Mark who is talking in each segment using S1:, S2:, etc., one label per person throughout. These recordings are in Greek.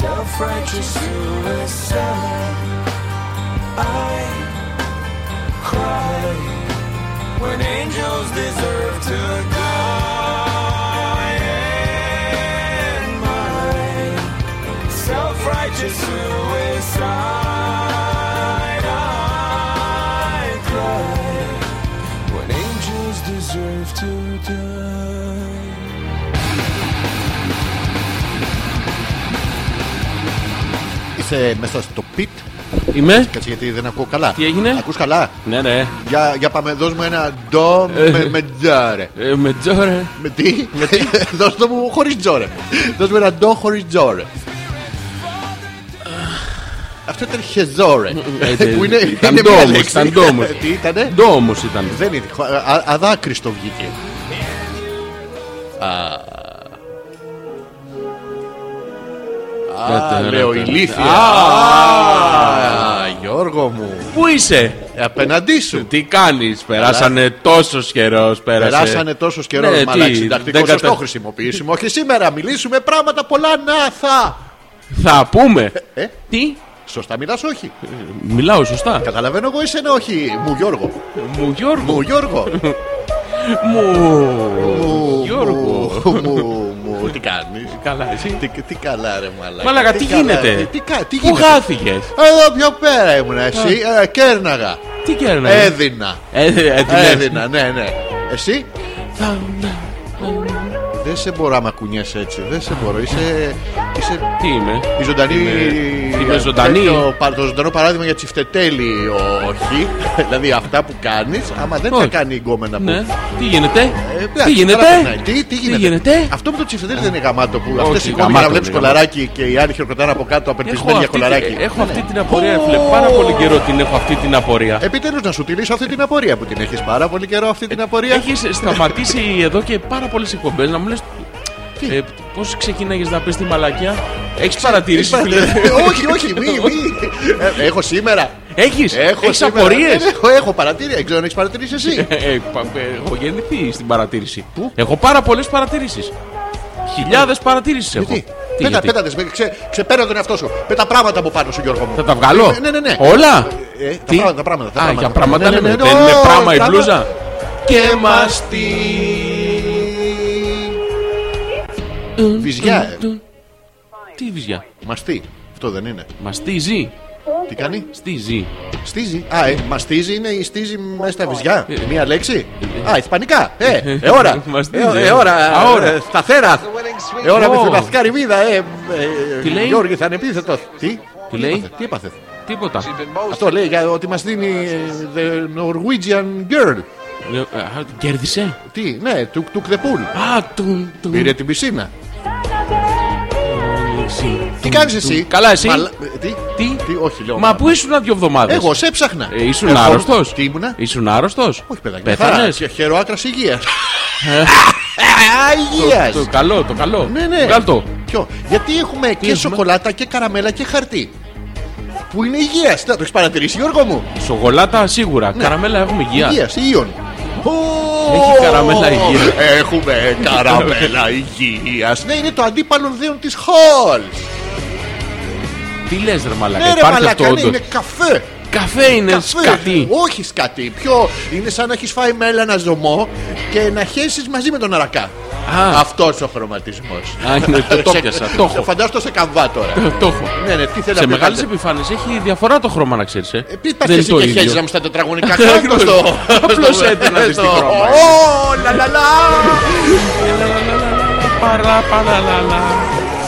S1: French suicide. I cry when angels deserve to die. And my self-righteous suicide. I cry when angels deserve to die.
S2: Είσαι μέσα στο pit.
S3: Είμαι.
S2: Κάτσε γιατί δεν ακούω καλά.
S3: Τι έγινε?
S2: Ακούς καλά.
S3: Ναι, ναι.
S2: Για, για πάμε, δώσ' μου ένα ντο με, με τζάρε.
S3: Ε, με τζόρε.
S2: Με τι? Με τι? Δώσ' το μου χωρίς τζόρε. Δώσ' μου ένα ντο χωρίς
S3: Ε.
S2: τζόρε. Αυτό ήταν χεζόρε.
S3: Ε, τε-
S2: Που είναι
S3: ήταν
S2: είναι μια
S3: ντόμος,
S2: λέξη.
S3: ήταν ντόμος.
S2: Τι ήτανε?
S3: Ντό όμως ήταν.
S2: Δεν είναι. α- Αδάκριστο βγήκε. Α, λέω ηλίθεια. Α, Γιώργο μου.
S3: Πού είσαι,
S2: Ε, Απέναντί σου.
S3: τι κάνεις, περάσανε τόσος καιρός. Πέρασε.
S2: Περάσανε τόσος καιρός
S3: Ναι,
S2: ναι,
S3: τι,
S2: μαλάκι συντακτικό
S3: δεν κατα-
S2: σωστό χρησιμοποιήσιμο και σήμερα μιλήσουμε πράγματα πολλά να θα.
S3: Θα πούμε.
S2: Ε,
S3: Τι,
S2: σωστά μιλάς όχι.
S3: μιλάω σωστά.
S2: Καταλαβαίνω εγώ εσένα όχι. Μου Γιώργο.
S3: Μου Γιώργο.
S2: Μου Γιώργο.
S3: Μου Γιώργο.
S2: Μου, μου, μου, τι κάνεις.
S3: Καλά, εσύ.
S2: Τι, τι καλά ρε μαλάκα.
S3: Μαλάκα, τι
S2: καλά,
S3: γίνεται.
S2: Τι, τι, κα- τι
S3: Πού
S2: γίνεται.
S3: χάθηκες.
S2: Εδώ πιο πέρα ήμουν εσύ. Ε, κέρναγα.
S3: Τι κέρναγες.
S2: Έδινα.
S3: Ε, ε, ε, τι λες.
S2: Έδινα, ναι, ναι. Εσύ.
S3: Θα-
S2: Δεν σε μπορώ άμα κουνιέσαι έτσι. Δεν σε μπορώ. Είσαι, είσαι
S3: Τι είμαι.
S2: Η ζωντανή.
S3: Είμαι ζωντανή.
S2: τέτοιο πα- Το ζωντανό παράδειγμα για τσιφτετέλη, όχι. δηλαδή αυτά που κάνεις, άμα δεν
S3: Όχι.
S2: τα κάνει η γκόμενα που.
S3: Ναι. Τι γίνεται.
S2: Ε, εντάξει,
S3: Τι γίνεται.
S2: παραπονάει. Τι, τι γίνεται. Αυτό με το τσιφτετέλη δεν είναι γαμάτο που αυτές οι γκόμενε
S3: γαμάτο
S2: να βλέπεις
S3: είναι,
S2: κολαράκι και οι άλλοι χειροκροτάνε από κάτω απερπισμένοι για
S3: αυτή,
S2: κολαράκι. Ναι.
S3: την- έχω αυτή την απορία, φίλε. Πάρα πολύ καιρό την έχω αυτή την απορία.
S2: Επιτέλους να σου τη λύσω αυτή την απορία που την έχεις πάρα πολύ καιρό αυτή την απορία.
S3: Ε, Έχεις σταματήσει εδώ και πάρα πολλές εκπομπές να μου λες.
S2: Τι?
S3: Ε, Πώς ξεκίναγε να πεις τη μαλακιά, Έχεις παρατηρήσει,
S2: Είπατε- Ε,
S3: φίλε.
S2: όχι, όχι, μη, μη. Ε, Έχω σήμερα.
S3: Έχεις
S2: Έχω
S3: έχεις Ε,
S2: σήμερα. Ναι,
S3: απορίε.
S2: Δεν Έχω, έχω παρατήρια. Δεν ξέρω αν έχεις παρατηρήσει εσύ.
S3: Έχω γεννηθεί στην παρατήρηση.
S2: Πού?
S3: Έχω πάρα πολλές παρατηρήσεις. Χιλιάδες παρατηρήσει έχω.
S2: Γιατί.
S3: Τι,
S2: Πέτα,
S3: γιατί?
S2: πέτα, τις, ξε, ξεπέρα τον εαυτό σου. Πέτα πράγματα από πάνω σου, Γιώργο μου.
S3: Θα τα βγάλω.
S2: Ναι, ναι, ναι.
S3: Όλα.
S2: Ε, τα πράγματα, τα πράγματα, τα
S3: Α,
S2: πράγματα.
S3: για πράγματα
S2: Ναι, ναι,
S3: λέμε.
S2: ναι, ναι.
S3: Δεν είναι
S2: Ω,
S3: πράγμα η
S2: τα-
S3: μπλούζα.
S2: Και μας τη. Βυζιά, ε.
S3: Τι βυζιά.
S2: Μαστί. Αυτό δεν είναι.
S3: Μαστίζει.
S2: Τι κάνει.
S3: Στίζει.
S2: Στίζει. Α, ε, μαστίζει είναι η στίζει μέσα στα βυζιά.
S3: Ε,
S2: Μία λέξη. Α, ισπανικά. Ε, ε, ώρα.
S3: Μαστίζει,
S2: Ε,
S3: ε.
S2: ε, ώρα.
S3: Α, ώρα.
S2: ε, Σταθέρα. Ε, ώρα με
S3: Ω.
S2: φιλαθικά ρημίδα. Ε, ε,
S3: Τι λέει?
S2: Γιώργη, θα είναι επίθετος. Τι.
S3: Τι λέει?
S2: έπαθε, Τι έπαθε.
S3: Τίποτα.
S2: Αυτό λέει για ότι μας δίνει ε, The Norwegian Girl.
S3: Λέω, Ε, α, Κέρδισε.
S2: Τι, ναι, του took the pool.
S3: Α, τον. τον-
S2: Πήρε την πισίνα.
S3: εσύ.
S2: Τι κάνεις εσύ.
S3: Καλά, εσύ.
S2: ε, Τι,
S3: Τι.
S2: τι, όχι λέω.
S3: Μα πού ήσουν δύο εβδομάδες.
S2: Εγώ σε έψαχνα.
S3: Ε, ήσουν
S2: Εγώ-
S3: άρρωστος.
S2: Τι ήμουνα.
S3: Ήσουν άρρωστος.
S2: Όχι παιδάκι.
S3: Πέθανε.
S2: Πέθανε. Χαίρο άκρας υγείας. Αγία.
S3: Ε. Το καλό, το καλό.
S2: Ναι, ναι.
S3: Βγάλ' το.
S2: Ποιο. Γιατί έχουμε και
S3: έχουμε?
S2: σοκολάτα και καραμέλα και χαρτί. Που είναι υγείας. Το έχεις παρατηρήσει, Γιώργο μου.
S3: Σοκολάτα σίγουρα. Καραμέλα έχουμε υγεία.
S2: Ναι. Υγεία, ίον.
S3: Έχει καραμέλα υγείας.
S2: Έχουμε καραμέλα υγεία. Ναι, είναι το αντίπαλον δέον τη Χολ.
S3: Τι λες, ρε μαλακά.
S2: Ναι, ρε
S3: Υπάρχει
S2: μαλακά,
S3: αυτό
S2: ναι,
S3: όντως.
S2: είναι καφέ.
S3: Καφέ είναι
S2: Καφέ.
S3: Ναι, σκατή.
S2: Όχι σκατή. Πιο είναι σαν να έχεις φάει με ένα ζωμό και να χέσεις μαζί με τον αρακά.
S3: Α.
S2: Αυτός ο χρωματισμός.
S3: Α, είναι, το- το πιάσα, το έχω.
S2: Φαντάζομαι σε καμβά τώρα.
S3: Το έχω.
S2: ναι, ναι, τι θέλει
S3: Σε
S2: να
S3: μεγάλε
S2: μεγάλη
S3: επιφάνειες έχει διαφορά το χρώμα να ξέρεις. Ε.
S2: Επίση πα και εσύ και χέζα με στα τετραγωνικά κάτω στο.
S3: Απλώς
S2: στο-
S3: έτσι να δεις τι
S2: στο-
S3: χρώμα είναι.
S2: Ω, λα, λα, λα.
S3: Παρά, παρά, λα, λα.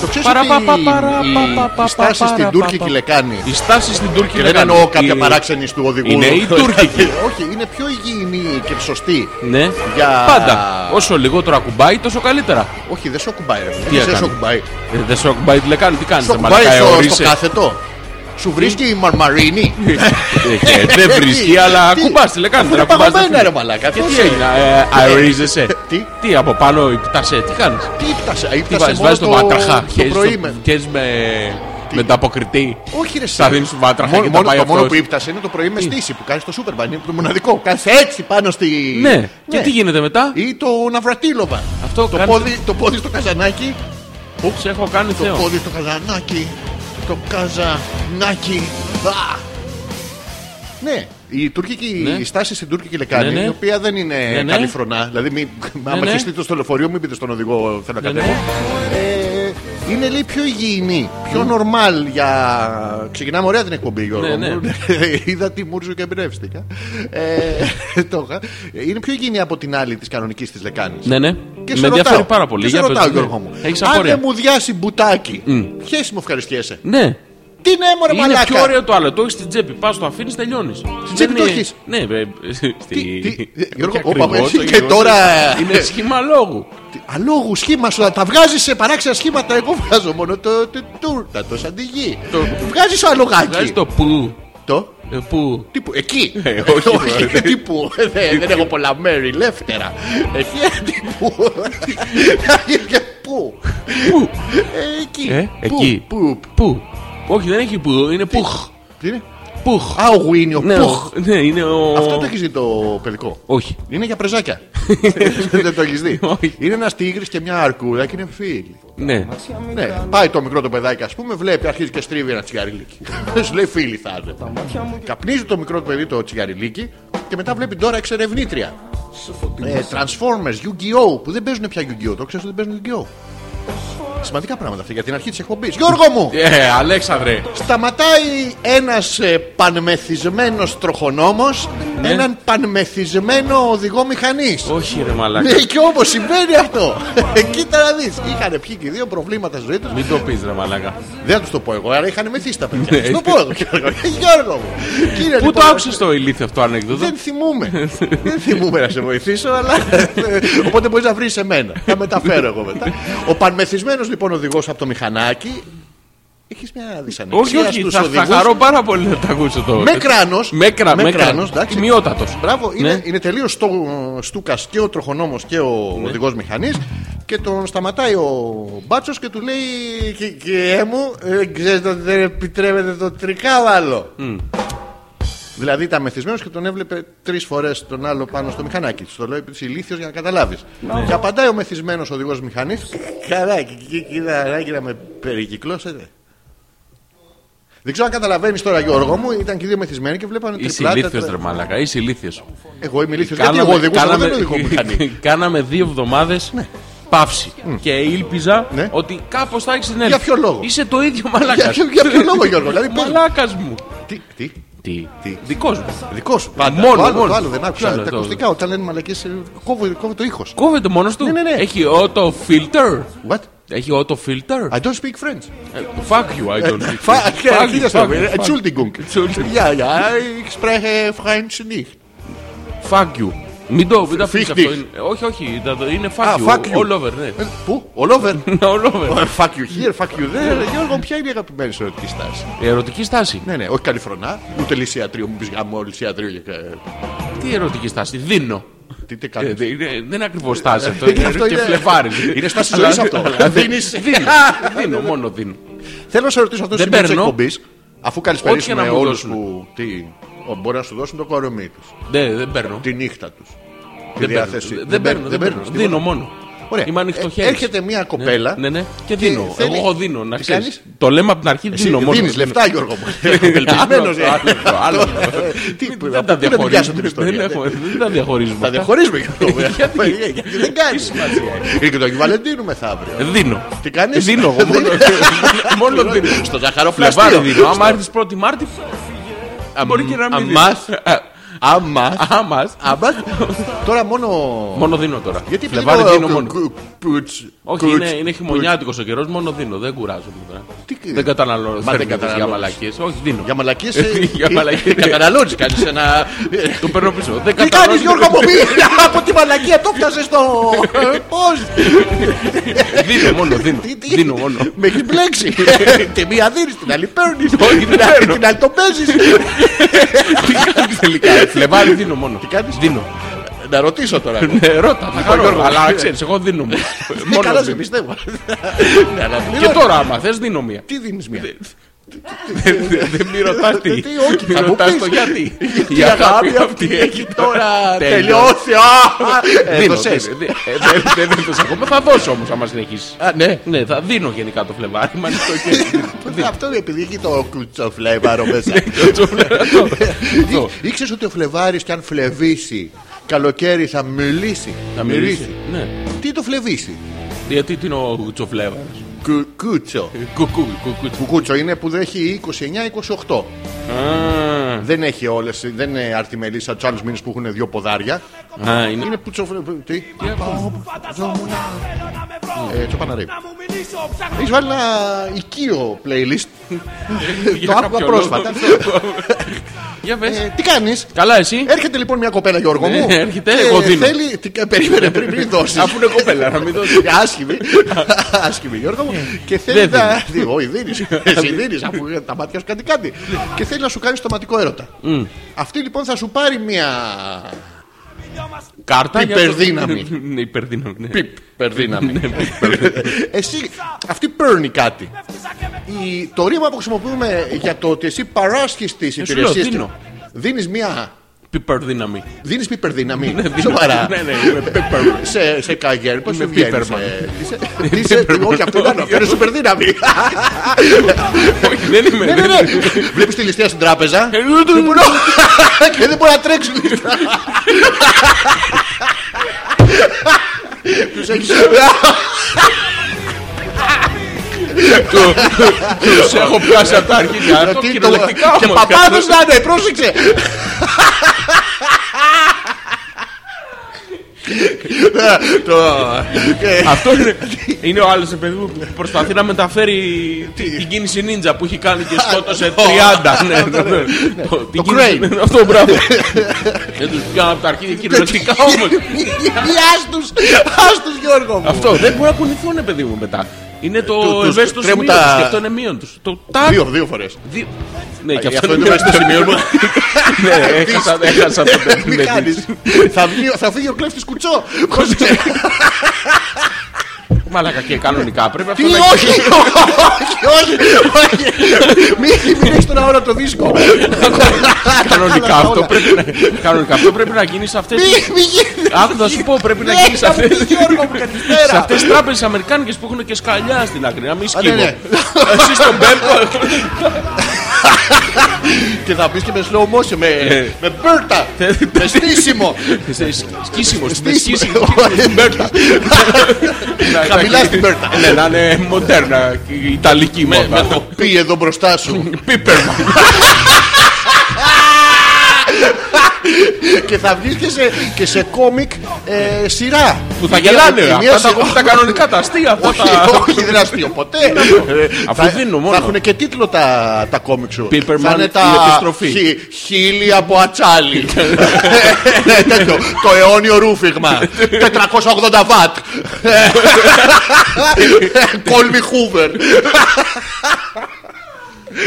S2: Το ξέρεις
S3: Παρα,
S2: ότι
S3: πα, πα, παρα,
S2: η-
S3: πα, πα, πα,
S2: η στάση
S3: πα,
S2: στην
S3: πα,
S2: τουρκική
S3: πα.
S2: λεκάνη.
S3: Η στάση στην Τούρκη
S2: Και δεν
S3: λεκάνη.
S2: εννοώ κάποια
S3: Η-
S2: παράξενη του οδηγού.
S3: Είναι η τουρκική.
S2: Όχι, είναι πιο υγιεινή και σωστή.
S3: Ναι,
S2: Για-
S3: πάντα. Όσο λιγότερο ακουμπάει, τόσο καλύτερα.
S2: Όχι, δεν σε ακουμπάει. ρε.
S3: Τι
S2: Δεν σε
S3: έκανε?
S2: ακουμπάει.
S3: Ε, δεν σου ακουμπάει τι λεκάνη, τι κάνεις
S2: Σου
S3: ρε ε,
S2: ακουμπάει
S3: μαλακά,
S2: στο,
S3: εωρίσαι.
S2: στο κάθετο. Σου βρίσκει η μαρμαρίνη.
S3: Ε, ε, Δεν βρίσκει, αλλά
S2: Τι?
S3: ακουμπάς τη λεκάνη.
S2: Αφού
S3: δεν
S2: είναι
S3: ακουμπάς το
S2: παγωμένα,
S3: φίλο.
S2: ρε μαλάκα,
S3: Και
S2: πώς
S3: τι
S2: είναι?
S3: έγινε, ε, αερίζεσαι.
S2: Τι?
S3: Τι από πάνω υπτάσαι, τι κάνεις.
S2: Τι ύπτασε, α,
S3: Τι
S2: ύπτασε
S3: βάζεις,
S2: μόνο
S3: βάζεις το βάτραχα.
S2: Το πρωί με.
S3: Χέζεις με με τα αποκριτή.
S2: Όχι ρε
S3: Τα δίνεις του βάτραχα
S2: Μόνο-
S3: και τα
S2: μόνο-
S3: πάει
S2: Το μόνο
S3: αυτός.
S2: που ύπτασε είναι το πρωί με στήση που κάνεις το Σούπερμαν. Είναι το μοναδικό. Κάνεις έτσι πάνω στη...
S3: Ναι, και τι γίνεται μετά.
S2: Ή το Ναυρατήλοβα.
S3: Αυτό
S2: το
S3: κάνεις-
S2: πόδι, το πόδι στο καζανάκι.
S3: Ούψ, έχω κάνει
S2: Ε, Το
S3: θεό.
S2: πόδι στο καζανάκι. το καζανάκι. Α! Ναι, η τουρκική
S3: Ναι.
S2: η στάση στην τουρκική λεκάνη,
S3: Ναι, ναι.
S2: η οποία δεν είναι
S3: Ναι, ναι.
S2: καλή φρονά. Δηλαδή, μην, άμα
S3: ναι.
S2: χεστείτε στο λεωφορείο, μην πείτε στον οδηγό θέλω να
S3: Ναι,
S2: κατέβω. Ε, είναι λέει πιο υγιεινή, πιο normal για. Ξεκινάμε ωραία την εκπομπή, Γιώργο.
S3: Ναι,
S2: μου.
S3: ναι.
S2: Είδα τη Μούρζο και εμπνεύστηκα. Ε, το είχα. είναι πιο υγιεινή από την άλλη της κανονικής της λεκάνης.
S3: Ναι, ναι.
S2: Και
S3: με
S2: σε
S3: ενδιαφέρει
S2: ρωτάω.
S3: πάρα πολύ.
S2: Και σε
S3: Για πες,
S2: ρωτάω,
S3: ναι.
S2: Γιώργο μου.
S3: Έχεις
S2: Αν
S3: απορία.
S2: δεν μου διάσει μπουτάκι, χέση μου ευχαριστιέσαι.
S3: Ναι.
S2: Τι ναι, μωρέ
S3: Είναι
S2: μαλάκα.
S3: πιο ωραίο το άλλο. Το έχεις στην τσέπη. Πας το αφήνεις, τελειώνεις. Στην
S2: τσέπη το έχεις.
S3: Ναι, ε, στη-
S2: Τι- τι- Γιώργο,
S3: Όχι
S2: όπα,
S3: ακριβώς,
S2: εσύ
S3: το
S2: και
S3: γεγονός
S2: τώρα-
S3: Είναι σχήμα λόγου.
S2: Τι- Αλόγου σχήμα σου, τα βγάζεις σε παράξενα σχήματα. Εγώ βγάζω μόνο το το- τούρτα, το σαντιγί.
S3: Το-
S2: Βγάζεις το
S3: Βγάζει
S2: αλογάκι.
S3: το που.
S2: Το.
S3: ε, Που.
S2: Τύπου, εκεί.
S3: Ε, όχι,
S2: όχι. Τύπου, ε, δεν δεν έχω πολλά μέρη, ελεύθερα. Εκεί, ε, τύπου. Και Πού.
S3: Πού.
S2: Ε, Εκεί.
S3: Ε,
S2: Πού,
S3: εκεί.
S2: Πού.
S3: Πού. Όχι, δεν έχει που. Είναι πουχ.
S2: Τι είναι.
S3: Πουχ.
S2: Α, ο Γουίνιο.
S3: Ναι,
S2: Πουχ.
S3: ο- ναι, είναι ο.
S2: Αυτό το έχεις δει το παιδικό.
S3: Όχι.
S2: Είναι για πρεζάκια. Δεν το έχεις δει.
S3: Όχι.
S2: Είναι ένας τίγρης και μια αρκούδα και είναι φίλοι.
S3: Ναι.
S2: Ναι, πάει το μικρό το παιδάκι, ας πούμε, βλέπει, αρχίζει και στρίβει ένα τσιγαριλίκι. Σου λέει φίλοι θα είναι. Καπνίζει το μικρό το παιδί το τσιγαριλίκι και μετά βλέπει τώρα εξερευνήτρια. Ε, Transformers, Yu-Gi-Oh! που δεν παίζουν πια Yu-Gi-Oh! Το ξέρεις ότι δεν παίζουν Yu-Gi-Oh! Σημαντικά πράγματα αυτά για την αρχή της εκπομπής. Γιώργο μου!
S3: Ε, Αλέξανδρε.
S2: Σταματάει ένας πανμεθυσμένος τροχονόμος
S3: Ναι.
S2: έναν πανμεθυσμένο οδηγό μηχανής.
S3: Όχι, ρε μαλάκα.
S2: Ναι, και όμως συμβαίνει αυτό. Κοίτα να δει. Είχαν πιει και οι δύο προβλήματα στη ζωή τους.
S3: Μην το πεις, ρε μαλάκα.
S2: Δεν τους το πω εγώ, άρα είχαν μεθύσει τα παιδιά.
S3: Ναι.
S2: Τους το πω εγώ, Γιώργο. Γιώργο μου. Κύριε,
S3: Πού
S2: λοιπόν,
S3: το άκουσες το ηλίθιο αυτό ανέκδοτο.
S2: Δεν θυμούμαι. δεν θυμούμαι να σε βοηθήσω, αλλά. Οπότε μπορείς να βρεις εμένα. Θα μεταφέρω εγώ μετά. Ο πανμεθυσμένος λοιπόν οδηγός από το μηχανάκι. Έχει μια
S3: Όχι,
S2: δυσανεξία
S3: όχι.
S2: στους
S3: Θα, θα
S2: οδηγούς.
S3: χαρώ πάρα πολύ να τα ακούσω το.
S2: Με κράνος.
S3: Με, κρα, με
S2: κράνος, εντάξει.
S3: Μειότατο.
S2: Μπράβο, είναι,
S3: Ναι.
S2: είναι τελείως στούκας και ο τροχονόμος και ο ναι. οδηγός μηχανής. Και τον σταματάει ο μπάτσος και του λέει: «Κυ- Κυριέ μου, ε, ξέρετε ότι δεν επιτρέπεται το τρικάβαλο. Δηλαδή ήταν μεθυσμένος και τον έβλεπε τρεις φορές τον άλλο πάνω στο μηχανάκι. Του το λέω έτσι ηλίθιο για να καταλάβεις.
S3: Ναι.
S2: Και απαντάει ο μεθυσμένος οδηγός μηχανής: Καλά, κοίτα, ανάγκη να με περικυκλώσετε. Δεν ξέρω αν καταλαβαίνεις τώρα, Γιώργο μου, ήταν και οι δύο μεθυσμένοι και βλέπανε
S3: Είσαι
S2: τριπλά.
S3: ηλίθιο,
S2: τετρα-
S3: ρε μαλάκα. Είσαι ηλίθιος.
S2: εγώ είμαι ηλίθιος. Γιατί εγώ οδηγούσα, εγώ δεν οδηγώ μηχανή.
S3: κάναμε δύο εβδομάδες παύση. Και ήλπιζα
S2: Ναι.
S3: ότι κάπως θα έχεις συνέλθει.
S2: Για ποιο λόγο?
S3: Είσαι το ίδιο μαλάκας.
S2: Για ποιο- για ποιο λόγο, Γιώργο, δηλαδή πες μου.
S3: Μαλάκας μου.
S2: Τι, τι,
S3: Τι.
S2: τι.
S3: Δικό μου.
S2: Δικό σου. Πάντα.
S3: Μόνο,
S2: το άλλο,
S3: μόνο.
S2: το άλλο δεν άκουσα.
S3: Ποιο άλλο,
S2: τα
S3: το-
S2: ακουστικά όταν λένε μαλακές ε, κόβω, κόβω το ήχος.
S3: Κόβεται μόνος του.
S2: Ναι, ναι, ναι.
S3: Έχει auto filter.
S2: What?
S3: Έχει auto filter.
S2: I don't speak French. Ε,
S3: Ε, Fuck you, I don't think.
S2: Φα-
S3: Fuck you,
S2: Κοίτα στο-
S3: fuck you, fuck you.
S2: ε, Entschuldigung. Ε,
S3: Entschuldigung.
S2: Ja, ja, ich spreche French nicht.
S3: Fuck you. Μην το μην τα αφήσεις
S2: Φίχτη.
S3: αυτό. είναι- Όχι, όχι. τα- το- Είναι
S2: Α,
S3: fuck you.
S2: fuck you.
S3: All over, ναι.
S2: Ε, Πού? All over.
S3: All over.
S2: Ε, Fuck you here, fuck you there. Ε, Γιώργο, ποια είναι η αγαπημένη σου ερωτική στάση.
S3: Ερωτική στάση.
S2: Ναι, ναι, όχι καλυφρονά. Ούτε λυσιατρίο, μου πεις γάμο, λυσιατρίο. και, ε,
S3: Τι ερωτική στάση. Δίνω.
S2: Τι τι
S3: Ε,
S2: κάνεις.
S3: δε- είναι- Δεν είναι ακριβώς στάση αυτό.
S2: Ε,
S3: Είναι
S2: αυτό
S3: και
S2: είναι-
S3: φλεβάρι.
S2: Είναι στάση
S3: Αλλά-
S2: ζωής αυτό.
S3: αλλά
S2: Δίνεις.
S3: Δίνω. Δίνω, μόνο δίνω.
S2: Θέλω να σε ρωτήσω αυτό το
S3: Δεν
S2: σημείο της
S3: παίρνω.
S2: εκπομπής. Αφού
S3: Ό,τι και
S2: καλησπέρισουμε
S3: να μου
S2: όλους
S3: δώσουν.
S2: που. Τι, ο, μπορεί να σου δώσουν το κορμί τους,
S3: Δεν δεν παίρνω.
S2: τη νύχτα τους. Τη
S3: Δεν παίρνω.
S2: διάθεση.
S3: Δεν παίρνω. Δεν παίρνω.
S2: τίποτα.
S3: Δίνω μόνο.
S2: Ωραία.
S3: Είμαι
S2: Ε,
S3: ανοιχτό χέρι.
S2: Έρχεται μια κοπέλα.
S3: Ναι, ναι. Και δίνω.
S2: θέλει-
S3: Εγώ δίνω, να
S2: Τι
S3: ξέρει.
S2: κάνεις?
S3: Το λέμε από την αρχή. Δίνω μόνο.
S2: Δίνεις λεφτά, Γιώργο μου. Ελπισμένος, ε.
S3: Άλλο αυτό, άλλο αυτό.
S2: Τι, πού-
S3: Δεν
S2: πού να
S3: τα
S2: την πιάσω την
S3: διαχωρίζουμε.
S2: ιστορία,
S3: Δεν
S2: ναι.
S3: έχουμε- Δεν τα διαχωρίζουμε.
S2: Θα
S3: αυτά.
S2: διαχωρίζουμε γι' αυτό. βέβαια. Γιατί δεν κάνεις. Είναι και το Αγίου Βαλεντίνου μεθαύριο.
S3: Ε, Δίνω.
S2: Τι κάνεις?
S3: Δίνω εγώ. Μόνο, Ε, μόνο δίνω.
S2: Στο ζαχαροπλαστείο.
S3: Φλεβάρι δίνω. Άμα έρθεις 1η Μάρτη. Μπορεί και να μην δίνω.
S2: αμάς. Άμα.
S3: Άμας.
S2: Άμας. Τώρα μόνο.
S3: Μόνο δίνω τώρα.
S2: Γιατί
S3: Φλεβάρι
S2: πλέον-
S3: δίνω μόνο.
S2: κου- πουτς,
S3: Όχι,
S2: πουτς,
S3: είναι, είναι
S2: πουτς.
S3: χειμωνιάτικος ο καιρός, μόνο δίνω. Δεν κουράζομαι τώρα.
S2: Τι-
S3: Δεν καταναλώνω.
S2: Μα δεν
S3: θερμίδες για
S2: καταναλώνεις.
S3: μαλακίες. Όχι, δίνω.
S2: Για μαλακίες ε,
S3: Για
S2: ε,
S3: μαλακίες.
S2: Καταναλώνεις κάνεις ένα ε,
S3: Το παίρνω πίσω. Δεν
S2: Τι κάνεις
S3: καταναλώνω-
S2: Γιώργο μου Από τη μαλακία το φτάσες στο ε, Πώς
S3: Δίνω μόνο, δίνω.
S2: τι- τι-
S3: δίνω μόνο.
S2: Με έχεις μπλέξει Τη μία δίνεις την άλλη παίρνεις
S3: Όχι, δεν
S2: την άλλη-
S3: παίρνω.
S2: Την άλλη το παίζεις
S3: Τι κάνεις τελικά. ε, Φλεβάρι δίνω μόνο. Τι
S2: κάνεις?
S3: Δίνω.
S2: Να ρωτήσω τώρα
S3: Ναι, ρώτα, θα
S2: Λοιπόν, Γιώργο,
S3: κάνω. Αλλά
S2: ε,
S3: ξέρεις, εγώ δίνω μόνο.
S2: ε,
S3: Μόνο
S2: Καλά σε
S3: δίνω.
S2: πιστεύω Ναι, αλλά
S3: Και
S2: πληρώνεις.
S3: τώρα, άμα θες, δίνω μία.
S2: Τι δίνεις μία
S3: Δεν μη ρωτάς τι.
S2: Ε, Τι, όχι,
S3: Μη
S2: θα μου
S3: ρωτάς
S2: πεις.
S3: το γιατί.
S2: Η αγάπη αυτή έχει τώρα τελειώσει Α, ε,
S3: Δίνω,
S2: δώσες.
S3: δίνω, δίνω. Ε, Δεν δεν δίνω ακόμα, θα δώσω όμως άμα συνεχίσεις.
S2: Α, Ναι
S3: Ναι, θα δίνω γενικά το Φλεβάρι. Μα είναι το χέρι. δει.
S2: Αυτό επειδή έχει το κουτσοφλέβαρο μέσα.
S3: Αυτό.
S2: Ήξερες ότι ο Φλεβάρης κι αν φλεβήσει, καλοκαίρι θα μιλήσει.
S3: Να μιλήσει. Ναι.
S2: Τι το φλεβήσει.
S3: Γιατί τι είναι ο Ε, τσοφλέβαρο.
S2: Κου- Κούτσο.
S3: Κουκού, κουκού.
S2: Κουκούτσο είναι που δεν έχει 29-28.
S3: Α,
S2: Δεν έχει όλες, δεν είναι αρτιμελής σαν του άλλου μήνε που έχουν δύο ποδάρια.
S3: Α, είναι.
S2: Είναι πουτσοφλέβαρο. Τι.
S4: Φανταζόμουν θέλω να με βρω
S2: Ε, Τσοπαναρή.
S4: Να μου μιλήσω ψάχνω
S2: Έχεις βάλει ένα οικείο playlist.
S3: Για
S2: Το άκουγα
S3: κάποιο
S2: πρόσφατα.
S3: λόγο. Για
S2: Ε,
S3: πες.
S2: Τι κάνεις.
S3: Καλά εσύ.
S2: Έρχεται λοιπόν μια κοπέλα Γιώργο
S3: Ναι,
S2: μου.
S3: έρχεται,
S2: και
S3: εγώ δίνω.
S2: Θέλει, τι, ε, περίμενε πριν, πριν δώσεις.
S3: Αφού είναι κοπέλα, να μην δώσεις.
S2: Άσχημη. Άσχημη Γιώργο μου. Και θέλει
S3: Δεν
S2: να. Δι- Όχι, δίνεις. Εσύ δίνεις, αφού τα μάτια σου κάνεις κάτι. Και θέλει να σου κάνει στοματικό έρωτα. Αυτή λοιπόν θα σου πάρει μια.
S3: Κάρτα. για το-
S2: Υπερδύναμη.
S3: Ναι, υπερδύναμη. ναι.
S2: Περδύναμη.
S3: Ναι, υπερδύναμη.
S2: Εσύ, αυτή παίρνει κάτι.
S4: έφτιαξα και με
S2: Η- Το ρήμα που χρησιμοποιούμε για το ότι εσύ παράσχεις τις
S3: Ε, σου λέω,
S2: υπηρεσίες.
S3: δίνω.
S2: Δίνεις μια.
S3: Υπερδύναμη.
S2: Δίνει υπερδύναμη. Σοβαρά.
S3: Ναι, ναι, είμαι πίπερ.
S2: σε, σε καγέρ, πώς
S3: Είμαι
S2: σου βγαίνει.
S3: Πίπερμαν.
S2: ε, Είσαι, είσαι, όχι, αυτό είναι άλλο. Αυτό είναι σούπερ δύναμη.
S3: Όχι, δεν είμαι.
S2: Ναι, ναι,
S3: δεν
S2: ναι. Λοιπόν,
S3: είμαι.
S2: Βλέπεις τη ληστεία στην τράπεζα
S3: Ε, ναι, ναι, ναι.
S2: και δεν μπορεί να τρέξει. Τους έχεις-
S3: Τους έχω πιάσει από τα αρχίδια.
S2: Ε,
S3: Το
S2: Τι το-
S3: κυριολεκτικά
S2: Και
S3: όμως.
S2: παπάδος να είναι, πρόσεξε. Το.
S3: Ε, Αυτό είναι, είναι ο άλλος παιδί μου που προσπαθεί να μεταφέρει την κίνηση νίντζα που έχει κάνει και σκότωσε 30. ναι, ναι, ναι. Το-
S2: Το
S3: την κίνηση-
S2: crane.
S3: ναι, Αυτό μπράβο. Δεν τους πιάνω από τα αρχίδια κυριολεκτικά όμως.
S2: Άστους, άστους Γιώργο μου.
S3: Αυτό δεν μπορούν να κουνηθούν, παιδί μου μετά. Είναι
S2: του-
S3: το
S2: Ε, τους
S3: ευαίσθητο σημείο
S2: τρέμουν
S3: τους
S2: τα-
S3: και αυτό είναι μείον τους. Το τάκ.
S2: Δύο, δύο φορές. Ε,
S3: δι- Ναι, και
S2: Αυτό
S3: αυτό
S2: είναι το ευαίσθητο σημείο μου.
S3: Ναι, έχασα- έχασα το ναι,
S2: Μη
S3: παιχνίδι.
S2: κάνεις. Θα βγει- Θα φύγει ο κλέφτης κουτσό. Πώς ξέρει.
S3: ναι. Μαλάκα και κανονικά πρέπει
S2: Τι
S3: αυτό
S2: όχι,
S3: να
S2: όχι, όχι, όχι. Μην μην έχεις τον αόρατο το δίσκο.
S3: κανονικά
S2: όλα.
S3: αυτό πρέπει να κανονικά αυτό πρέπει να γίνει σε αυτές
S2: Μη μη γίνεται.
S3: Άκου να σου πω, πρέπει να
S2: Ναι,
S3: γίνει σε αυτέ
S2: θα βγει, Γιώργο μου, καλησπέρα.
S3: σε αυτές τις τράπεζες αμερικάνικες που έχουν και σκαλιά στην άκρη, να μην
S2: Α, ναι,
S3: σκύβω.
S2: ναι.
S3: Εσύ στον Πέμπτο
S2: Και θα πεις και με slow motion, με- με μπέρτα, με στήσιμο.
S3: σε σκίσιμο, με
S2: Στήσιμο.
S3: σκίσιμο στην Πέμπτα.
S2: Χαμηλά στην Πέρτα.
S3: Ναι, να είναι μοντέρνα, η ιταλική
S2: Με με
S3: μόδα.
S2: το πει εδώ μπροστά σου
S3: Πίπερμα.
S2: και θα βγεις και σε, και σε κόμικ ε, σειρά.
S3: Που θα
S2: Η μία-
S3: γελάνε,
S2: η μία
S3: αυτά τα
S2: σειρά-
S3: ακούμε τα κανονικά, τα αστεία. αυτά
S2: Όχι,
S3: τα-
S2: όχι, δεν είναι αστείο ποτέ. Ε,
S3: Αφού
S2: θα-
S3: δίνω μόνο.
S2: Θα έχουν και τίτλο τα, τα κόμικ σου.
S3: Paperman,
S2: θα είναι
S3: η
S2: τα
S3: επιστροφή.
S2: χι- χίλια από ατσάλι. ναι, τέτοιο. το αιώνιο ρούφιγμα. 480 βατ. Κόλμη Χούβερ.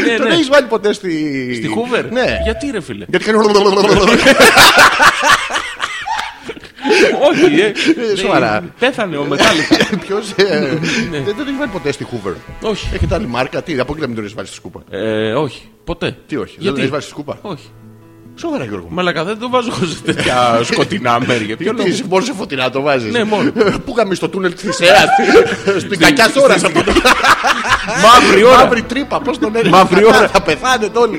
S3: Ναι,
S2: Τον
S3: ναι.
S2: έχεις βάλει ποτέ στη...
S3: Στη Χούβερ.
S2: Ναι.
S3: Γιατί ρε φίλε.
S2: Γιατί κάνει.
S3: Όχι, ε.
S2: Ε, σοβαρά.
S3: Ναι, Πέθανε ο Μετάλλικα.
S2: Ποιος. ε,
S3: Ναι.
S2: Δεν τον έχεις βάλει ποτέ στη Χούβερ.
S3: Όχι.
S2: Έχετε άλλη μάρκα, τι, από εκεί να μην τον έχεις βάλει στη σκούπα.
S3: Ε, όχι. Ποτέ.
S2: Τι όχι, δεν τον
S3: Γιατί.
S2: έχεις βάλει στη σκούπα.
S3: Όχι.
S2: Σοβαρά, Γιώργο. μου.
S3: Μαλακά δεν το βάζω σε τέτοια σκοτεινά μέρη. Ποιο λόγο.
S2: Γιατί μόνο σε φωτεινά το βάζεις.
S3: Ναι, μόνο.
S2: Πού γαμί στο τούνελ της Θησέα. Στην κακιά
S3: στην-
S2: ώρα.
S3: στην-
S2: αυτό το-
S3: Μαύρη ώρα.
S2: Μαύρη τρύπα, πώ τον έλεγε.
S3: Μαύρη ώρα.
S2: Θα πεθάνετε όλοι.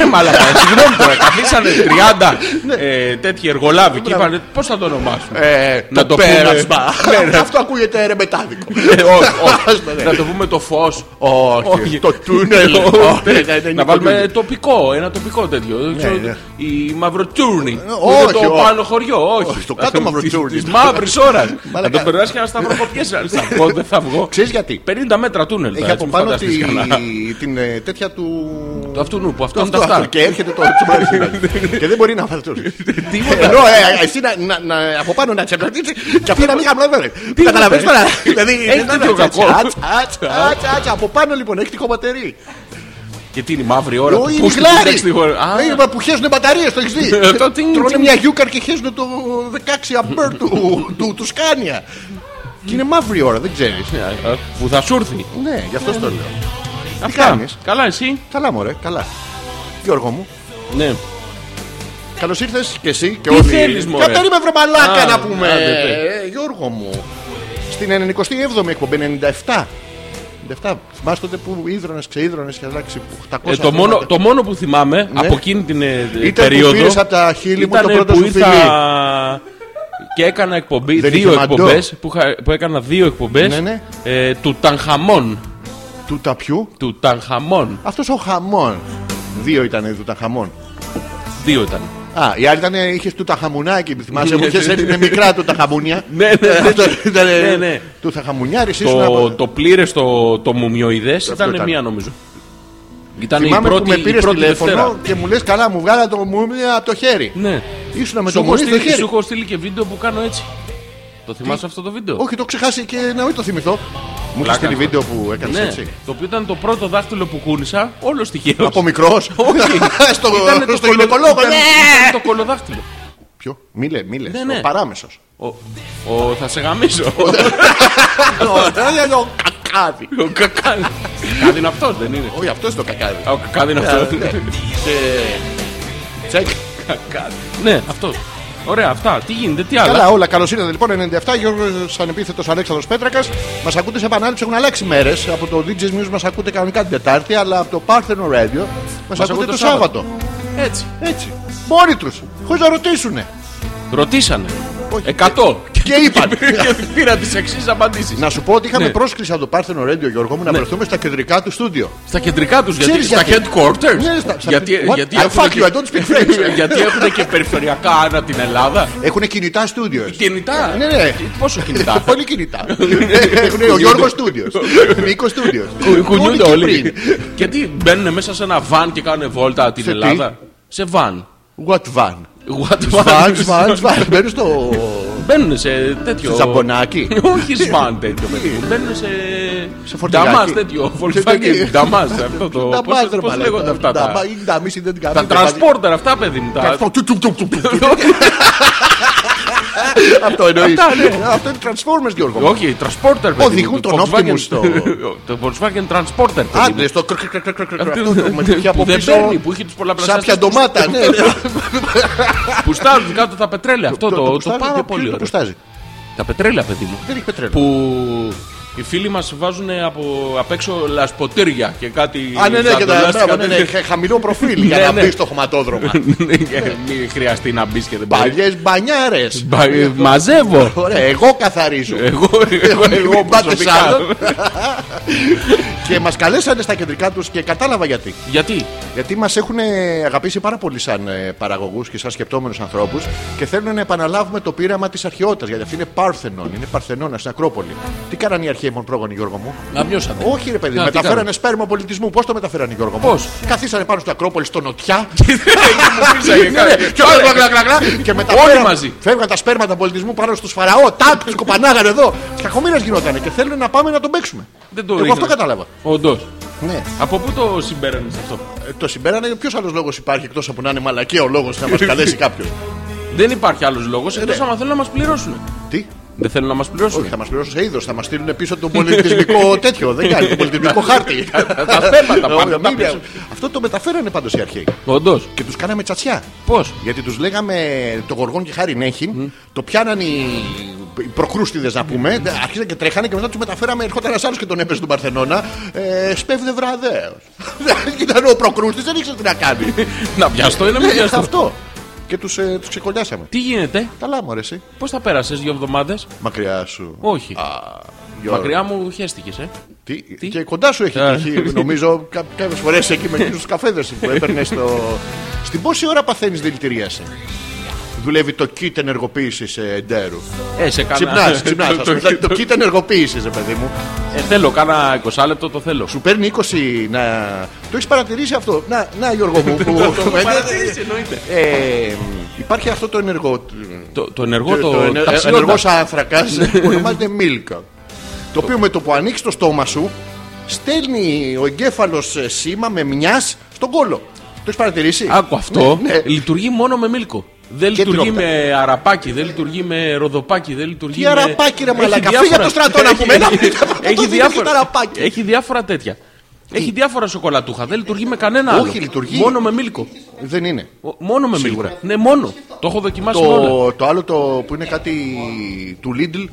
S3: Ε, Μαλακά, συγγνώμη τώρα. Καθίσανε 30
S2: Ναι.
S3: ε, τέτοιοι εργολάβοι και είπανε πώς θα το ονομάσουμε.
S2: Ε,
S3: Να το πούμε.
S2: πέρασμα.
S3: Ναι, ναι.
S2: Αυτό ακούγεται ρε μετάδικο.
S3: Ε, όχι, όχι.
S2: Άστο, ναι.
S3: Να το πούμε το φως.
S2: Όχι, το τούνελ. Ναι, ναι, ναι,
S3: Να
S2: είναι
S3: βάλουμε
S2: καινούργιο.
S3: τοπικό, ένα τοπικό τέτοιο. Δεν ξέρω,
S2: ναι. Ε,
S3: Η μαυροτσούρνη.
S2: όχι,
S3: το
S2: όχι.
S3: πάνω χωριό, όχι.
S2: στο κάτω Μαυροτσούρνη.
S3: Της μαύρης ώρας. Να
S2: Μαλάκα.
S3: το περάσει και να σταυροκοπιέσαι. Αν θα βγω, δεν θα βγω.
S2: Ξέρεις γιατί.
S3: 50 μέτρα τούνελ.
S2: Έχει
S3: έτσι,
S2: από
S3: μη
S2: Ε, πάνω
S3: φανταστείς
S2: τη-
S3: καλά.
S2: την ε, τέτοια του.
S3: Του αυτού νου που αυτόν
S2: Αυτό,
S3: τα
S2: αυτό.
S3: αυτά.
S2: Και έρχεται το τσιμπάρι και δεν μπορεί να φανταστεί.
S3: Τίποτα.
S2: Ενώ ε, εσύ να- να- να- από πάνω να τσεμπλατήσει και αυτή να μην χαμλώνει. Καταλαβαίνεις τώρα. Δηλαδή
S3: Έχει
S2: δεν
S3: τέτοιο
S2: είναι έτσι.
S3: κακό.
S2: Άτς, άτς, άτς, άτς. Από πάνω λοιπόν έχει τυχό μπαταρί.
S3: Και τι είναι η μαύρη ώρα
S2: Ο
S3: που
S2: είναι
S3: πούς την
S2: γλάρι.
S3: πέταξε στη χώρα. Α,
S2: Ε, μα Που χέζουν μπαταρίες το έχεις δει.
S3: Ε, το τιν,
S2: Τρώνε
S3: τιν.
S2: μια γιούκαρ και χέζουν το 16 αμπέρ του- του του Σκάνια. Και είναι μαύρη ώρα, δεν ξέρεις.
S3: ε, Που θα σου έρθει.
S2: Ναι, γι' αυτό το λέω. Τι
S3: Αυτά.
S2: κάνεις.
S3: Καλά εσύ.
S2: Καλά μωρέ, καλά. Γιώργο μου.
S3: Ναι.
S2: Καλώς ήρθες και εσύ και
S3: Τι
S2: όλοι.
S3: θέλεις, μωρέ.
S2: Και περίμενε βρε μαλάκα
S3: Α,
S2: να πούμε.
S3: άντε, παι.
S2: Ε, Γιώργο μου. Στην 97η εκπομπή, 97. 57. Θυμάστε τότε που ίδρωνες, ξείδρωνες και αλλάξει 800.
S3: Ε, το, μόνο,
S2: χρώματα.
S3: το μόνο που θυμάμαι
S2: Ναι.
S3: από εκείνη την ε, ε,
S2: Ήταν που
S3: περίοδο
S2: πήρες από τα χείλη μου το
S3: ήτανε
S2: πρώτο
S3: που
S2: σου φιλί.
S3: ήρθα και έκανα εκπομπή,
S2: Δεν
S3: δύο
S2: είχε μαντό.
S3: εκπομπές που, είχα- που έκανα δύο εκπομπές
S2: Ναι, ναι.
S3: ε, του Τανχαμών
S2: Του ταπιού.
S3: του Τανχαμών
S2: Αυτός ο χαμόν. Δύο ήταν του τα χαμόν.
S3: δύο ήταν
S2: Α, η άλλη ήταν, είχες του τα χαμουνάκι, θυμάσαι που είχες έτεινε μικρά του τα χαμούνια.
S3: Ναι, ναι, ναι.
S2: Αυτό ήταν.
S3: Ναι, ναι.
S2: Του τα χαμουνιάρι, ήσουν
S3: το,
S2: από-
S3: το πλήρες το, το μουμιοειδές ήταν,
S2: ήταν.
S3: μία νομίζω ήταν η
S2: Θυμάμαι που
S3: πρώτη,
S2: με
S3: η
S2: πήρες
S3: πρώτη
S2: τηλέφωνο
S3: Δευτέρα
S2: και μου λες καλά, μου βγάλα το μουμιά από το χέρι.
S3: ναι.
S2: Ήσουνα με
S3: Σου
S2: το
S3: έχω
S2: μωρί στο
S3: στείλει- σου
S2: χέρι.
S3: έχω στείλει και βίντεο που κάνω έτσι το θυμάσαι αυτό το βίντεο
S2: Όχι, το ξεχάσει και να μην το θυμηθώ. Μου είχες
S3: Πλάκα.
S2: στείλει βίντεο που έκανες
S3: ναι,
S2: έτσι.
S3: το οποίο ήταν το πρώτο δάχτυλο που κούνησα, όλο τυχαίο.
S2: Από μικρός.
S3: Όχι.
S2: στο
S3: Ήτανε
S2: στο
S3: κολο-
S2: γυναικολόγο.
S3: ήταν-
S2: ναι.
S3: ήταν το κολοδάχτυλο.
S2: Ποιο, μίλε, μίλε.
S3: Ναι, ναι.
S2: Ο παράμεσος.
S3: Ο, ο, θα σε γαμίσω.
S2: Ο κακάδι.
S3: ο κακάδι. Κακάδι είναι αυτό, δεν είναι.
S2: Όχι, αυτό το κακάδι.
S3: Α, Ο κακάδι είναι αυτό.
S2: Ναι. Τσεκ.
S3: Ναι, αυτό. Ωραία, αυτά. Τι γίνεται, τι άλλα.
S2: Καλά, όλα. Καλώς ήρθατε λοιπόν. 97 Γιώργος Ανεπίθετος Αλέξανδρος Πέτρακας. Μας ακούτε σε επανάληψη. Έχουν αλλάξει μέρες. Από το DJ's News μας ακούτε κανονικά την Τετάρτη, αλλά από το Parthenon Radio μας ακούτε το Σάββατο.
S3: Έτσι.
S2: Έτσι. Μόνοι τους. Χωρίς να ρωτήσουνε.
S3: Ρωτήσανε.
S2: Όχι.
S3: Εκατό.
S2: Και είπαν.
S3: Και πήρα τις εξής απαντήσεις.
S2: Να σου πω ότι είχαμε
S3: Ναι.
S2: πρόσκληση από το Parthenon Radio, Γιώργο μου, να βρεθούμε στα κεντρικά του στούντιο.
S3: Στα κεντρικά τους, γιατί.
S2: Ξέρεις
S3: Στα
S2: γιατί.
S3: headquarters.
S2: Ναι, στα- στα-
S3: Γιατί
S2: What?
S3: γιατί
S2: I
S3: έχουνε
S2: fuck you, I don't speak French.
S3: Γιατί έχουν και περιφερειακά ανά την Ελλάδα.
S2: Έχουν κινητά στούντιος.
S3: Κινητά.
S2: Ναι, ναι.
S3: Πόσο κινητά.
S2: Πολύ κινητά. Έχουν ο Γιώργος Στούντιος. Νίκος Στούντιος.
S3: Κου- Κουνιούνται όλοι. Γιατί μπαίνουν μέσα σε ένα βαν και κάνουν βόλτα την
S2: Σε τι?
S3: Ελλάδα. Σε βαν.
S2: What van.
S3: What
S2: Van,
S3: van.
S2: van, van. Μπαίνουν στο
S3: Μπαίνουν σε τέτοιο.
S2: στο ζαμπονάκι.
S3: Όχι σβάν τέτοιο παιδί μου. Μπαίνουν σε.
S2: Σε φορτηγάκι.
S3: Νταμάς τέτοιο. Volkswagen.
S2: τέτοιο.
S3: Νταμάς αυτό το.
S2: Τα
S3: πώς-
S2: μπάτρε,
S3: Πώς
S2: μαλάκα.
S3: λέγονται αυτά
S2: Τα
S3: τα.
S2: μπα- είναι τα μίση, δεν την
S3: Τα
S2: κάνουν.
S3: transporter αυτά παιδί μου. τα-
S2: Αυτό, του, του, του, του, του, του. Αυτό εννοείς.
S3: Αυτά, ναι.
S2: Αυτό είναι Transformers, Γιώργο. μου.
S3: Όχι, transporter παιδί
S2: Οδηγούν
S3: μου, το
S2: τον
S3: Volkswagen-
S2: Optimus στο-
S3: Το Volkswagen transporter παιδί μου.
S2: Άντρε, το κρ- κρ- κρ- κρ- κρ- κρ- αυτό το με
S3: Που
S2: τέτοια από
S3: δεν
S2: πίσω.
S3: παίρνει, που είχε τους πολλαπλασιαστές
S2: Σαν πια ντομάτα, ναι.
S3: Που στάζουν κάτω τα πετρέλαια. Αυτό
S2: Το-
S3: το, το
S2: πουστάζει,
S3: πάρα
S2: ποιο
S3: πολύ
S2: Το
S3: ωραίο.
S2: πουστάζει.
S3: Τα πετρέλαια, παιδί μου.
S2: Δεν έχει πετρέλαιο.
S3: Που οι φίλοι μας βάζουν από απ' έξω λασποτήρια και κάτι.
S2: Α, ναι, ναι, και τα
S3: σαντολάστικα,
S2: μπράβο, ναι, ναι,
S3: τέτοια.
S2: χα- χαμηλό προφίλ για
S3: Ναι,
S2: να
S3: ναι.
S2: μπεις στο χωματόδρομο.
S3: Ναι, για- Μη χρειαστεί να μπεις και δεν πάει.
S2: Παλιές μπανιάρες.
S3: Μπα- ε, Μαζεύω.
S2: Ωραία, εγώ καθαρίζω.
S3: Εγώ, εγώ,
S2: Εγώ πάτε σ'
S3: προσωπικά.
S2: άλλον. Και μας καλέσανε στα κεντρικά τους και κατάλαβα γιατί.
S3: Γιατί.
S2: Γιατί μας έχουν αγαπήσει πάρα πολύ σαν παραγωγούς και σαν σκεπτόμενους ανθρώπους και θέλουν να επαναλάβουμε το πείραμα της αρχαιότητας. Γιατί αυτή είναι Πάρθενον, είναι Παρθενώνα, είναι Ακρόπολη. Τι κάνανε οι αρχαίοι μόνο πρόγονοι, Γιώργο μου.
S3: Να μειώσατε.
S2: Όχι, ρε παιδί,
S3: Ναι. Να, τι
S2: μεταφέρανε
S3: κάνανε.
S2: σπέρμα πολιτισμού. Πώς το μεταφέρανε, Γιώργο μου.
S3: Πώς?
S2: Καθίσανε πάνω στην Ακρόπολη, στο νοτιά.
S3: Μίλησα για κάτι.
S2: Και όλα κλακ, κλακ, κλακ, Και μετά
S3: Ναι, Όλοι
S2: φεύγαν-
S3: μαζί.
S2: Φεύγαν τα σπέρματα πολιτισμού πάνω στους Φαραώ. Τάκ, τους κοπανάγανε εδώ. Κακομοίρα γινότανε και θέλουν να πάμε να τον παίξουμε.
S3: Δεν το
S2: Εγώ αυτό
S3: ρίχνανε.
S2: κατάλαβα.
S3: Όντως.
S2: Ναι.
S3: Από πού το συμπέρανες αυτό.
S2: Ε, Το συμπέρανε, ποιος άλλος λόγος υπάρχει εκτός από να είναι μαλακία ο λόγος να μας καλέσει κάποιος.
S3: Δεν υπάρχει άλλος λόγος εκτό άμα θέλουν να μας πληρώσουν.
S2: Τι,
S3: Δεν θέλουν να μας πληρώσουν.
S2: Ναι. όχι, θα μας πληρώσουν σε είδος, θα μας στείλουν πίσω τον πολιτισμικό τέτοιο. Δεν κάνει τον πολιτισμικό χάρτη.
S3: Τα θέματα
S2: Ωραία,
S3: πάντα.
S2: μην- Αυτό το μεταφέρανε πάντως οι αρχαίοι
S3: Όντως.
S2: και τους κάναμε τσατσιά.
S3: Πώς.
S2: Γιατί τους λέγαμε το γοργόν και χάρη νέχιν, το πιάναν οι, οι προκρούστιδες να πούμε, αρχίζαν και τρέχανε και μετά τους μεταφέραμε. Ερχόταν ένας άλλος και τον έπεσε στον Παρθενώνα. Ε, σπέβδε βραδέω. Ήταν ο προκρούστης, δεν ήξερε τι να κάνει.
S3: Να πιαστώ ή να μην
S2: Ε,
S3: πιαστώ.
S2: αυτό. Και τους ε, τους ξεκολλιάσαμε.
S3: Τι γίνεται,
S2: Καλά, μου εσύ.
S3: πώς θα πέρασες δύο εβδομάδες.
S2: Μακριά σου.
S3: Όχι.
S2: Α, Γιώργο.
S3: Μακριά μου χέστηκε, ε.
S2: Τι, Και κοντά σου έχει
S3: Α.
S2: τύχει, νομίζω, κάποιες φορές εκεί με του καφέδε που έπαιρνες στο. Στην πόση ώρα παθαίνεις δηλητηρίαση. Δουλεύει το kit ενεργοποίησης εντέρου.
S3: Ε, σε
S2: Ξυπνά,
S3: κάνα.
S2: ξυπνά.
S3: Το- το-
S2: Το kit ενεργοποίησης, ρε παιδί μου.
S3: Ε, θέλω, κάνα 20 λεπτό το θέλω.
S2: Σου παίρνει 20 να. Το έχεις παρατηρήσει αυτό. Να, να Γιώργο μου. που-
S3: Το παρατηρήσει, εννοείται.
S2: Ε, υπάρχει αυτό το ενεργό.
S3: Το, το ενεργό το. Ναι.
S2: ενε-
S3: τα ψηλόντα.
S2: ενεργός άνθρακας που ονομάζεται μίλκα. Το οποίο με το που ανοίξεις το στόμα σου στέλνει ο εγκέφαλος σήμα με μιας στον κόλο. Το έχεις παρατηρήσει.
S3: Άκου αυτό.
S2: Ναι, ναι.
S3: Λειτουργεί μόνο με μίλκο. Δεν
S2: Και
S3: λειτουργεί
S2: τυρόπιτα.
S3: με αραπάκι, δεν λειτουργεί με ροδοπάκι, δεν λειτουργεί.
S2: Τι
S3: με-
S2: αραπάκι, ρε
S3: Έχει
S2: μαλάκα,
S3: διάφορα-
S2: φύγε από το στρατό, να πούμε, να-
S3: Έχει-
S2: να- να- να-
S3: Έχει
S2: να- τα
S3: διάφορα,
S2: αραπάκι.
S3: έχει διάφορα τέτοια. Έχει διάφορα σοκολατούχα, δεν λειτουργεί με κανένα
S2: Όχι,
S3: άλλο.
S2: λειτουργεί.
S3: Μόνο με μίλκο.
S2: Δεν είναι.
S3: Ο- Μόνο με
S2: Σίγουρα.
S3: μίλκο. Ναι, μόνο. Το έχω δοκιμάσει μόνο.
S2: Το, το άλλο το που είναι κάτι του Lidl,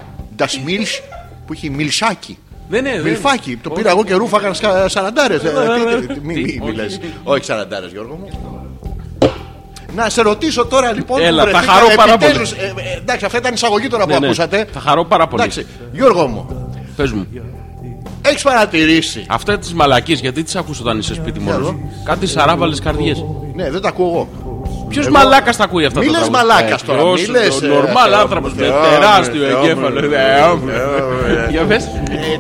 S2: Das Milch, που έχει μιλσάκι.
S3: Ναι, ναι, δεν-
S2: Βιλφάκι, το πήρα εγώ και ρούφαγαν σκα- σαραντάρες. Ε,
S3: ε,
S2: τι- τι- τι-
S3: τι,
S2: Μη μη-
S3: όχι.
S2: μη λες. Όχι σαραντάρες Γιώργο μου. Να σε ρωτήσω τώρα λοιπόν.
S3: Έλα,
S2: βρεθήκα-
S3: τα χαρώ πάρα πολύ.
S2: επιτέλους, ε, ε, Εντάξει, αυτά ήταν εισαγωγή τώρα που
S3: Ναι, ναι.
S2: ακούσατε.
S3: Θα χαρώ πάρα πολύ.
S2: Εντάξει, Γιώργο μου,
S3: Πες μου.
S2: έχεις παρατηρήσει.
S3: Αυτά τις μαλακίες γιατί τις ακούς όταν είσαι σπίτι μόνος
S2: Ξέρω.
S3: σου. Κάτι σαράβαλες καρδιές.
S2: Ναι, δεν τα ακούω εγώ.
S3: Ποιος
S2: Εγώ-
S3: μαλάκας τα ακούει αυτά
S2: Μη
S3: τα
S2: λες
S3: τραγούδια.
S2: μαλάκας
S3: Ε,
S2: τώρα,
S3: ποιος,
S2: μη λες,
S3: ο
S2: ε,
S3: Νορμάλ
S2: Θεό
S3: άνθρωπος
S2: μου,
S3: με
S2: Θεό μου,
S3: τεράστιο
S2: Θεό μου,
S3: εγκέφαλο.
S2: Θεό μου,
S3: Ε,
S2: Θεό μου,
S3: ε,
S2: Θεό μου.
S3: Για πες.
S2: Ε,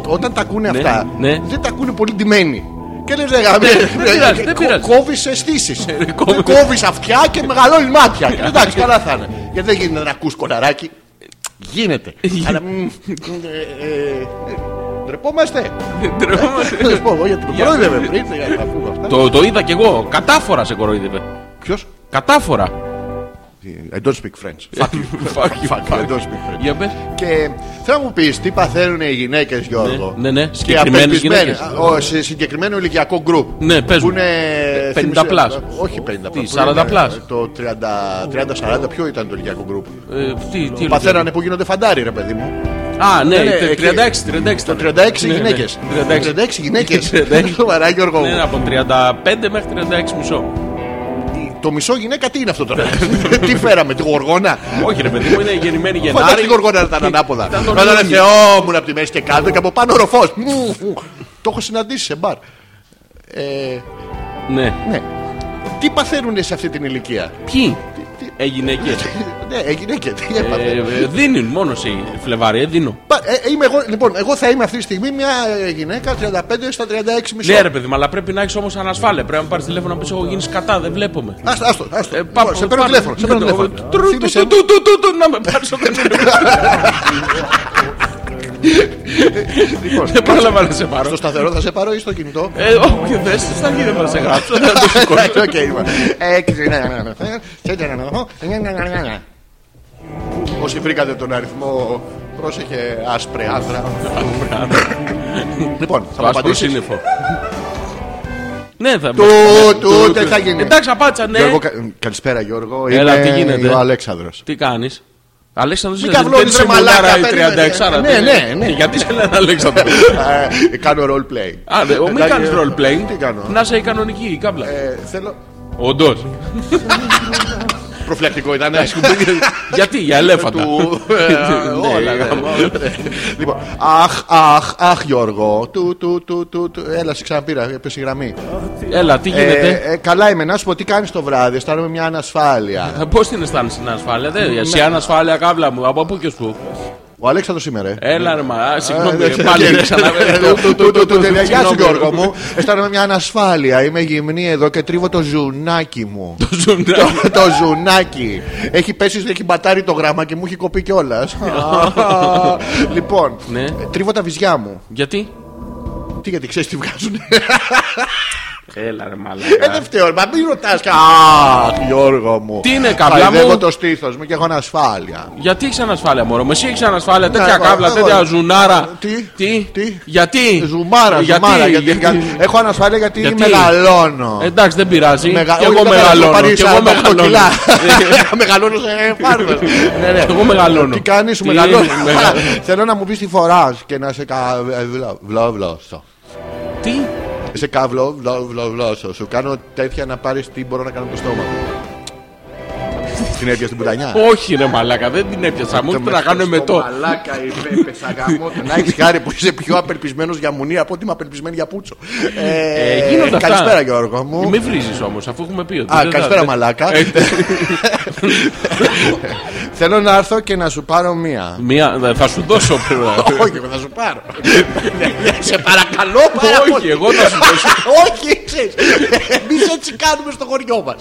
S2: όταν τα ακούνε
S3: Ναι,
S2: αυτά,
S3: ναι.
S2: δεν τα ακούνε πολύ ντυμένοι. Και λες ρε γαμί,
S3: πειράζει, δεν πειράζει. Ε,
S2: κόβεις αισθήσεις. Ε,
S3: κόβεις. Ε,
S2: Κόβεις αυτιά και μεγαλώνει μάτια. Και Εντάξει, καλά θα είναι. Γιατί δεν γίνεται να ακούς κολαράκι. Γίνεται. Αλλά μ, ε, ε, ε, ντρεπόμαστε. Ε,
S3: Τρελόμαστε.
S2: Θα σου πω εγώ γιατί με
S3: Ε, Για-
S2: κορόιδευε πριν. θα τα πούμε αυτά.
S3: Το, το είδα κι εγώ. Κατάφορα σε κοροϊδεύε.
S2: Ποιος? Ε,
S3: Κατάφορα.
S2: I don't speak French.
S3: Ε,
S2: Fuck you.
S3: Fuck you.
S2: Fuck you, I don't speak French.
S3: Για πες.
S2: Και θέλω να μου πεις τι παθαίνουν οι γυναίκες, Γιώργο.
S3: Ναι, ναι,
S2: Και
S3: συγκεκριμένες
S2: απελπισμένες.
S3: γυναίκες.
S2: Α, ο, σε συγκεκριμένο ηλικιακό γκρουπ.
S3: Ναι, πες
S2: Που
S3: μου.
S2: είναι.
S3: 50 plus.
S2: Όχι 50
S3: Τι,
S2: plus.
S3: 40 plus.
S2: Το 30, 30-40, ποιο ήταν το ηλικιακό γκρουπ.
S3: Ε, τι, τι
S2: Παθαίνανε που γίνονται φαντάροι, ρε παιδί μου.
S3: Α, ναι,
S2: Ναι, ναι,
S3: τε- 36, 36.
S2: Το
S3: ήταν.
S2: 36
S3: Ναι, ναι,
S2: γυναίκες.
S3: 36.
S2: 36 γυναίκε.
S3: 36.
S2: Σοβαρά, Γιώργο.
S3: Ναι,
S2: μου.
S3: από 35 μέχρι 36 μισό.
S2: Το μισό γυναίκα τι είναι αυτό τώρα. Τι φέραμε, τη γοργόνα.
S3: Όχι, ρε παιδί μου, είναι γεννημένη
S2: Φαντάζομαι
S3: Γενάρη.
S2: την Γοργόνα να ήταν ανάποδα.
S3: Ήταν τον
S2: Όταν
S3: Ιούνιο.
S2: θεό μου από τη μέση και κάτω και από πάνω ροφός. Το έχω συναντήσει σε μπαρ. Ε,
S3: Ναι.
S2: ναι. Τι παθαίνουν σε αυτή την ηλικία.
S3: Ποιοι
S2: Τι- τι-
S3: ε, γυναίκες.
S2: ναι, έγινε και τι έπαθε.
S3: Ε, ε, Δίνουν μόνος σε Φλεβάρι, ε, δίνω.
S2: Πα- ε, είμαι εγώ, λοιπόν, εγώ θα είμαι αυτή τη στιγμή μια ε, γυναίκα 35 στα 36 μισό.
S3: Ναι, ρε παιδί μου, αλλά πρέπει να έχεις όμως ανασφάλεια. Πρέπει να πάρεις τηλέφωνο να πει: Εγώ γίνεις κατά, δεν βλέπουμε.
S2: Άστο, άστο, άστο.
S3: Ε,
S2: Λοιπόν,
S3: πα-
S2: σε παίρνω
S3: πα-
S2: τηλέφωνο. Σε παίρνω
S3: Ναι,
S2: τηλέφωνο.
S3: το- τρου-
S2: Θύμισε
S3: του-
S2: μου.
S3: του- του- του- του- Να με πάρεις ο
S2: Λοιπόν,
S3: Δεν πρόλαβα να σε πάρω.
S2: Στο σταθερό θα σε πάρω ή στο κινητό.
S3: Ε, όχι, δεν στα αρχή δεν μπορώ να σε γράψω. Δεν το σηκώνω.
S2: Εντάξει, οκ, λοιπόν. Έξι, ναι, ναι, ναι, ναι, ναι, ναι, ναι, ναι, ναι, ναι, ναι, ναι. Όσοι βρήκατε τον αριθμό, πρόσεχε άσπρε άντρα. Λοιπόν, θα
S3: Το
S2: μου
S3: άσπρο
S2: απαντήσεις.
S3: σύννεφο. Ναι, θα
S2: Του, του, δεν θα γίνει.
S3: Εντάξει, απάτσα, ναι.
S2: Γιώργο, κα- καλησπέρα Γιώργο,
S3: Έλα,
S2: είμαι
S3: τι γίνεται?
S2: ο Αλέξανδρος.
S3: Τι κάνεις. Αλέξανδρος
S2: Μην
S3: είναι
S2: καβλώνεις, ρε μαλάκα, περίμενε.
S3: 36.
S2: Ναι, ναι, ναι.
S3: Γιατί σε λένε Αλέξανδρο.
S2: Ε, Κάνω role play.
S3: Α, ναι, ο- μην
S2: Εντάξει, ε,
S3: κάνεις role playing.
S2: Τι κάνω.
S3: Να είσαι η κανονική, η κάμπλα.
S2: ε, Θέλω.
S3: Όντως.
S2: Προφυλακτικό ήταν. ε,
S3: Γιατί, για ελέφαντα.
S2: του. ε,
S3: Ναι,
S2: Όλα. ναι.
S3: γαμώ.
S2: Λοιπόν, αχ, αχ, αχ, Γιώργο. Του, του, του, του, του. Έλα, σε ξαναπήρα, πες η γραμμή.
S3: Έλα, τι
S2: Ε,
S3: γίνεται.
S2: ε, καλά είμαι, να σου πω τι κάνεις το βράδυ. Αισθάνομαι μια ανασφάλεια.
S3: Πώς την αισθάνεσαι την ασφάλεια, δεν Εσύ ανασφάλεια, κάβλα μου, από πού και σου.
S2: Ο Αλέξανδρος σήμερα. ε.
S3: Έλα, ρε μα, α,
S2: Ε,
S3: συγγνώμη,
S2: δεν
S3: ρε,
S2: ξέρω,
S3: πάλι
S2: κύριε.
S3: ξανά.
S2: Ε,
S3: του,
S2: του,
S3: του,
S2: του,
S3: του,
S2: του, του,
S3: του,
S2: τελεία. Γεια σου,
S3: συγγνώμη,
S2: Γιώργο
S3: ρε.
S2: μου. Αισθάνομαι μια ανασφάλεια. Είμαι γυμνή εδώ και τρίβω το ζουνάκι μου.
S3: Το ζουνάκι.
S2: Το- Το ζουνάκι. Έχει πέσει, έχει μπατάρει το γράμμα και μου έχει κοπεί κιόλας. Λοιπόν,
S3: Ναι.
S2: τρίβω τα βυζιά μου.
S3: Γιατί.
S2: Τι γιατί ξέρεις τι βγάζουν.
S3: Έλα, ρε
S2: Ε,
S3: μαλάκα.
S2: δεν φταίω, μα μην ρωτάς κα- Αχ, Γιώργο μου.
S3: Τι είναι, καβλά μου?
S2: Χαϊδεύω το στήθος μου και έχω ανασφάλεια.
S3: Γιατί έχεις ανασφάλεια, Μωρό μου, εσύ έχεις ανασφάλεια, τέτοια
S2: εγώ,
S3: κάβλα,
S2: εγώ.
S3: τέτοια ζουνάρα.
S2: Τι,
S3: τι,
S2: τι.
S3: γιατί.
S2: Ζουμάρα,
S3: γιατί,
S2: ζουμάρα. γιατί- Έχω ανασφάλεια γιατί
S3: Γιατί?
S2: μεγαλώνω.
S3: Εντάξει, δεν πειράζει.
S2: Μεγα-
S3: Και
S2: όχι,
S3: εγώ
S2: δεν
S3: μεγαλώνω.
S2: παρή
S3: Και εγώ
S2: 48
S3: μεγαλώνω.
S2: κιλά. Μεγαλώνω σε φάρμακο. Ναι, ναι.
S3: Κι εγώ μεγαλώνω.
S2: Τι κάνεις, σου
S3: Τι
S2: μεγαλώνω.
S3: είναι, μεγα-
S2: Θέλω να μου πεις τι φοράς και να σε καβλώβλωσω.
S3: Τι.
S2: Σε καβλώβλωσω. Σου κάνω τέτοια να πάρεις τι μπορώ να κάνω από το στόμα μου. Την έπιασε την πουτανιά.
S3: Όχι, ρε μαλάκα, δεν την έπιασα. Μου είπε να κάνω
S2: με
S3: εμετό.
S2: Μαλάκα, είπε, πέσα γαμό του. Να έχει χάρη που είσαι πιο απελπισμένος για μουνή από ότι είμαι απελπισμένη για πούτσο. Ε,
S3: Ε, γίνονται αυτά.
S2: Καλησπέρα, Γιώργο μου.
S3: Μην βρίζεις όμως, αφού έχουμε πει ότι.
S2: Α,
S3: δεν-
S2: καλησπέρα,
S3: δεν-
S2: μαλάκα.
S3: Ε,
S2: Θέλω να έρθω και να σου πάρω μία.
S3: Μία, δε- θα σου δώσω πρώτα.
S2: Όχι, εγώ θα σου πάρω.
S3: Ναι,
S2: Σε παρακαλώ, πάρα
S3: Όχι,
S2: πολύ.
S3: εγώ θα σου δώσω.
S2: Όχι, ξέρεις. Εμείς έτσι κάνουμε στο χωριό μας.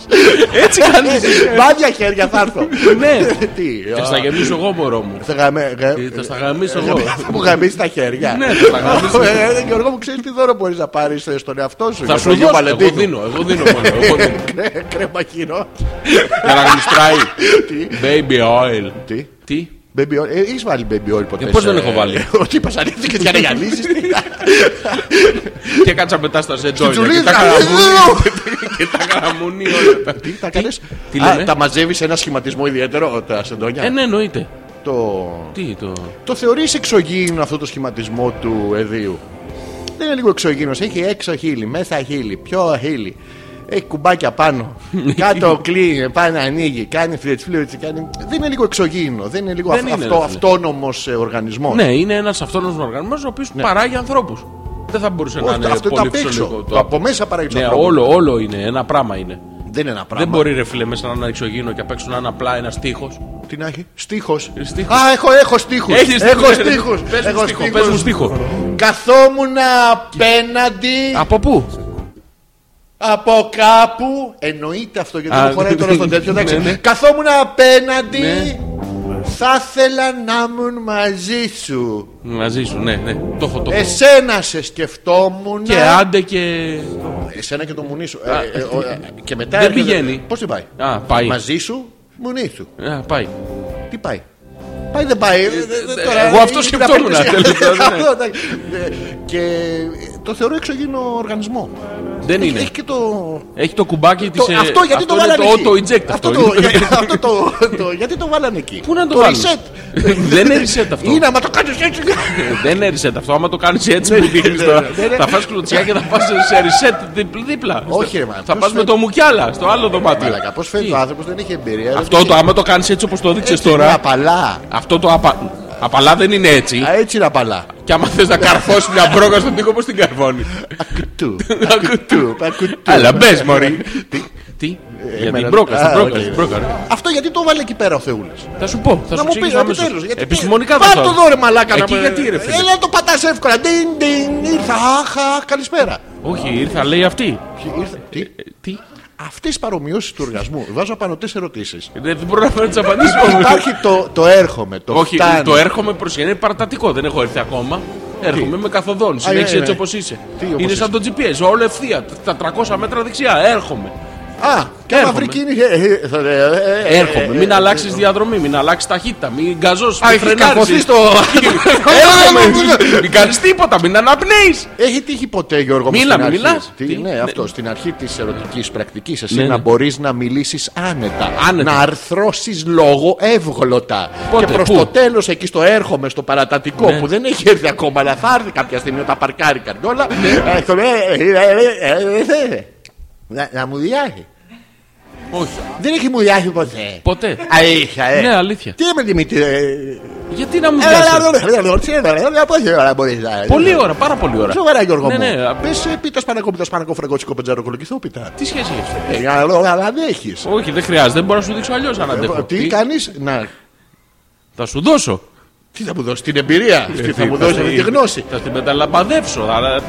S3: Έτσι κάνεις.
S2: Μάδια χέρια θα έρθω.
S3: Ναι.
S2: Τι.
S3: Θα
S2: α,
S3: Ε, στα γεμίσω εγώ, μωρό μου.
S2: θα γαμε- γα-
S3: Ε, Θα στα γαμίσω εγώ.
S2: Θα μου γαμίσει τα χέρια.
S3: Ναι, θα τα γαμίσω.
S2: Ε, Γιώργο μου, ξέρεις τι δώρο μπορείς να πάρεις στον εαυτό σου.
S3: Θα
S2: για
S3: σου
S2: το Αγίο
S3: δώσω. Εγώ
S2: Βαλεντίνο.
S3: δίνω, εγώ δίνω μόνο. εγώ δίνω.
S2: Ε, Κρέ- Κρέμα χειρό.
S3: Για να γλιστράει. Baby oil.
S2: Τι.
S3: Τι.
S2: Baby oil. Έχεις βάλει baby oil ποτέ.
S3: Ε, πώς
S2: σε-
S3: δεν έχω βάλει.
S2: Ότι είπα, ανήθηκες για να γυαλίζεις.
S3: Και κάτσα μετά στα σεντζόλια. Και
S2: Τσουλίδα.
S3: τα καραμούνι. Και τα καραμούνι όλα. τα-
S2: Τι τα κάνεις.
S3: τι
S2: Α,
S3: λέμε?
S2: Τα μαζεύεις σε ένα σχηματισμό ιδιαίτερο τα σεντόνια.
S3: Ε, ναι, εννοείται.
S2: το.
S3: Τι το.
S2: Το θεωρείς εξωγήινο αυτό το σχηματισμό του εδίου. Δεν είναι λίγο εξωγήινος. Έχει έξω χείλη, μέσα χείλη, πιο χείλη. Έχει κουμπάκια πάνω. Κάτω κλείνει, πάνω ανοίγει. Κάνει φλιτ Κάνει... Δεν είναι λίγο εξωγήινο. Δεν είναι λίγο
S3: Δεν
S2: αυ-
S3: είναι, ρε
S2: αυτό,
S3: φίλε.
S2: αυτόνομος ε, οργανισμός.
S3: Ναι, είναι ένας αυτόνομος οργανισμός ο οποίος παράγει ανθρώπους. Δεν θα μπορούσε να
S2: Ναι. Όχι,
S3: είναι
S2: αυτό
S3: πολύ
S2: είναι απ' έξω.
S3: φυσιολογικό.
S2: Το από μέσα παράγει τους
S3: Ναι,
S2: ανθρώπους.
S3: όλο, όλο είναι. Ένα πράγμα είναι.
S2: Δεν είναι ένα
S3: Δεν
S2: πράγμα.
S3: μπορεί ρε φίλε μέσα να είναι εξωγήινο και απ' έξω να είναι απλά ένα τείχο.
S2: Τι να έχει. Στίχος.
S3: Ε, στίχος.
S2: Α, έχω, έχω στίχους.
S3: Έχεις
S2: έχω
S3: στίχους.
S2: στίχους.
S3: Πες μου
S2: Έχω
S3: στίχο, πες μου στίχο.
S2: Καθόμουν απέναντι
S3: Από πού?
S2: από κάπου. Εννοείται αυτό γιατί
S3: Α,
S2: μου χωράει
S3: ναι,
S2: τώρα στο
S3: ναι,
S2: τέτοιο. εντάξει.
S3: ναι, ναι.
S2: Καθόμουν απέναντι.
S3: Ναι.
S2: Θα ήθελα να ήμουν μαζί σου.
S3: Μαζί σου, ναι, ναι. Το έχω,
S2: Ε,
S3: το έχω.
S2: Εσένα σε σκεφτόμουν.
S3: Και άντε και.
S2: Εσένα και το μουνί σου. Ε, ε, ο, ε, και μετά.
S3: Δεν πηγαίνει.
S2: Πώς την πάει.
S3: Α, πάει.
S2: Μαζί σου, μουνί σου.
S3: Α, πάει.
S2: Τι πάει. Πάει δεν πάει. Ε, ε, τώρα,
S3: εγώ αυτό
S2: ε,
S3: σκεφτόμουν,
S2: ε,
S3: τέλος πάντων, ναι.
S2: Αυτό, εντάξει. Ε, Και ε, το θεωρώ εξωγήινο οργανισμό.
S3: Δεν
S2: Έχει-
S3: είναι.
S2: Έχει και το.
S3: Έχει το κουμπάκι της.
S2: Ε, το- αυτό γιατί το βάλανε
S3: Το
S2: εκεί.
S3: auto inject αυτό.
S2: το,
S3: είναι.
S2: για- αυτό το, το- γιατί το βάλανε εκεί.
S3: Πού να το βάλουν?
S2: reset.
S3: Δεν είναι reset αυτό.
S2: Είναι άμα το κάνεις έτσι.
S3: Δεν είναι reset αυτό. Άμα το κάνεις έτσι που δείχνει τώρα.
S2: ναι, ναι.
S3: Θα φας κλωτσιά και θα πα σε reset δίπλα- δίπλα.
S2: Όχι, ρε, μα,
S3: Θα
S2: ποιος
S3: πα με
S2: θέλει-
S3: το μουκιάλα στο άλλο δωμάτιο.
S2: Ε, Μαλάκα, πώς φαίνεται
S3: Τι.
S2: ο άνθρωπος δεν έχει εμπειρία. δεν
S3: Αυτό
S2: έχει-
S3: το άμα το κάνεις έτσι όπως το δείξες
S2: Έτσι είναι
S3: τώρα.
S2: Απαλά.
S3: Αυτό το απα- απαλά δεν είναι έτσι.
S2: Α, έτσι είναι απαλά.
S3: Και άμα θες να καρφώσεις μια μπρόκα στον τοίχο, πώς την καρφώνεις.
S2: Ακουτού.
S3: Ακουτού.
S2: ακουτού. Ε,
S3: Αλλά μπες, Μωρή. Τι. Για
S2: Εμένα-
S3: την μπρόκα,
S2: Α,
S3: στην μπρόκα,
S2: οκ.
S3: στην μπρόκα.
S2: Αυτό γιατί το βάλε εκεί πέρα ο Θεούλης.
S3: Θα σου πω, θα
S2: Να
S3: σου
S2: μου πεις
S3: εξηγήσω αμέσως.
S2: επιτέλους. γιατί-
S3: Επιστημονικά θα
S2: Πάρ'
S3: σου
S2: το
S3: πω.
S2: δω ρε μαλάκα
S3: Εκεί
S2: με-
S3: γιατί ρε φίλε.
S2: Έλα να το πατάς εύκολα. Ντιν, ντιν, ήρθα. Αχα, καλησπέρα.
S3: Όχι, ήρθα, λέει αυτή.
S2: Ποιοι ήρθα- Τι.
S3: Ε, Τι.
S2: Αυτές οι παρομοιώσεις του οργασμού. Βάζω απάνω τέσσερις ερωτήσεις.
S3: Ε, Δεν δεν μπορώ να φέρω τις απαντήσεις μου.
S2: Υπάρχει το, το έρχομαι, το
S3: Όχι,
S2: φτάνω.
S3: το έρχομαι προς είναι παρατατικό, δεν έχω έρθει ακόμα. Έρχομαι με καθοδόν, συνέχισε
S2: ναι,
S3: έτσι
S2: ναι.
S3: όπως είσαι.
S2: Τι, όπως
S3: Είναι σαν το GPS, όλο ευθεία, τα 300 μέτρα δεξιά. Έρχομαι.
S2: Α, και άμα
S3: Έρχομαι.
S2: βρει κίνηση... ε, ε, θα- ε, ε, ε, ε,
S3: Έρχομαι.
S2: ε,
S3: Μην
S2: ε,
S3: αλλάξει διαδρομή, μην αλλάξεις ταχύτητα, μην γκαζώσεις.
S2: Α,
S3: Μην
S2: έχει καρφωθεί
S3: φρενάρεις.
S2: στο...
S3: Έρχομαι. Μην κάνεις τίποτα, μην αναπνέεις.
S2: Έχει τύχει ποτέ Γιώργο μου
S3: Μίλα,
S2: στην
S3: μη
S2: αρχή.
S3: μιλάς.
S2: Τι,
S3: Τι,
S2: ναι,
S3: ναι.
S2: αυτό. Στην αρχή της ερωτικής πρακτικής εσύ
S3: Ναι, ναι.
S2: να μπορείς να μιλήσεις άνετα.
S3: Άνετα.
S2: Να αρθρώσεις λόγο εύγλωτα.
S3: Πότε,
S2: και προς
S3: πού?
S2: το τέλος εκεί στο έρχομαι στο παρατατικό
S3: Ναι.
S2: που δεν έχει έρθει ακόμα αλλά θα έρθει κάποια στιγμή όταν παρκάρει καριόλα. έρχομαι, ε, ε, ε, ε, ε, να- Να μου διάχει.
S3: Όχι,
S2: Δεν έχει μου διάχει ποτέ.
S3: ποτέ.
S2: Αλήθεια, ε.
S3: Ναι, αλήθεια.
S2: Τι με Δημήτρη. ε, ε,
S3: Γιατί να μου
S2: ε,
S3: βγάζει.
S2: ε, Πόση ώρα μπορείς να...
S3: Πολύ ώρα, πάρα πολύ ώρα.
S2: Σοβαρά Γιώργο
S3: Ναι,
S2: μου.
S3: ναι, α-
S2: Πες ε, πίτα σπανακόπιτα, σπανακό φραγκότσικο πεντζάρο κολοκυθό πίτα.
S3: Τι σχέση έχει
S2: Ε,
S3: αυτό.
S2: Αλλά αλλά δεν έχεις.
S3: Όχι, δεν χρειάζεται, δεν μπορώ να σου δείξω αλλιώ αν αντέχω.
S2: Ε, Τι κάνεις, να...
S3: Θα σου δώσω.
S2: Τι θα μου δώσει την εμπειρία, αυτή θα
S3: Ε, τι,
S2: μου δώσει αυτή τη γνώμη.
S3: Θα την μεταλαμπαδεύσω, αλλά. ε,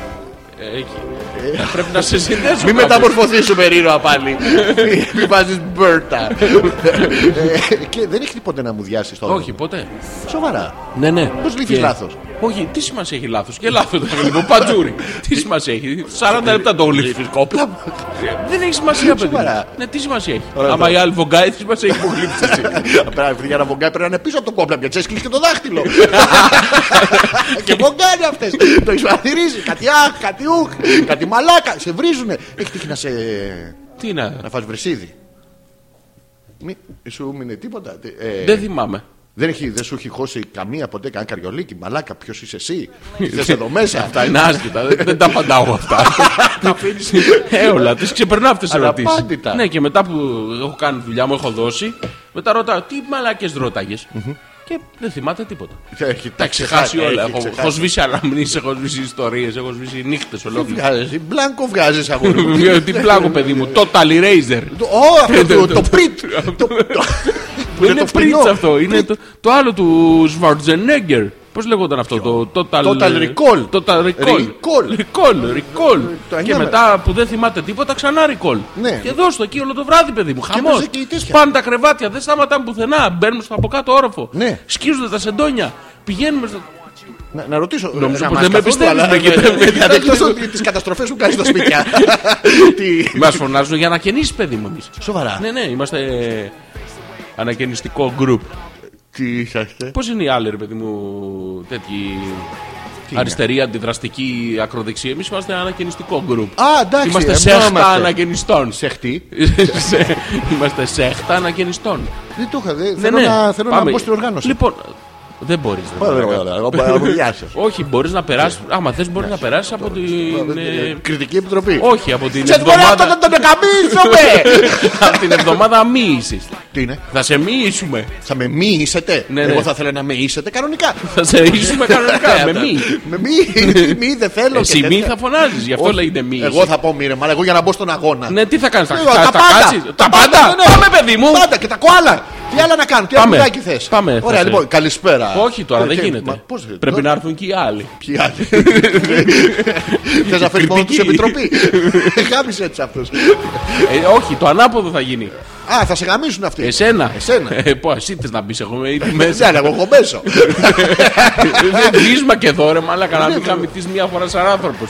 S3: θα πρέπει να σε συνδέσω.
S2: Μην
S3: κάπως.
S2: μεταμορφωθήσουμε ήρωα πάλι. Μη- Μη βάζεις μπέρτα. Ε, Και δεν έχει τίποτε να μου διάσει τώρα.
S3: Όχι, ποτέ.
S2: Σοβαρά.
S3: Ναι, ναι.
S2: Πώς λύθεις
S3: Και-
S2: λάθος?
S3: Όχι, τι σημασία έχει λάθος. Και λάθος ήταν λοιπόν, πατζούρι. τι σημασία έχει. 40 λεπτά το όλοι.
S2: Κόπλα. μου.
S3: Δεν έχει σημασία, παιδί.
S2: Σοβαρά.
S3: Ναι, τι σημασία έχει.
S2: Ωραία,
S3: Άμα
S2: τώρα.
S3: η άλλη βογκάει, τι σημασία έχει που γλύψεις εσύ.
S2: Πράγματι, για να βογκάει πρέπει να είναι πίσω από τον κόπλα πια. Τσέσκλει και το δάχτυλο. και βογκάνε αυτές. Το εισπαθυρίζει. Κάτι αχ, κάτι ουχ, κάτι μαλάκα. Σε βρίζουνε. Έχει τύχει να σε.
S3: Τι να.
S2: να φας βρεσίδι. Μη, σου μείνε τίποτα. Τι- ε,
S3: Δεν θυμάμαι.
S2: δεν, έχει, δεν σου έχει χώσει καμία ποτέ κανένα καριολίκι. Μαλάκα, ποιος είσαι εσύ. Είσαι εδώ μέσα.
S3: Αυτά είναι άσχετα. δεν, δεν τα απαντάω αυτά.
S2: Τα αφήνεις.
S3: ε, όλα. Τις ξεπερνάω αυτές τις ερωτήσει.
S2: Αναπάντητα.
S3: Ναι, και μετά που έχω κάνει δουλειά μου, έχω δώσει, μετά ρωτάω τι μαλακέ ρώταγες. Και δεν θυμάται τίποτα.
S2: Έχει
S3: Τα ξεχάσει όλα.
S2: έχει
S3: Έχω,
S2: ξεχάσει.
S3: έχω σβήσει αναμνήσεις, έχω σβήσει ιστορίες, έχω σβήσει νύχτες
S2: Τι
S3: ολόκληρε.
S2: βγάζεις, ε, μπλάνκο βγάζεις αγόρι μου.
S3: Τι πλάκο, παιδί μου. Total Eraser.
S2: Το- Ω, αυτό το- το πριτ. Το- το- που
S3: Δεν είναι
S2: το φθηνό.
S3: πριτ αυτό. Είναι το- το άλλο του Σβαρτζενέγκερ. Πώς λεγόταν αυτό το Total,
S2: Total Recall.
S3: Total Recall.
S2: Recall. Ε,
S3: Recall. Recall.
S2: Το
S3: Και
S2: εννιά
S3: μετά που δεν θυμάται τίποτα ξανά Recall.
S2: Ναι.
S3: Και δώσ' το εκεί όλο το βράδυ, παιδί μου. Χαμό.
S2: μαζί και η τέτοια.
S3: Σπάνε τα κρεβάτια, δεν σταματάμε πουθενά. Μπαίνουμε στο από κάτω όροφο.
S2: Ναι.
S3: Σκίζονται τα σεντόνια. Πηγαίνουμε στο.
S2: Να, να ρωτήσω. ε,
S3: Νομίζω
S2: να
S3: πως
S2: μας
S3: δεν με
S2: καθόλου,
S3: πιστεύεις,
S2: αλλά-
S3: με κοιτάς, με κοιτάς,
S2: Εκτός
S3: με
S2: ότι τις καταστροφές που κάνεις στα σπίτια. Τι-
S3: Μας φωνάζουν για ανακαινήσεις, παιδί μου. εμείς.
S2: Σοβαρά.
S3: Ναι, ναι, είμαστε ε, ανακαινιστικό group.
S2: Τι είσαστε.
S3: Πώς είναι οι άλλοι, ρε παιδί μου, τέτοιοι.
S2: είναι?
S3: αριστερή, αντιδραστική, ακροδεξή. Εμείς είμαστε ανακαινιστικό γκρουπ.
S2: Α, εντάξει,
S3: Είμαστε
S2: εμένα
S3: σέχτα
S2: είμαστε.
S3: ανακαινιστών.
S2: Σεχτή.
S3: Σε- Είμαστε σέχτα ανακαινιστών.
S2: Δεν το είχα. δε-
S3: Ναι,
S2: Θέλω,
S3: ναι.
S2: να, θέλω να
S3: Πάμε.
S2: μπω στην οργάνωση.
S3: Λοιπόν, δεν μπορείς.
S2: Γεια σας.
S3: Όχι, μπορείς να περάσεις. Άμα θες, μπορείς να περάσεις από την. ε,
S2: Κριτική επιτροπή.
S3: Όχι, από την
S2: Σε μπορεί αυτό να
S3: εβδομάδα.
S2: τον εκαμίσουμε!
S3: Από την εβδομάδα μοίηση.
S2: Τι είναι,
S3: Θα σε μοίησουμε.
S2: θα με μοιήσετε.
S3: Ναι,
S2: Εγώ
S3: ναι.
S2: θα ήθελα να με είσετε κανονικά. ε,
S3: Θα σε ίσουμε
S2: Ναι,
S3: κανονικά. Με μη.
S2: Με μη, μη, δεν θέλω.
S3: Εσύ
S2: και
S3: μη
S2: τέτοια.
S3: θα φωνάζεις, γι' αυτό
S2: Όχι.
S3: λέγεται μη.
S2: Εγώ θα πω μοίρεμα, αλλά εγώ για να μπω στον αγώνα.
S3: Ναι, τι θα κάνεις, θα
S2: Ε,
S3: θα- θα κάτσεις. Τα πάντα!
S2: ναι, ναι.
S3: Πάμε, παιδί μου!
S2: Πάντα και τα κοάλα! Τι άλλα να κάνω, τι άλλο
S3: Πάμε.
S2: πουλάκι θες.
S3: Πάμε, θα
S2: Ωραία,
S3: σε-
S2: λοιπόν, καλησπέρα.
S3: Όχι τώρα,
S2: Ε,
S3: δεν
S2: και-
S3: γίνεται.
S2: μα πώς δεν-
S3: Πρέπει να έρθουν και οι άλλοι.
S2: Ποιοι άλλοι. Θες να φέρεις μόνο τους
S3: Κριτική.
S2: επιτροπή. Γάμισε έτσι αυτό.
S3: Ε, όχι, το ανάποδο θα γίνει.
S2: Α, θα σε γαμίσουν αυτοί.
S3: Εσένα.
S2: Εσένα.
S3: Ε, Πω, εσύ θες να μπεις, εγώ ήδη
S2: Ναι,
S3: μέσα.
S2: αλλά εγώ έχω μέσο.
S3: Δεν βίσμα και εδώ, ρε μαλάκα, να
S2: Ναι, Ε.
S3: μην
S2: βέβαια.
S3: καμηθεί μία φορά σαν άνθρωπος.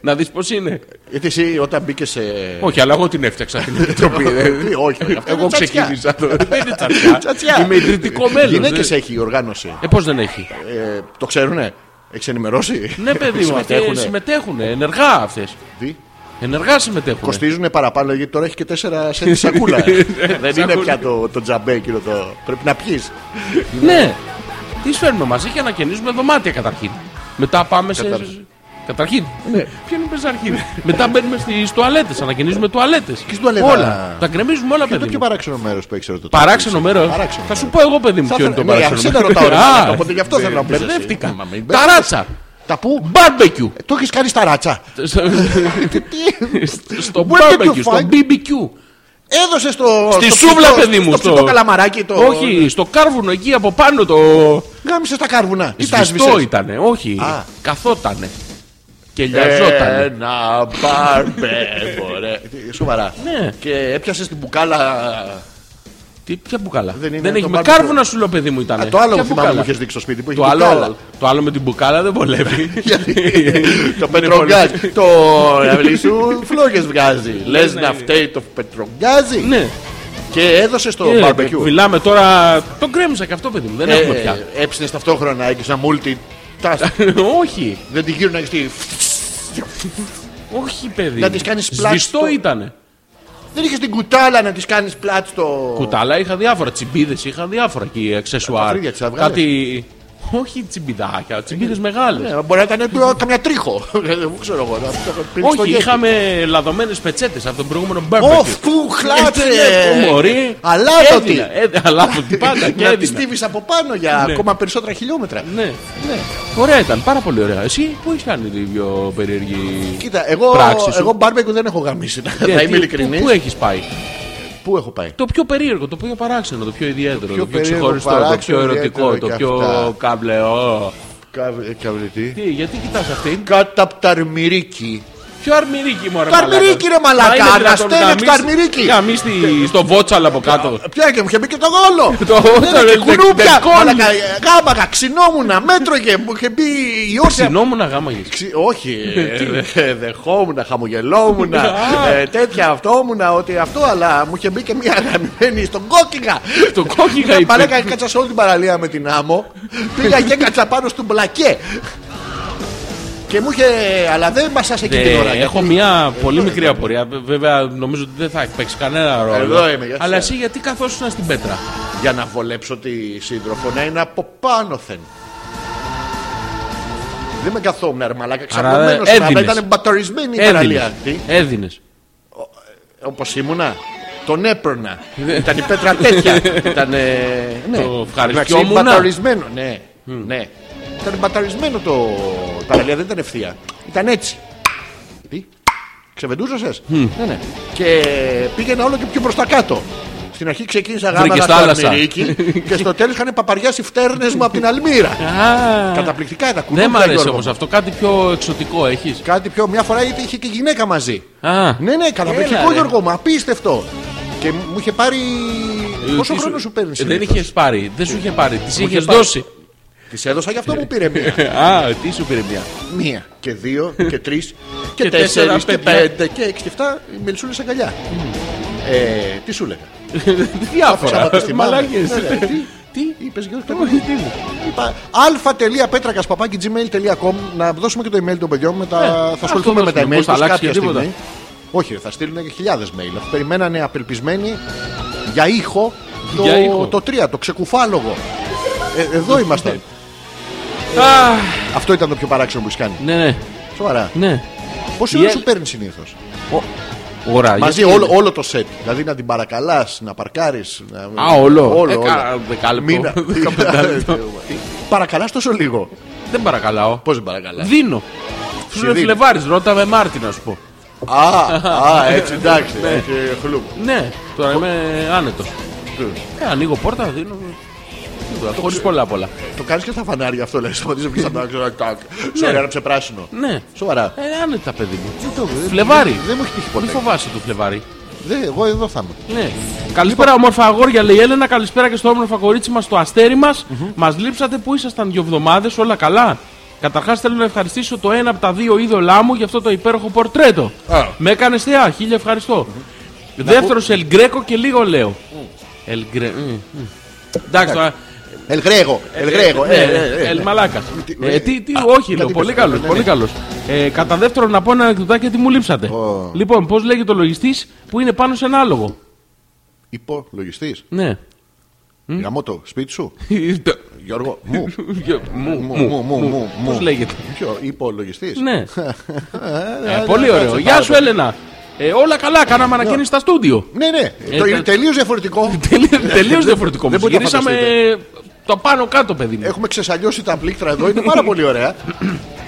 S3: Να δεις πώς είναι.
S2: Γιατί εσύ όταν μπήκες σε.
S3: Όχι, αλλά εγώ την έφτιαξα την επιτροπή.
S2: Ε, τι, Όχι, όχι, αυτό
S3: Εγώ
S2: είναι τσατσιά.
S3: ξεκίνησα. το- Δεν είναι τσατσιά.
S2: Τσατσιά.
S3: Είμαι ιδρυτικό μέλος.
S2: Γυναίκες έχει η οργάνωση.
S3: Ε, πώς δεν έχει.
S2: Ε, Το ξέρουνε. Έχεις ενημερώσει.
S3: Ναι, παιδί μου, αυτές συμμετέχουν ενεργά αυτές. Ναι. Ενεργά συμμετέχουν.
S2: Κοστίζουν παραπάνω γιατί τώρα έχει και τέσσερα σε τη σακούλα. Δεν είναι
S3: Ναι, Σακούλα.
S2: πια το, το τζαμπέ εκείνο το. Πρέπει να πιεις.
S3: Ναι. Τι φέρνουμε μαζί και ανακαινίζουμε δωμάτια καταρχήν. Μετά πάμε σε.
S2: Καταρχήν.
S3: Καταρχήν. Ναι. Ποιο είναι πεζαρχήν. Μετά μπαίνουμε στις τουαλέτες, ανακαινίζουμε τουαλέτες.
S2: Ποιος τουαλέτα?
S3: Όλα. Τα γκρεμίζουμε όλα,
S2: Και το
S3: παιδί.
S2: πιο
S3: μου.
S2: παράξενο μέρος που έχει ρωτήσει.
S3: Παράξενο μέρος.
S2: Παράξενο
S3: Θα σου
S2: μέρος.
S3: πω εγώ, παιδί μου,
S2: Θα
S3: ποιο είναι το
S2: ήθελα- ναι,
S3: παράξενο
S2: αυτό δεν ρωτάω,
S3: Α,
S2: ρε, οπότε γι' αυτό
S3: μπε-
S2: θέλω να πεις εσύ.
S3: Μπερδεύτηκα.
S2: Μα μην μπερδεύεσαι.
S3: Ταράτσα.
S2: Τα που.
S3: Μπάρμπεκιου.
S2: Το έχεις κάνει στα ράτσα.
S3: Στο
S2: Ε, Where did you
S3: barbecue, στο
S2: find-
S3: BBQ.
S2: Έδωσε στο.
S3: Στη
S2: στο
S3: σούβλα,
S2: ψητό-
S3: παιδί μου,
S2: Στο
S3: στο-
S2: ψητό καλαμαράκι το.
S3: Όχι, στο κάρβουνο εκεί από πάνω το.
S2: Γάμισε τα κάρβουνα. Ή τα
S3: Σβηστό
S2: έσβησες.
S3: ήτανε, όχι.
S2: Α. Ε,
S3: Καθότανε. Και λιαζότανε.
S2: Ένα μπαρμπέκο, ρε. Σοβαρά.
S3: Ναι.
S2: Και έπιασες την μπουκάλα.
S3: Τι, ποια μπουκάλα.
S2: Δεν είναι
S3: έχει
S2: το
S3: με
S2: barbecue.
S3: κάρβουνα σου λέω παιδί μου ήταν.
S2: Α, το άλλο που θυμάμαι που μου είχες δείξει στο σπίτι που είχε
S3: Ναι. το άλλο,
S2: μπουκάλα.
S3: το άλλο με την μπουκάλα δεν βολεύει.
S2: Γιατί το
S3: Είναι
S2: πετρογκάζ.
S3: πολύ-
S2: Το αυλί σου φλόγες βγάζει. Λε να φταίει το πετρογκάζι.
S3: Ναι,
S2: Και έδωσες το
S3: Ε,
S2: barbecue. Ε,
S3: μιλάμε τώρα. Το κρέμισα και αυτό παιδί μου. Δεν έχουμε πια.
S2: Έψινε ταυτόχρονα, έχεις ένα multi. ε.
S3: όχι,
S2: Δεν την γύρω να έχεις.
S3: όχι παιδί.
S2: Να
S3: μου.
S2: της κάνεις πλάτη
S3: Σβηστό
S2: στο-
S3: ήτανε.
S2: Δεν είχες την κουτάλα να της κάνεις πλάτ στο.
S3: Κουτάλα είχα διάφορα. Τσιμπίδες είχα διάφορα και αξεσουάρ.
S2: φρύδια της τα βγάλες.
S3: Κάτι. Όχι τσιμπιδάκια, τσιμπίδες μεγάλες.
S2: Ναι, Μπορεί να ήταν το- καμιά τρίχο. Δεν ξέρω εγώ. να το πίνεις ε, στο
S3: Όχι,
S2: γέτι.
S3: είχαμε λαδωμένες πετσέτες από τον προηγούμενο
S2: Ω,
S3: barbecue.
S2: φου, χλάτσε!
S3: Μωρή.
S2: Αλάδωτη.
S3: Έδινα, έδινα, αλάδωτη πάντα και
S2: Να τη
S3: έδινα.
S2: στίβεις από πάνω για
S3: Ναι.
S2: ακόμα περισσότερα χιλιόμετρα.
S3: Ναι, ναι. Ωραία ήταν, πάρα πολύ ωραία. Εσύ πού έχεις κάνει την πιο περίεργη
S2: Κοίτα, εγώ,
S3: πράξη σου.
S2: εγώ barbecue δεν έχω γαμίσει. να-
S3: Γιατί,
S2: Να είμαι
S3: πού- Πού
S2: ειλικρινή.
S3: έχεις πάει.
S2: Πού έχω πάει.
S3: Το πιο περίεργο, το πιο παράξενο, το πιο ιδιαίτερο, το πιο,
S2: περίεργο,
S3: ξεχωριστό, το
S2: παράξενο,
S3: πιο ερωτικό,
S2: ιδιαίτερο
S3: το
S2: και
S3: πιο
S2: αυτά.
S3: καβλεό.
S2: Καβ- ε, Καβλητή.
S3: Τι, γιατί κοιτάς αυτήν.
S2: Κάτω από τα αρμυρίκι.
S3: Ποιο αρμυρίκι μου
S2: Το αρμυρίκι, ρε μαλάκα, αναστέλνει το αρμυρίκι.
S3: Γαμίστη στο βότσαλ από κάτω.
S2: Πια και μου είχε μπει και το γόλο.
S3: Το-
S2: Δεν είχε
S3: το- το-
S2: κουνούπια.
S3: το- το-
S2: Μαλάκα, ε, Γάμαγα, ξινόμουνα, μέτρωγε. Μου είχε μπει η όρθια.
S3: Ξινόμουν να γάμαγες.
S2: Ξυ- Όχι, ε, ε, δεχόμουν, χαμογελόμουν, ε, τέτοια αυτόμουν, ότι αυτό, αλλά μου είχε μπει και μια γαμημένη στον κόκκιγα.
S3: Το κόκκιγα είπε.
S2: Παλέκα, κάτσα σε όλη την παραλία με την άμμο. Πήγα και έκατσα πάνω στον μπλακέ. Και μου είχε. Αλλά δεν μα εκεί
S3: Ε,
S2: την ώρα.
S3: έχω
S2: γιατί-
S3: μια πολύ μικρή απορία. Βε- Βέβαια, νομίζω ότι δεν θα έχει παίξει κανένα ρόλο.
S2: Εδώ είμαι, για
S3: Αλλά
S2: σένα.
S3: εσύ γιατί καθόσουν στην πέτρα.
S2: Για να βολέψω τη σύντροφο να είναι από πάνωθεν. Δεν με καθόμουν, ρε μαλάκα. Ξαπλωμένο
S3: έδινες.
S2: ήταν μπατορισμένη η παραλία
S3: Έδινε.
S2: αυτή.
S3: Έδινε.
S2: Όπως ήμουνα, τον έπαιρνα. Ήταν η πέτρα τέτοια. Ήταν. ε, ναι.
S3: Το ευχαριστιόμουνα.
S2: Εντάξει, Μπαταρισμένο, ναι. ναι. Ήταν μπαταρισμένο το η παραλία, δεν ήταν ευθεία. Ήταν έτσι. Τι. Ξεβεντούζασε. Ναι, ναι. Και πήγαινα όλο και πιο προς τα κάτω. Στην αρχή ξεκίνησα γάμμα
S3: Βρήκες
S2: στο
S3: θάλασσα.
S2: Αλμυρίκι και στο τέλος είχαν παπαριάσει φτέρνες μου από την Αλμύρα. Καταπληκτικά τα κουνούπια.
S3: Δεν μ' αρέσει
S2: Γιώργο
S3: όμως
S2: μου.
S3: αυτό. Κάτι πιο εξωτικό έχεις.
S2: Κάτι πιο, μια φορά είτε είχε και γυναίκα μαζί.
S3: Α.
S2: Ναι, ναι,
S3: Έλα,
S2: καταπληκτικό
S3: ρε.
S2: Γιώργο μου, απίστευτο. Και μου είχε πάρει. Πόσο χρόνο σου παίρνεις.
S3: Ε, Δεν είχες πάρει. Δεν σου είχε πάρει. Τη είχε
S2: είχες πάρει.
S3: δώσει.
S2: Της έδωσα γι' αυτό μου πήρε μία.
S3: Α, τι σου πήρε μια.
S2: μία και δύο και τρεις και,
S3: Και
S2: τέσσερις
S3: τέσσερα,
S2: και
S3: παιδιά.
S2: πέντε και έξι και εφτά μελισούλε αγκαλιά. Ε, τι σου έλεγα.
S3: Διάφορα.
S2: Ξαπατώ στη μάνα.
S3: Μαλάκες.
S2: Ναι, ναι, τι.
S3: Τι?
S2: Είπες Γιώργο, το τι είναι. Είπα αλφα.πέτρακα.gmail.com Να δώσουμε και το email των παιδιών. με τα- θα ασχοληθούμε με τα
S3: αυτό Ναι. δώσουμε,
S2: email
S3: πώς θα
S2: τους
S3: αλλάξει
S2: κάποια
S3: και τίποτα.
S2: στιγμή. Όχι, θα στείλουν και χιλιάδε mail. Αφού περιμένανε απελπισμένοι για ήχο το,
S3: Για ήχο. Ναι.
S2: το 3, το ξεκουφάλογο. Ε, εδώ ήμασταν.
S3: Α,
S2: Αυτό ήταν το πιο παράξενο που έχεις κάνει.
S3: Ναι, ναι,
S2: Σοβαρά.
S3: ναι.
S2: Πόση
S3: Η
S2: ώρα
S3: Έλλη-
S2: σου παίρνει συνήθως.
S3: Ωραία.
S2: Μαζί
S3: γιατί-
S2: όλο, όλο το σετ. Δηλαδή να την παρακαλάς, να παρκάρεις. Να...
S3: Α, όλο.
S2: Όλο.
S3: Ε,
S2: όλο.
S3: κα- δεκάλεπτο,
S2: Μήνα.
S3: δεκαπεντάλεπτο.
S2: Παρακαλάς τόσο λίγο.
S3: Δεν παρακαλάω.
S2: Πώς δεν παρακαλάς.
S3: Δίνω. Σου λέει
S2: δίνει.
S3: Φλεβάρη, ρώτα με Μάρτι να σου πω.
S2: Α, α, έτσι εντάξει. έτσι, χλουμ.
S3: Ναι, τώρα είμαι άνετος. Ε, ανοίγω πόρτα, δίνω. Χωρί πολλά πολλά.
S2: Το κάνεις και στα φανάρια αυτό, λες. Σταματήσει να βγει από τα ξέρω. τάκ. Σου έγραψε πράσινο.
S3: Ναι.
S2: Σοβαρά.
S3: Ε, άνετα, παιδί μου. Φλεβάρι.
S2: Δεν μου έχει τύχει
S3: Μην
S2: ποτέ.
S3: φοβάσαι το φλεβάρι.
S2: Δεν, εγώ εδώ θα είμαι.
S3: Ναι. Καλησπέρα, ομορφα αγόρια, λέει η Έλενα. Καλησπέρα και στο όμορφα κορίτσι μας, το αστέρι μας. Μας λείψατε που ήσασταν δύο εβδομάδες, όλα καλά. Καταρχάς θέλω να ευχαριστήσω το ένα από τα δύο είδωλά μου για αυτό το υπέροχο πορτρέτο.
S2: Α.
S3: Με έκανες θεά, χίλια ευχαριστώ. Δεύτερο, Ελγκρέκο και λίγο λέω. Ελγκρέ. μμ, μ. Εντάξει τώρα.
S2: Ελγρέγο, ελγρέγο. ε, ε, ε, ε.
S3: Ελμαλάκα.
S2: ε,
S3: Τι, τι,
S2: α,
S3: όχι,
S2: γιατί
S3: λέω,
S2: πες,
S3: πολύ
S2: ναι,
S3: καλός.
S2: ναι,
S3: Πολύ
S2: ναι.
S3: καλός. Ε, κατά δεύτερον, να πω ένα ανεκδοτάκι γιατί μου λείψατε.
S2: Ω.
S3: Λοιπόν, πώς λέγεται ο λογιστής που είναι πάνω σε ένα άλογο.
S2: Υπολογιστής.
S3: Ναι.
S2: Γαμώ το σπίτι σου. Γιώργο, μου.
S3: Μου,
S2: Μου, μου, μου, μου.
S3: Πώ
S2: μου.
S3: λέγεται.
S2: Ποιο, υπολογιστής.
S3: Ναι. Ε, Πολύ ωραίο. Γεια σου, Έλενα. Ε, όλα καλά, κάναμε ανακαίνιση στα στούντιο.
S2: Ναι, ναι. Το-
S3: τα-
S2: Τελείως διαφορετικό.
S3: Τελείως διαφορετικό.
S2: δεν
S3: όμως.
S2: μπορείτε να
S3: Γυρίσαμε το πάνω κάτω, παιδί μου.
S2: Έχουμε ξεσαλιώσει τα πλήκτρα εδώ. Είναι πάρα πολύ ωραία.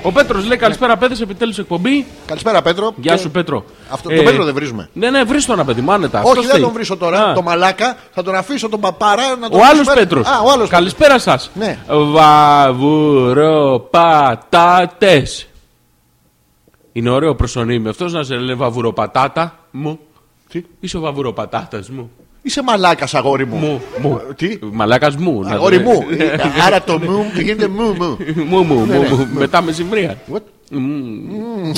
S3: Ο Πέτρος λέει καλησπέρα, παιδε, επιτέλους εκπομπή.
S2: Καλησπέρα, Πέτρο.
S3: Γεια
S2: Και-
S3: σου, Πέτρο.
S2: Αυτό,
S3: Ε,
S2: τον Πέτρο δεν βρίζουμε.
S3: Ναι, ναι, βρει τον απέντη, άνετα.
S2: Όχι,
S3: Αυτός
S2: δεν
S3: θέλει.
S2: τον βρίσκω τώρα.
S3: Α,
S2: Το μαλάκα. Θα τον αφήσω τον παπάρα να τον
S3: Ο άλλο
S2: φέρω.
S3: Πέτρος.
S2: Α, ο άλλος.
S3: Καλησπέρα σας.
S2: Ναι.
S3: Βαβουροπατάτες. Είναι ωραίο προσωνύμιο με αυτός να σε λέει βαβουροπατάτα μου.
S2: Τι?
S3: Είσαι ο βαβουροπατάτας μου.
S2: Είσαι μαλάκας, αγόρι μου. Ε,
S3: Μου. μου.
S2: Τι.
S3: Μαλάκας μου. να
S2: Αγόρι
S3: το-
S2: μου. Ε, Ναι, Άρα το μου γίνεται μου μου.
S3: μου, μου, μου, μου. Μετά με συμφρία.
S2: What? Μμμ,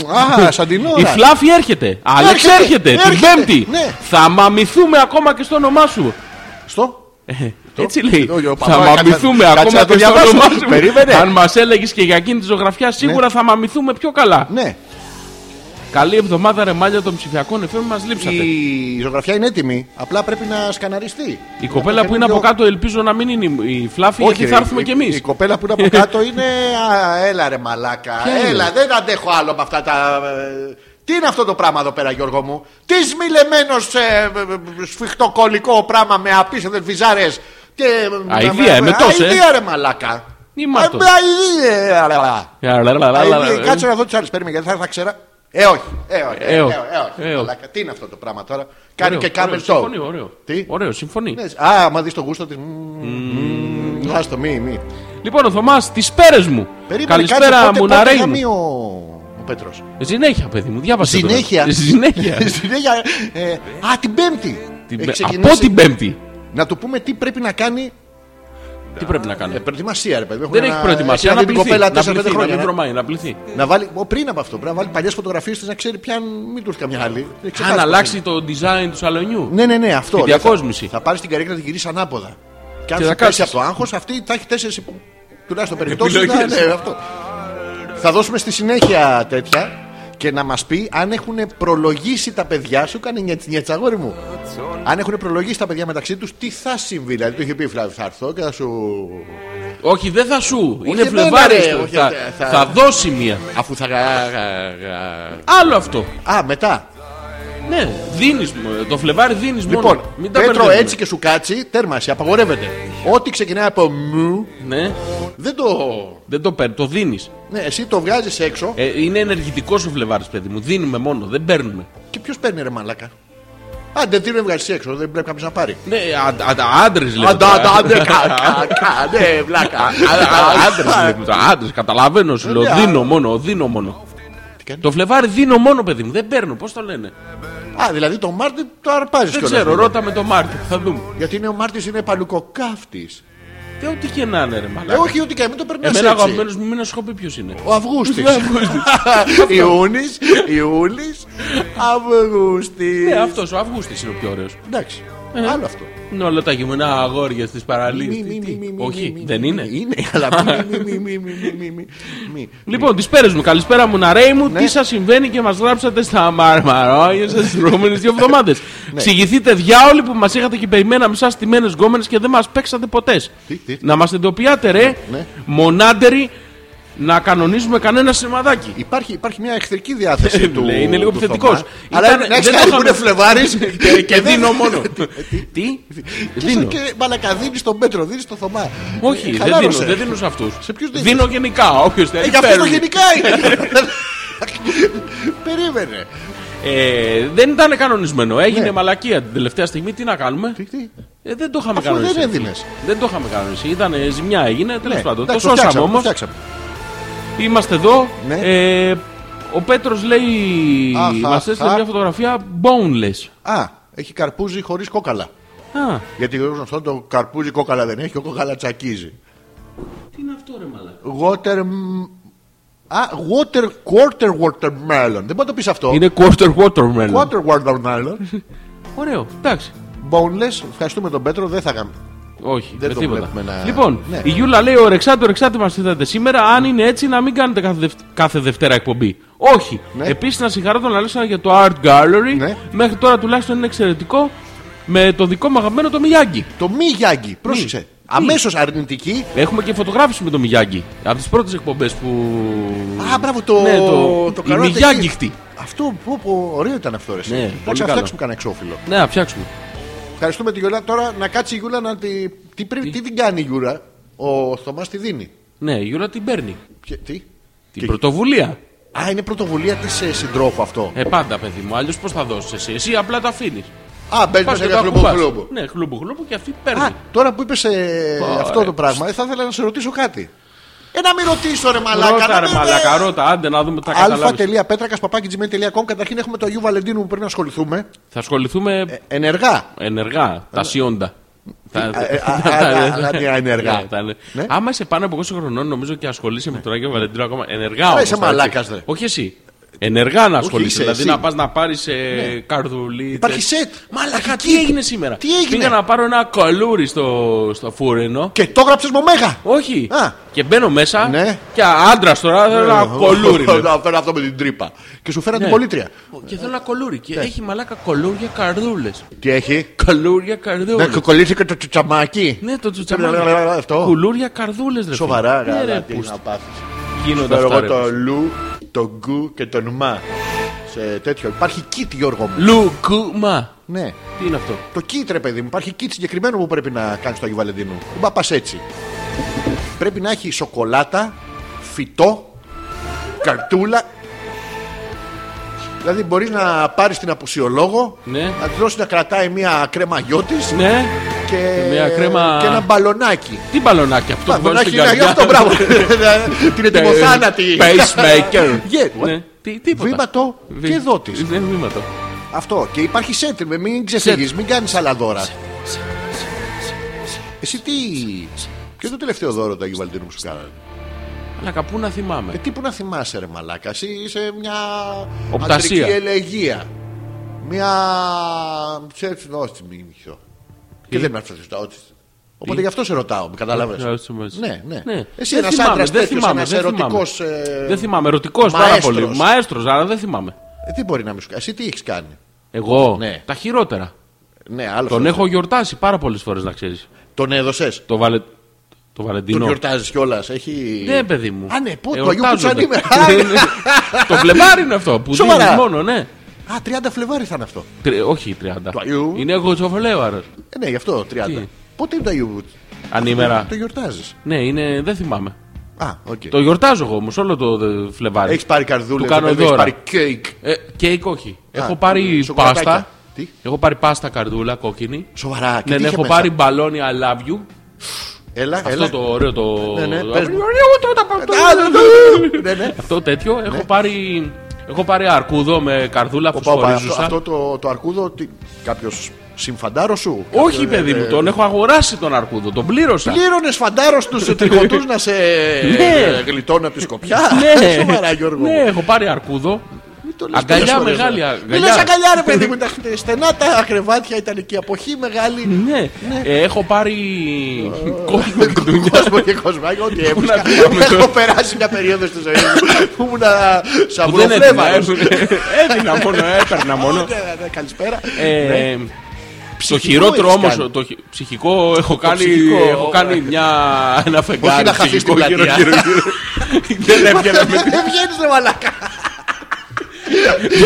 S2: Α, σαν την
S3: Η
S2: ώρα.
S3: Φλάφη έρχεται. Άλεξ
S2: Έρχεται,
S3: έρχεται. Την
S2: έρχεται,
S3: Πέμπτη.
S2: ναι.
S3: Θα μαμηθούμε ακόμα και στο όνομά σου.
S2: Στο.
S3: Ε, Έτσι λέει.
S2: Όχι, ο
S3: Θα
S2: παπά-
S3: μαμηθούμε
S2: κάτσε-
S3: ακόμα
S2: κάτσε
S3: και
S2: να
S3: στο
S2: το διαβάσω.
S3: όνομά σου.
S2: Περίμενε.
S3: Αν μας έλεγες και για εκείνη τη ζωγραφιά, σίγουρα θα μαμηθούμε πιο καλά.
S2: Ναι.
S3: Καλή εβδομάδα, ρεμάλια των ψηφιακών εφέμων, μας λείψατε. Η,
S2: Η ζωγραφιά είναι έτοιμη. Απλά πρέπει να σκαναριστεί.
S3: κοπέλα που είναι από κάτω, ελπίζω να μην είναι η- η Φλάφη, γιατί
S2: ρε,
S3: θα έρθουμε
S2: η-
S3: κι εμείς.
S2: Η κοπέλα που είναι από κάτω είναι. Α, έλα ρε μαλάκα.
S3: Ποια είναι?
S2: έλα, δεν αντέχω άλλο με αυτά τα. ε, Τι είναι αυτό το πράγμα εδώ πέρα, Γιώργο μου. Τις σμιλεμένο σφιχτοκολικό ε, πράγμα με απίστευτε βυζάρε. Και...
S3: Αηδία, με τόσο, ε.
S2: Αηδία, ρε μαλάκα. Ε,
S3: Τι μάρτος.
S2: Α, αηδία, ρε, μαλάκα. Αηδία. Κάτσε να δω τις άλλες παίρνει γιατί θα, θα ξέρα. Ε, όχι. Ε, όχι. Ε,
S3: Ε, όχι.
S2: όχι. ε, όχι,
S3: Ε, όχι.
S2: μαλάκα. Τι είναι αυτό το πράγμα τώρα. Κάνει και κάμελ τόου.
S3: Συμφωνεί, ωραίο.
S2: Τι?
S3: Ωραίο, συμφωνεί.
S2: Ναι, Α, μα δεις το γούστο της. Άστο, μη, μη.
S3: Λοιπόν, ο Θωμάς, τις πέρες μου.
S2: Περίμενε, κάτσε,
S3: Καλησπέρα,
S2: πότε- πότε
S3: μουναρέι
S2: θα μείνει
S3: μου.
S2: ο, ο Πέτρος.
S3: Συνέχεια, παιδί μου, διάβασε. το.
S2: Συνέχεια.
S3: Ε, Συνέχεια.
S2: Συνέχεια. ε, α, την Πέμπτη.
S3: Την
S2: Έχει
S3: πε-
S2: ξεκινήσει.
S3: Από την Πέμπτη.
S2: Να του πούμε τι πρέπει να κάνει.
S3: Τι πρέπει να κάνω.
S2: Ε, προετοιμασία, ρε παιδί. Έχουν
S3: Δεν
S2: ένα-
S3: έχει προετοιμασία.
S2: έχει δει
S3: Να
S2: την
S3: πληθεί.
S2: κοπέλα
S3: Να
S2: 4-5
S3: πληθεί. Να
S2: χρόνια,
S3: μην
S2: ναι.
S3: βρωμάει, να πληθεί.
S2: Να βάλει, ο, πριν από αυτό, πρέπει να βάλει παλιές φωτογραφίες της να ξέρει πια αν μην του έρθει καμιά άλλη. Δεν ξεχάσει
S3: Αν
S2: πώς
S3: αλλάξει
S2: είναι.
S3: το design του σαλονιού.
S2: Ναι, ναι, ναι, αυτό.
S3: Την
S2: λέει, θα-
S3: διακόσμηση.
S2: Θα, πάρεις την καρέκλα να την γυρίσει ανάποδα. Και αν
S3: Και
S2: σου
S3: θα
S2: πέσει
S3: κάτσεις.
S2: από το άγχος, αυτή θα έχει τέσσερις τουλάχιστον περιπτώσεις. Ναι,
S3: Επιλογές.
S2: ναι, αυτό. Θα δώσουμε στη συνέχεια τέτοια και να μας πει αν έχουν προλογίσει τα παιδιά σου. Κάνει νιέτ- νιέτσαγόρι μου. Αν έχουν προλογίσει τα παιδιά μεταξύ τους, τι θα συμβεί. Δηλαδή, το είχε πει η Φλάβη, θα έρθω και θα σου.
S3: Όχι, δεν θα σου. Είναι
S2: εμένα,
S3: Φλεβάρι.
S2: ρε,
S3: του.
S2: όχι,
S3: Θα-
S2: θα- θα-
S3: Θα δώσει μία.
S2: Αφού θα. γα- γα- γα-
S3: Άλλο αυτό.
S2: Α, μετά.
S3: Ναι, δίνεις. Το Φλεβάρι δίνεις μόνο.
S2: Λοιπόν,
S3: Μην τα
S2: Πέτρο,
S3: μπερδεύουμε.
S2: έτσι και σου κάτσει, τέρμασε, απαγορεύεται. Ό,τι ξεκινάει από μου,
S3: Ναι,
S2: δεν το.
S3: δεν το παίρνει, το δίνεις.
S2: Ναι, εσύ το βγάζεις έξω.
S3: είναι ενεργητικός ο Φλεβάρι, παιδί μου. Δίνουμε μόνο, δεν παίρνουμε.
S2: Και ποιος παίρνει ρε μαλάκα. Αν δεν την έβγαλε έξω, δεν πρέπει κάποιος να πάρει.
S3: Ναι, άντρε λέμε.
S2: Αντά, αντά, ναι, κα- κα- κα- ναι, βλάκα.
S3: Άντρε λέμε. Άντρες, καταλαβαίνω, σου λέω.
S2: Βέβαια.
S3: Δίνω μόνο, δίνω μόνο.
S2: Τι κάνει?
S3: Το Φλεβάρι δίνω μόνο, παιδί μου. Δεν παίρνω, πώς το λένε.
S2: Α, δηλαδή το Μάρτιν το αρπάζει
S3: Δεν ξέρω, ρώτα με τον Μάρτιο, θα δούμε.
S2: Γιατί είναι ο Μάρτιν είναι παλουκοκάφτης.
S3: Τι ό,τι και να είναι, ρε
S2: Ε,
S3: μαλάκα.
S2: όχι, ό,τι και να μην το περνάς
S3: Εμένα
S2: έτσι.
S3: αγαπημένος μου μήνα σου έχω πει ποιος είναι.
S2: Ο Αυγούστης.
S3: Ο Αυγούστης.
S2: Ιούνι, Ιούλης, Αυγούστης.
S3: Ναι, αυτός Ε, ο Αυγούστης είναι ο πιο ωραίος.
S2: Εντάξει. Άλλο αυτό.
S3: Είναι όλα τα γυμνά αγόρια στις
S2: Μη,
S3: παραλίε.
S2: μη, μη, μη, μη, μη,
S3: Όχι,
S2: μη,
S3: δεν
S2: μη,
S3: είναι.
S2: Είναι, αλλά μη, μη, μη, μη, μη, μη, μη, μη.
S3: Λοιπόν, τις πέρες μου, καλησπέρα μου, Ναρέι
S2: Ναι.
S3: μου. Τι σας συμβαίνει και μας γράψατε στα μαρμαρόγια σας τις προηγούμενες δύο εβδομάδες.
S2: Ναι.
S3: Ξηγηθείτε διάολοι που μας είχατε και περιμέναμε σαν στημένε γκόμενες και δεν μας παίξατε ποτέ.
S2: Τι, τι, τι.
S3: Να μας εντοπιάτε, ρε,
S2: Ναι.
S3: μονάντεροι, να κανονίζουμε κανένα σημαδάκι.
S2: Υπάρχει, υπάρχει μια εχθρική διάθεση
S3: Ε,
S2: του.
S3: λέει, είναι λίγο
S2: του
S3: επιθετικός.
S2: Θωμά. Αλλά
S3: Ήταν-
S2: να έχεις
S3: δεν το
S2: χάρη που
S3: είχαμε-
S2: είναι Φλεβάρης
S3: Και, και
S2: Ε, δεν-
S3: δίνω μόνο. Τι?
S2: Και σαν
S3: Δίνω.
S2: και μαλακα δίνεις τον Πέτρο, δίνεις τον Θωμά.
S3: Όχι,
S2: Ε,
S3: δεν δίνω,
S2: χαλάρωσε.
S3: δεν δίνω σε αυτούς.
S2: Σε ποιους δίνεις?
S3: Δίνω γενικά, όποιος
S2: Ε,
S3: θέλει.
S2: Γι' αυτό το
S3: παίρνει.
S2: γενικά είναι. Περίμενε.
S3: Ε, δεν ήταν κανονισμένο. Έγινε
S2: Ναι.
S3: μαλακία την τελευταία στιγμή. Τι να κάνουμε.
S2: Τι, τι.
S3: Ε, δεν το είχαμε
S2: Αφού
S3: κανονίσει.
S2: δεν έδινες.
S3: Δεν το είχαμε κανονίσει. Ήταν ζημιά, έγινε. Τέλος
S2: Ναι,
S3: πάντων. Το
S2: εντάξει,
S3: σώσαμε
S2: φτιάξαμε,
S3: όμως.
S2: φτιάξαμε.
S3: Είμαστε εδώ.
S2: Ναι.
S3: Ε, ο Πέτρος λέει.
S2: Αχ,
S3: Μα
S2: αχ,
S3: έστειλε
S2: αχ.
S3: μια φωτογραφία boneless.
S2: Α, έχει καρπούζι χωρίς κόκαλα.
S3: Α,
S2: Γιατί αυτό το καρπούζι κόκαλα δεν έχει, ο κόκαλα τσακίζει.
S3: τι είναι αυτό ρε μαλακά.
S2: Water. μ, Α, water, quarter watermelon. Δεν μπορεί να το πεις αυτό.
S3: Είναι quarter watermelon.
S2: Quarter watermelon.
S3: Ωραίο, εντάξει.
S2: Boneless. Ευχαριστούμε τον Πέτρο. Δεν θα κάνουμε.
S3: Όχι,
S2: Δεν
S3: με
S2: το
S3: τίποτα.
S2: βλέπουμε να-
S3: Λοιπόν,
S2: Ναι.
S3: η Γιούλα λέει: Ορεξάτε, ορεξάτε μα τι είδατε σήμερα. Αν είναι έτσι, να μην κάνετε κάθε, δευ- κάθε Δευτέρα εκπομπή. Όχι.
S2: Ναι.
S3: Επίσης, να συγχαρώ τον Αλέξανδρο για το Art Gallery.
S2: Ναι.
S3: Μέχρι τώρα τουλάχιστον είναι εξαιρετικό. Με το δικό μου αγαπημένο το Μιγιάγκη.
S2: Το μη Γιάγκη. Πρόσεξε. Αμέσως αρνητική.
S3: Έχουμε και φωτογράφηση με το Μιγιάγκη. Από τις πρώτες εκπομπές που.
S2: Α, μπράβο, το-
S3: ναι,
S2: το
S3: το, Η
S2: κανόνα
S3: Μιγιάγκη
S2: εκεί.
S3: χτύ.
S2: Αυτό που, που ωραίο ήταν αυτό. Ρε.
S3: Ναι, πολύ
S2: Εντάξει, να
S3: καλό.
S2: φτιάξουμε κανένα εξώφυλλο.
S3: Ναι, να φτιάξουμε.
S2: Ευχαριστούμε τη Γιούλα. Τώρα να κάτσει η Γιούλα να τη. Τι, πρέπει, τι την κάνει η Γιούλα. Ο Θωμάς τη δίνει.
S3: Ναι, η Γιούλα την παίρνει.
S2: Ποια- τι.
S3: Την
S2: Και-
S3: πρωτοβουλία.
S2: Α, είναι πρωτοβουλία της συντρόφου αυτό.
S3: Ε, πάντα, παιδί μου. Αλλιώς πώς θα δώσεις εσύ. Εσύ απλά τα αφήνεις.
S2: Α, μπαίνεις μέσα
S3: Πάτε
S2: για
S3: το
S2: χλουμπο
S3: ακουμπάς.
S2: χλουμπο.
S3: Ναι, χλούμπου χλούμπου και αυτή παίρνει.
S2: Α, τώρα που είπες ε,
S3: Ωραία.
S2: αυτό το πράγμα, ε, θα ήθελα να σε ρωτήσω κάτι. Ε, να μην ρωτήσω, ρε Μαλάκα.
S3: Ρώτα
S2: να
S3: ρε
S2: μην-
S3: μαλακά, ρώτα, άντε να δούμε τα καταλάβεις.
S2: αλφα.πέτρακα.gmail.com Καταρχήν έχουμε το Αγίου Βαλεντίνου που πρέπει να ασχοληθούμε.
S3: Θα ασχοληθούμε
S2: Ε, ενεργά.
S3: ενεργά, τα σιόντα. Τα-
S2: α, ε, α,
S3: τα-
S2: α,
S3: τα-
S2: α, α, α, α, ενεργά.
S3: Ναι, τα-
S2: Ναι.
S3: Άμα είσαι πάνω από 20 χρονών, νομίζω και ασχολείσαι με τον Άγιο Βαλεντίνο ακόμα. Ενεργά
S2: Άρα
S3: όμω.
S2: είσαι μαλάκας, ρε.
S3: Όχι εσύ. Ενεργά να ασχολείσαι.
S2: είσαι
S3: Δηλαδή
S2: εσύ. Ναι.
S3: να πας να πάρεις ε, καρδουλί.
S2: Υπάρχει
S3: τέτοια.
S2: σετ.
S3: Μαλακά,
S2: Υπάρχει
S3: τι
S2: kit.
S3: έγινε σήμερα.
S2: Τι έγινε?
S3: Πήγα να πάρω ένα κολούρι στο, στο φούρενο.
S2: Και το έγραψες με μέγα.
S3: Όχι.
S2: Α.
S3: Και μπαίνω μέσα.
S2: Ναι.
S3: Και άντρα τώρα θέλω ένα κολούρι. λέω.
S2: Να φέρω αυτό με την τρύπα. Και σου φέραν την
S3: Ναι.
S2: πολίτρια.
S3: Και θέλω ένα κολούρι.
S2: Ναι.
S3: Και έχει μαλάκα κολούρια καρδούλες.
S2: Τι έχει.
S3: Κολούρια
S2: Να
S3: καρδούλε.
S2: κολλήσει και Ναι, το Ε, τσουτσαμάκι.
S3: Ναι, το
S2: Λα- λα- λα-
S3: τσουτσαμάκι.
S2: αυτό.
S3: Κουλούρια καρδούλες, ρε.
S2: Σοβαρά,
S3: φίλε. Ναι,
S2: γάλα,
S3: ρε,
S2: τι
S3: πού
S2: να πάθεις.
S3: γίνονται
S2: Ξέρω
S3: αυτά.
S2: εγώ
S3: ρε.
S2: το λου, το γκου και τον μα. Σε τέτοιο. Υπάρχει κιτ, Γιώργο μου.
S3: Λουκούμα.
S2: Ναι.
S3: Τι είναι αυτό.
S2: Το kit ρε παιδί μου, υπάρχει kit συγκεκριμένο που πρέπει να κάνεις στο Αγίου Βαλεντίνου. Δεν πα έτσι. Πρέπει να έχει σοκολάτα, φυτό, καρτούλα. Δηλαδή μπορείς να πάρεις την απουσιολόγο,
S3: Ναι.
S2: να της δώσεις να κρατάει μια κρέμα γιώτης
S3: Ναι.
S2: και...
S3: μια κρέμα-
S2: και ένα μπαλονάκι.
S3: Τι μπαλονάκι αυτό που βάζεις
S2: Μπαλονάκι
S3: στην
S2: είναι γι'
S3: καρδιά.
S2: αυτό, μπράβο. την ετοιμοθάνατη.
S3: Pacemaker.
S2: Yeah, what?
S3: Ναι. Τι, τίποτα.
S2: Βήματο
S3: Βή-
S2: και δότης.
S3: Ναι, βήματο.
S2: Αυτό. Και υπάρχει σετ. με, Μην ξεφύγεις, μην κάνεις άλλα δώρα. Εσύ τι. Ποιο είναι το τελευταίο δώρο του Αγίου Βαλτίνου που σου κάνανε.
S3: Αλλά καπού να
S2: Ε,
S3: θυμάμαι.
S2: τι που να θυμάσαι, ρε Μαλάκα. Εσύ είσαι μια.
S3: Οπτασία.
S2: αντρική ελεγία. Μια. Ξέρεις, δώσ' τη μήνυ πιο. Και δεν με αφήνω Οπότε
S3: Τι?
S2: γι' αυτό σε ρωτάω, με καταλάβες.
S3: Ρωτάω, μας.
S2: Ναι, ναι.
S3: Ναι.
S2: Εσύ
S3: Δεν
S2: ένας
S3: θυμάμαι,
S2: άντρας
S3: δεν
S2: τέτοιος,
S3: θυμάμαι,
S2: ένας
S3: δεν θυμάμαι.
S2: ερωτικό. ε,
S3: Δεν θυμάμαι, ερωτικός πάρα
S2: μαέστρος.
S3: πολύ. Μαέστρος, αλλά δεν θυμάμαι.
S2: ε, Τι μπορεί να μην σου κάνει. Εσύ τι έχεις κάνει.
S3: Εγώ
S2: Ναι.
S3: τα χειρότερα.
S2: Ναι, άλλος
S3: Τον
S2: αυτό.
S3: έχω γιορτάσει πάρα πολλές φορές, να ξέρεις.
S2: Τον έδωσες.
S3: Το, βαλε... το
S2: Τον
S3: Βαλεντινό.
S2: γιορτάζεις κιόλας. Έχει...
S3: Ναι, παιδί μου.
S2: Α, ναι, πού, του Αγίου
S3: Εορτάζονται.
S2: Κουτσανίμερα.
S3: Ναι, ναι. Το Φλεβάρι είναι αυτό που
S2: Σοβαρά.
S3: δίνεις μόνο, ναι.
S2: Α, 30 Φλεβάρι θα είναι αυτό.
S3: Τρι- όχι 30.
S2: Του Αγίου.
S3: Είναι εγώ τσοφολέωαρο.
S2: Ε, ναι, γι' αυτό 30.
S3: Τι?
S2: Πότε είναι το Αγίου Κουτσ-
S3: Ανήμερα.
S2: Το γιορτάζεις.
S3: Ναι, είναι, δεν θυμάμαι.
S2: Α, οκ. Okay.
S3: Το γιορτάζω εγώ όμως όλο το δε, Φλεβάρι.
S2: Έχεις πάρει καρδούλες,
S3: Του κάνω
S2: έχει
S3: δώρα.
S2: πάρει κέικ.
S3: Ε, κέικ όχι. έχω
S2: Α, ε,
S3: πάρει
S2: σοκολατάκια.
S3: πάστα.
S2: Τι?
S3: Έχω πάρει πάστα καρδούλα κόκκινη.
S2: Σοβαρά, και
S3: Ναι,
S2: τι είχε
S3: ναι, έχω
S2: μέσα?
S3: πάρει μπαλόνι I love you.
S2: Έλα,
S3: Αυτό
S2: έλα.
S3: το ωραίο το. Ε,
S2: Ναι, ναι,
S3: το-
S2: πες μου. Α, ναι,
S3: το-
S2: ναι, ναι.
S3: Αυτό τέτοιο. Έχω πάρει. Έχω πάρει αρκούδο με καρδούλα
S2: Οπα, οπα, αυτό,
S3: φωσφορίζουσα.
S2: αυτό το, το αρκούδο, τι... κάποιος συμφαντάρος σου. ε,
S3: Όχι, παιδί μου, τον έχω αγοράσει τον αρκούδο. Τον πλήρωσα.
S2: Πλήρωνες φαντάρος τους τριχωτού να σε
S3: Ναι.
S2: γλιτώνει από τη σκοπιά.
S3: Ναι.
S2: Σοβαρά, Γιώργο.
S3: Ναι,
S2: μου.
S3: έχω πάρει αρκούδο.
S2: το λες
S3: Αγκαλιά
S2: πολλές φορές,
S3: μεγάλη,
S2: ρε.
S3: αγκαλιά.
S2: Λες αγκαλιά, ρε παιδί μου. Τα στενά τα κρεβάτια ήταν εκεί η αποχή μεγάλη.
S3: Ναι, Ε, έχω πάρει κόκκινο κουτουνιά.
S2: Κόσμο και κοσμάκι, ό,τι έβρισκα.
S3: να πήγαμε τώρα.
S2: Έχω περάσει μια περίοδο στη ζωή μου που ήμουν
S3: που Δεν έδινα,
S2: σαμπροφλέβαρος.
S3: ε, έδινα μόνο, έπαιρνα μόνο.
S2: Ούτε, ναι, Καλησπέρα.
S3: Ε, Το
S2: Ψυχικό
S3: χειρότερο
S2: έχεις
S3: όμως,
S2: κάνει.
S3: το χει- ψυχικό έχω κάνει,
S2: ψυχικό. ε.
S3: έχω κάνει μια, ένα φεγγάρι.
S2: να χαθείς
S3: ψυχικό
S2: στην πλατεία.
S3: γύρω. Δεν έβγαινα με
S2: Δεν Ε, βγαίνεις ρε μαλάκα.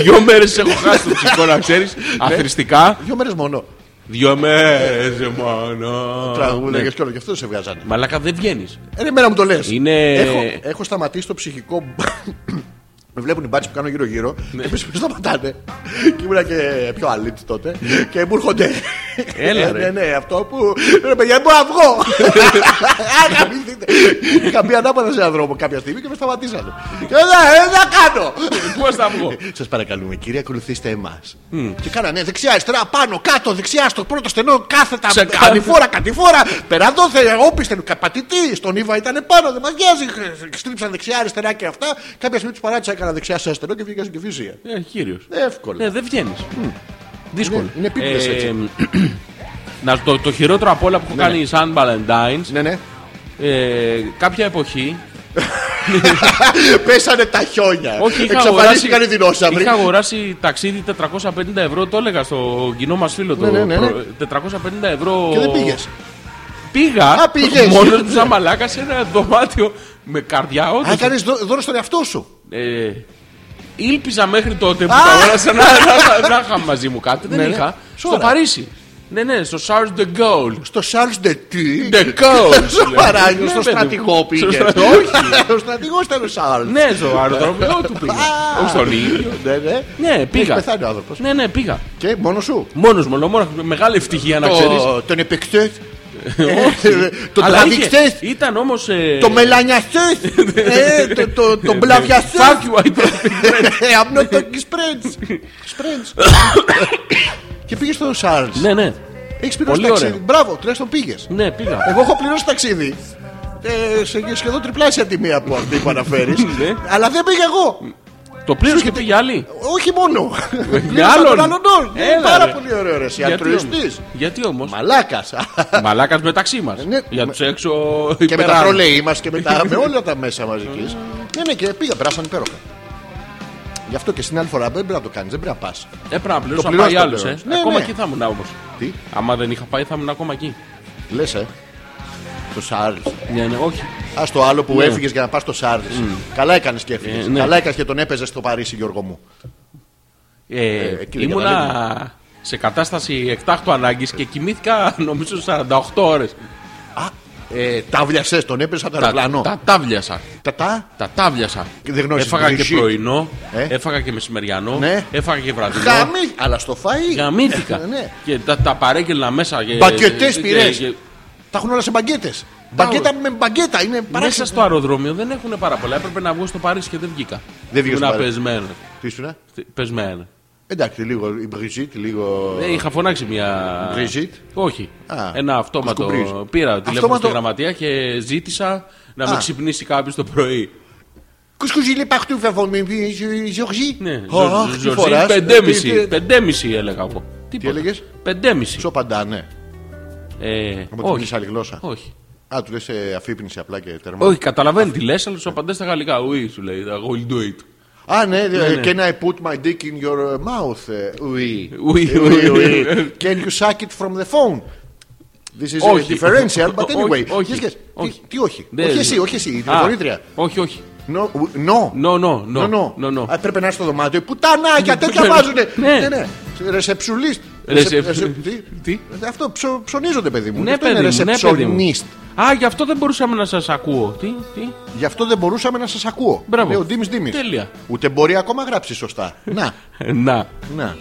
S3: Δύο μέρες έχω χάσει το ψυχικό, να ξέρεις.
S2: Ναι.
S3: Αθρηστικά.
S2: Δύο μέρες μόνο.
S3: Δύο μέρες μόνο.
S2: Τραγούδια
S3: Ναι.
S2: και όλο και αυτό σε βγάζανε.
S3: Μαλάκα δεν βγαίνεις.
S2: Ε, ρε, μέρα μου το λες.
S3: Είναι-
S2: Έχω, έχω σταματήσει το ψυχικό. Με βλέπουν οι μπάτσοι που κάνω γύρω-γύρω
S3: Ναι.
S2: και με σταματάνε. και ήμουνα και πιο αλήτη τότε. και μου έρχονται.
S3: Έλα,
S2: Ε,
S3: ρε.
S2: ναι, ναι, αυτό που. Ρε, παιδιά, μπορώ να βγω. Αγαπηθείτε. Είχα μπει ανάποδα σε έναν δρόμο κάποια στιγμή και με σταματήσανε. και «Ε, ε, δεν θα κάνω.
S3: Πώς θα βγω.
S2: Σας παρακαλούμε, κύριε, ακολουθήστε εμάς. Και κάνανε δεξιά, αριστερά, πάνω, κάτω, δεξιά, στο πρώτο στενό, κάθετα.
S3: Σε κάθε-
S2: Κατηφόρα, κατηφόρα. Περαδόθε, όπιστε, καπατητή. Στον Ήβα ήταν πάνω, δεν μας νοιάζει. Στρίψαν δεξιά, αριστερά και αυτά. Κάποια στιγμή του παράτησα, έκανα δεξιά σε αστερό και βγήκα στην κυφυσία.
S3: Ε, Κύριος.
S2: Εύκολα.
S3: Ναι, δεν βγαίνεις. Δύσκολο.
S2: Είναι- είναι επίπλες
S3: Ε,
S2: έτσι.
S3: να, το, το χειρότερο απ' όλα που έχω κάνει σαν Valentine's
S2: Ναι, ναι.
S3: ε, κάποια εποχή
S2: Πέσανε τα χιόνια.
S3: Όχι, είχα
S2: Εξαφανίστηκαν οι
S3: αγοράσει,
S2: δεινόσαυροι.
S3: είχα αγοράσει ταξίδι 450 ευρώ, το έλεγα στο κοινό μας φίλο. Το
S2: Ναι, ναι, ναι, ναι.
S3: προ- 450 ευρώ.
S2: Και δεν πήγες.
S3: Πήγα
S2: Α, πήγες.
S3: μόνος του σαν μαλάκας σε ένα δωμάτιο με καρδιά.
S2: Αν
S3: Όντως,
S2: κάνει δώρο στον εαυτό σου.
S3: ε, ήλπιζα μέχρι τότε που
S2: Α!
S3: τα αγόρασα να, να, να είχα μαζί μου κάτι.
S2: Ναι,
S3: Δεν
S2: ναι.
S3: είχα. Στο
S2: Σώρα.
S3: Παρίσι. Ναι, ναι, στο Charles de Gaulle.
S2: Στο Charles de Tille.
S3: De Gaulle.
S2: Στο παράγιο,
S3: Ναι,
S2: στο
S3: παιδί μου.
S2: στρατηγό πήγε.
S3: Στο στρα- Όχι.
S2: Ο στρατηγός ήταν ο Charles.
S3: Ναι, στο αεροδρόμιο του πήγα.
S2: Α.
S3: Όχι στον ήλιο.
S2: Ναι, ναι.
S3: Ναι,
S2: Έχει
S3: πήγα.
S2: πεθάνει ο άνθρωπος.
S3: Ναι, ναι, πήγα.
S2: Και μόνος σου.
S3: Μόνος μου, ολομόναχος. μεγάλη ευτυχία να
S2: Το-
S3: ξέρεις.
S2: Τον επεκτέ. Το
S3: Αλλά είχε-
S2: τραβηκτέ.
S3: Ήταν όμως... ε,
S2: Το μελανιαστές. Το Ε, μπλαβιαστές.
S3: Fuck you, I don't-
S2: I'm not talking spreads. Spreads. Και πήγες στον Σάρλ.
S3: Ναι, ναι.
S2: Έχεις πληρώσει
S3: πολύ
S2: ταξίδι.
S3: ωραίο.
S2: Μπράβο, τουλάχιστον πήγες.
S3: Ναι, πήγα.
S2: Εγώ έχω πληρώσει ταξίδι. Ε, σε σχεδόν τριπλάσια τιμή από αυτή που αναφέρεις.
S3: Ναι.
S2: Αλλά δεν πήγα εγώ.
S3: Το πλήρωσε και πήγε άλλη.
S2: Όχι μόνο.
S3: Με
S2: Πλήρωσα
S3: άλλον.
S2: τον άλλον. όλο. Ναι,
S3: Έλα, ρε.
S2: Πάρα πολύ ωραίο ρε. εσύ,
S3: Γιατί όμως.
S2: Αλτρουιστής.
S3: Γιατί όμως.
S2: Μαλάκας.
S3: Μαλάκας μεταξύ μας.
S2: Ναι.
S3: Για τους έξω
S2: Και με τα τρολέι μας και με, τα, με όλα τα μέσα μαζικής. ναι, ναι, και πήγα, περάσαν υπέροχα. Γι' αυτό και στην άλλη φορά δεν πρέπει να το κάνεις, δεν πρέπει να πας.
S3: Έπρεπε να πληρώσω
S2: Το
S3: να πάει
S2: πληρώσω,
S3: άλλος.
S2: το
S3: ε.
S2: πληρώσω. Ναι,
S3: Ακόμα
S2: ναι.
S3: εκεί θα ήμουν όμως.
S2: Τι,
S3: Άμα δεν είχα πάει θα ήμουν ακόμα εκεί.
S2: λες, ε. Το Σάρλ.
S3: Ναι, ναι, όχι.
S2: Ας το άλλο που έφυγες για να πας στο Σάρλ. Καλά έκανες και έφυγες.
S3: Ναι. Mm. Ε, ναι.
S2: Καλά έκανες και τον έπαιζες στο Παρίσι, Γιώργο μου.
S3: Ε,
S2: Ε, κύριε
S3: ήμουνα σε κατάσταση εκτάκτου ανάγκης και κοιμήθηκα νομίζω 48 ώρες.
S2: Α, ε, τάβλιασε, τον έπαιζε από το αεροπλάνο.
S3: τα τάβλιασα.
S2: Τα τα.
S3: Τα τάβλιασα.
S2: Και δεν γνώρισες
S3: Έφαγα και
S2: Brigitte.
S3: πρωινό,
S2: Ε.
S3: έφαγα και μεσημεριανό,
S2: Ναι.
S3: έφαγα και βραδινό.
S2: Γαμί, αλλά στο φαΐ.
S3: Γαμήθηκα.
S2: Ε, ναι.
S3: Και τα, τα παρέγγελνα μέσα. και-
S2: Μπακετές
S3: και-
S2: πυρές.
S3: και-
S2: Τα έχουν όλα σε μπαγκέτες. Μπαγκέτα με μπαγκέτα είναι
S3: Μέσα
S2: παράξενο.
S3: στο αεροδρόμιο δεν έχουν πάρα πολλά. Έπρεπε να βγω στο Παρίσι και δεν βγήκα.
S2: Δεν βγήκες
S3: Ήμουν
S2: στο Παρίσι.
S3: πεσμένος.
S2: Τι ήσουν, ε?
S3: Πεσμένο.
S2: Εντάξει, λίγο η Μπριζίτ, λίγο.
S3: Ε, είχα φωνάξει μια.
S2: Brigitte.
S3: Όχι.
S2: Α,
S3: Ένα αυτόματο.
S2: κουσκουμπρίζ.
S3: Πήρα τηλέφωνο στη
S2: Αυτόματο.
S3: γραμματεία και ζήτησα να
S2: Α.
S3: με ξυπνήσει κάποιος το πρωί.
S2: Qu'est-ce que j'ai partout avant mes Georgie
S3: Ναι,
S2: Αχ, τι
S3: Ζορζή,
S2: φοράς. Ε, Τι- τι-
S3: πεντέμιση. Πεντέμιση έλεγα εγώ. Τίποτα.
S2: έλεγες?
S3: Πεντέμιση.
S2: Σου απαντά, ναι.
S3: Ε,
S2: Άμα του μιλήσει
S3: όχι.
S2: άλλη γλώσσα.
S3: Όχι.
S2: Α, του λες ε, αφύπνιση απλά και τερμά.
S3: Όχι, καταλαβαίνεις τι λες, αλλά σου απαντάς στα γαλλικά. Oui, σου λέει. I will do it.
S2: Α, ναι, ε,
S3: ναι.
S2: can I put my dick in your uh, mouth? ε, Oui.
S3: Oui,
S2: Ε,
S3: oui.
S2: Can you suck it from the phone? This is
S3: Όχι.
S2: a differential, but
S3: Όχι,
S2: anyway.
S3: όχι,
S2: Yes, yes. Τι-
S3: όχι.
S2: Τι όχι.
S3: Δεν-
S2: Όχι εσύ, όχι εσύ, η
S3: Α,
S2: τηλεφωνήτρια.
S3: Όχι, όχι.
S2: No, w- no.
S3: No, no,
S2: No,
S3: no.
S2: no.
S3: No, no.
S2: Α, Πρέπει να είσαι στο δωμάτιο. Πουτανάκια, τέτοια βάζουνε.
S3: Ναι.
S2: ναι. Ρεσεψουλίστ.
S3: Ρεσεψ-
S2: Ρεσεψ-
S3: Τι?
S2: Αυτό ψω- ψωνίζονται, παιδί μου. Γι'
S3: Ναι,
S2: αυτό
S3: παιδί
S2: είναι
S3: μου, ναι, παιδί μου.
S2: ρεσεψονίστ.
S3: Α, γι' αυτό δεν μπορούσαμε να σας ακούω. Τι, τι.
S2: Γι' αυτό δεν μπορούσαμε να σας ακούω.
S3: Μπράβο.
S2: Ναι, ο Ντίμη Ντίμη.
S3: Τέλεια.
S2: Ούτε μπορεί ακόμα γράψει σωστά. Να,
S3: Ε, Να.
S2: να.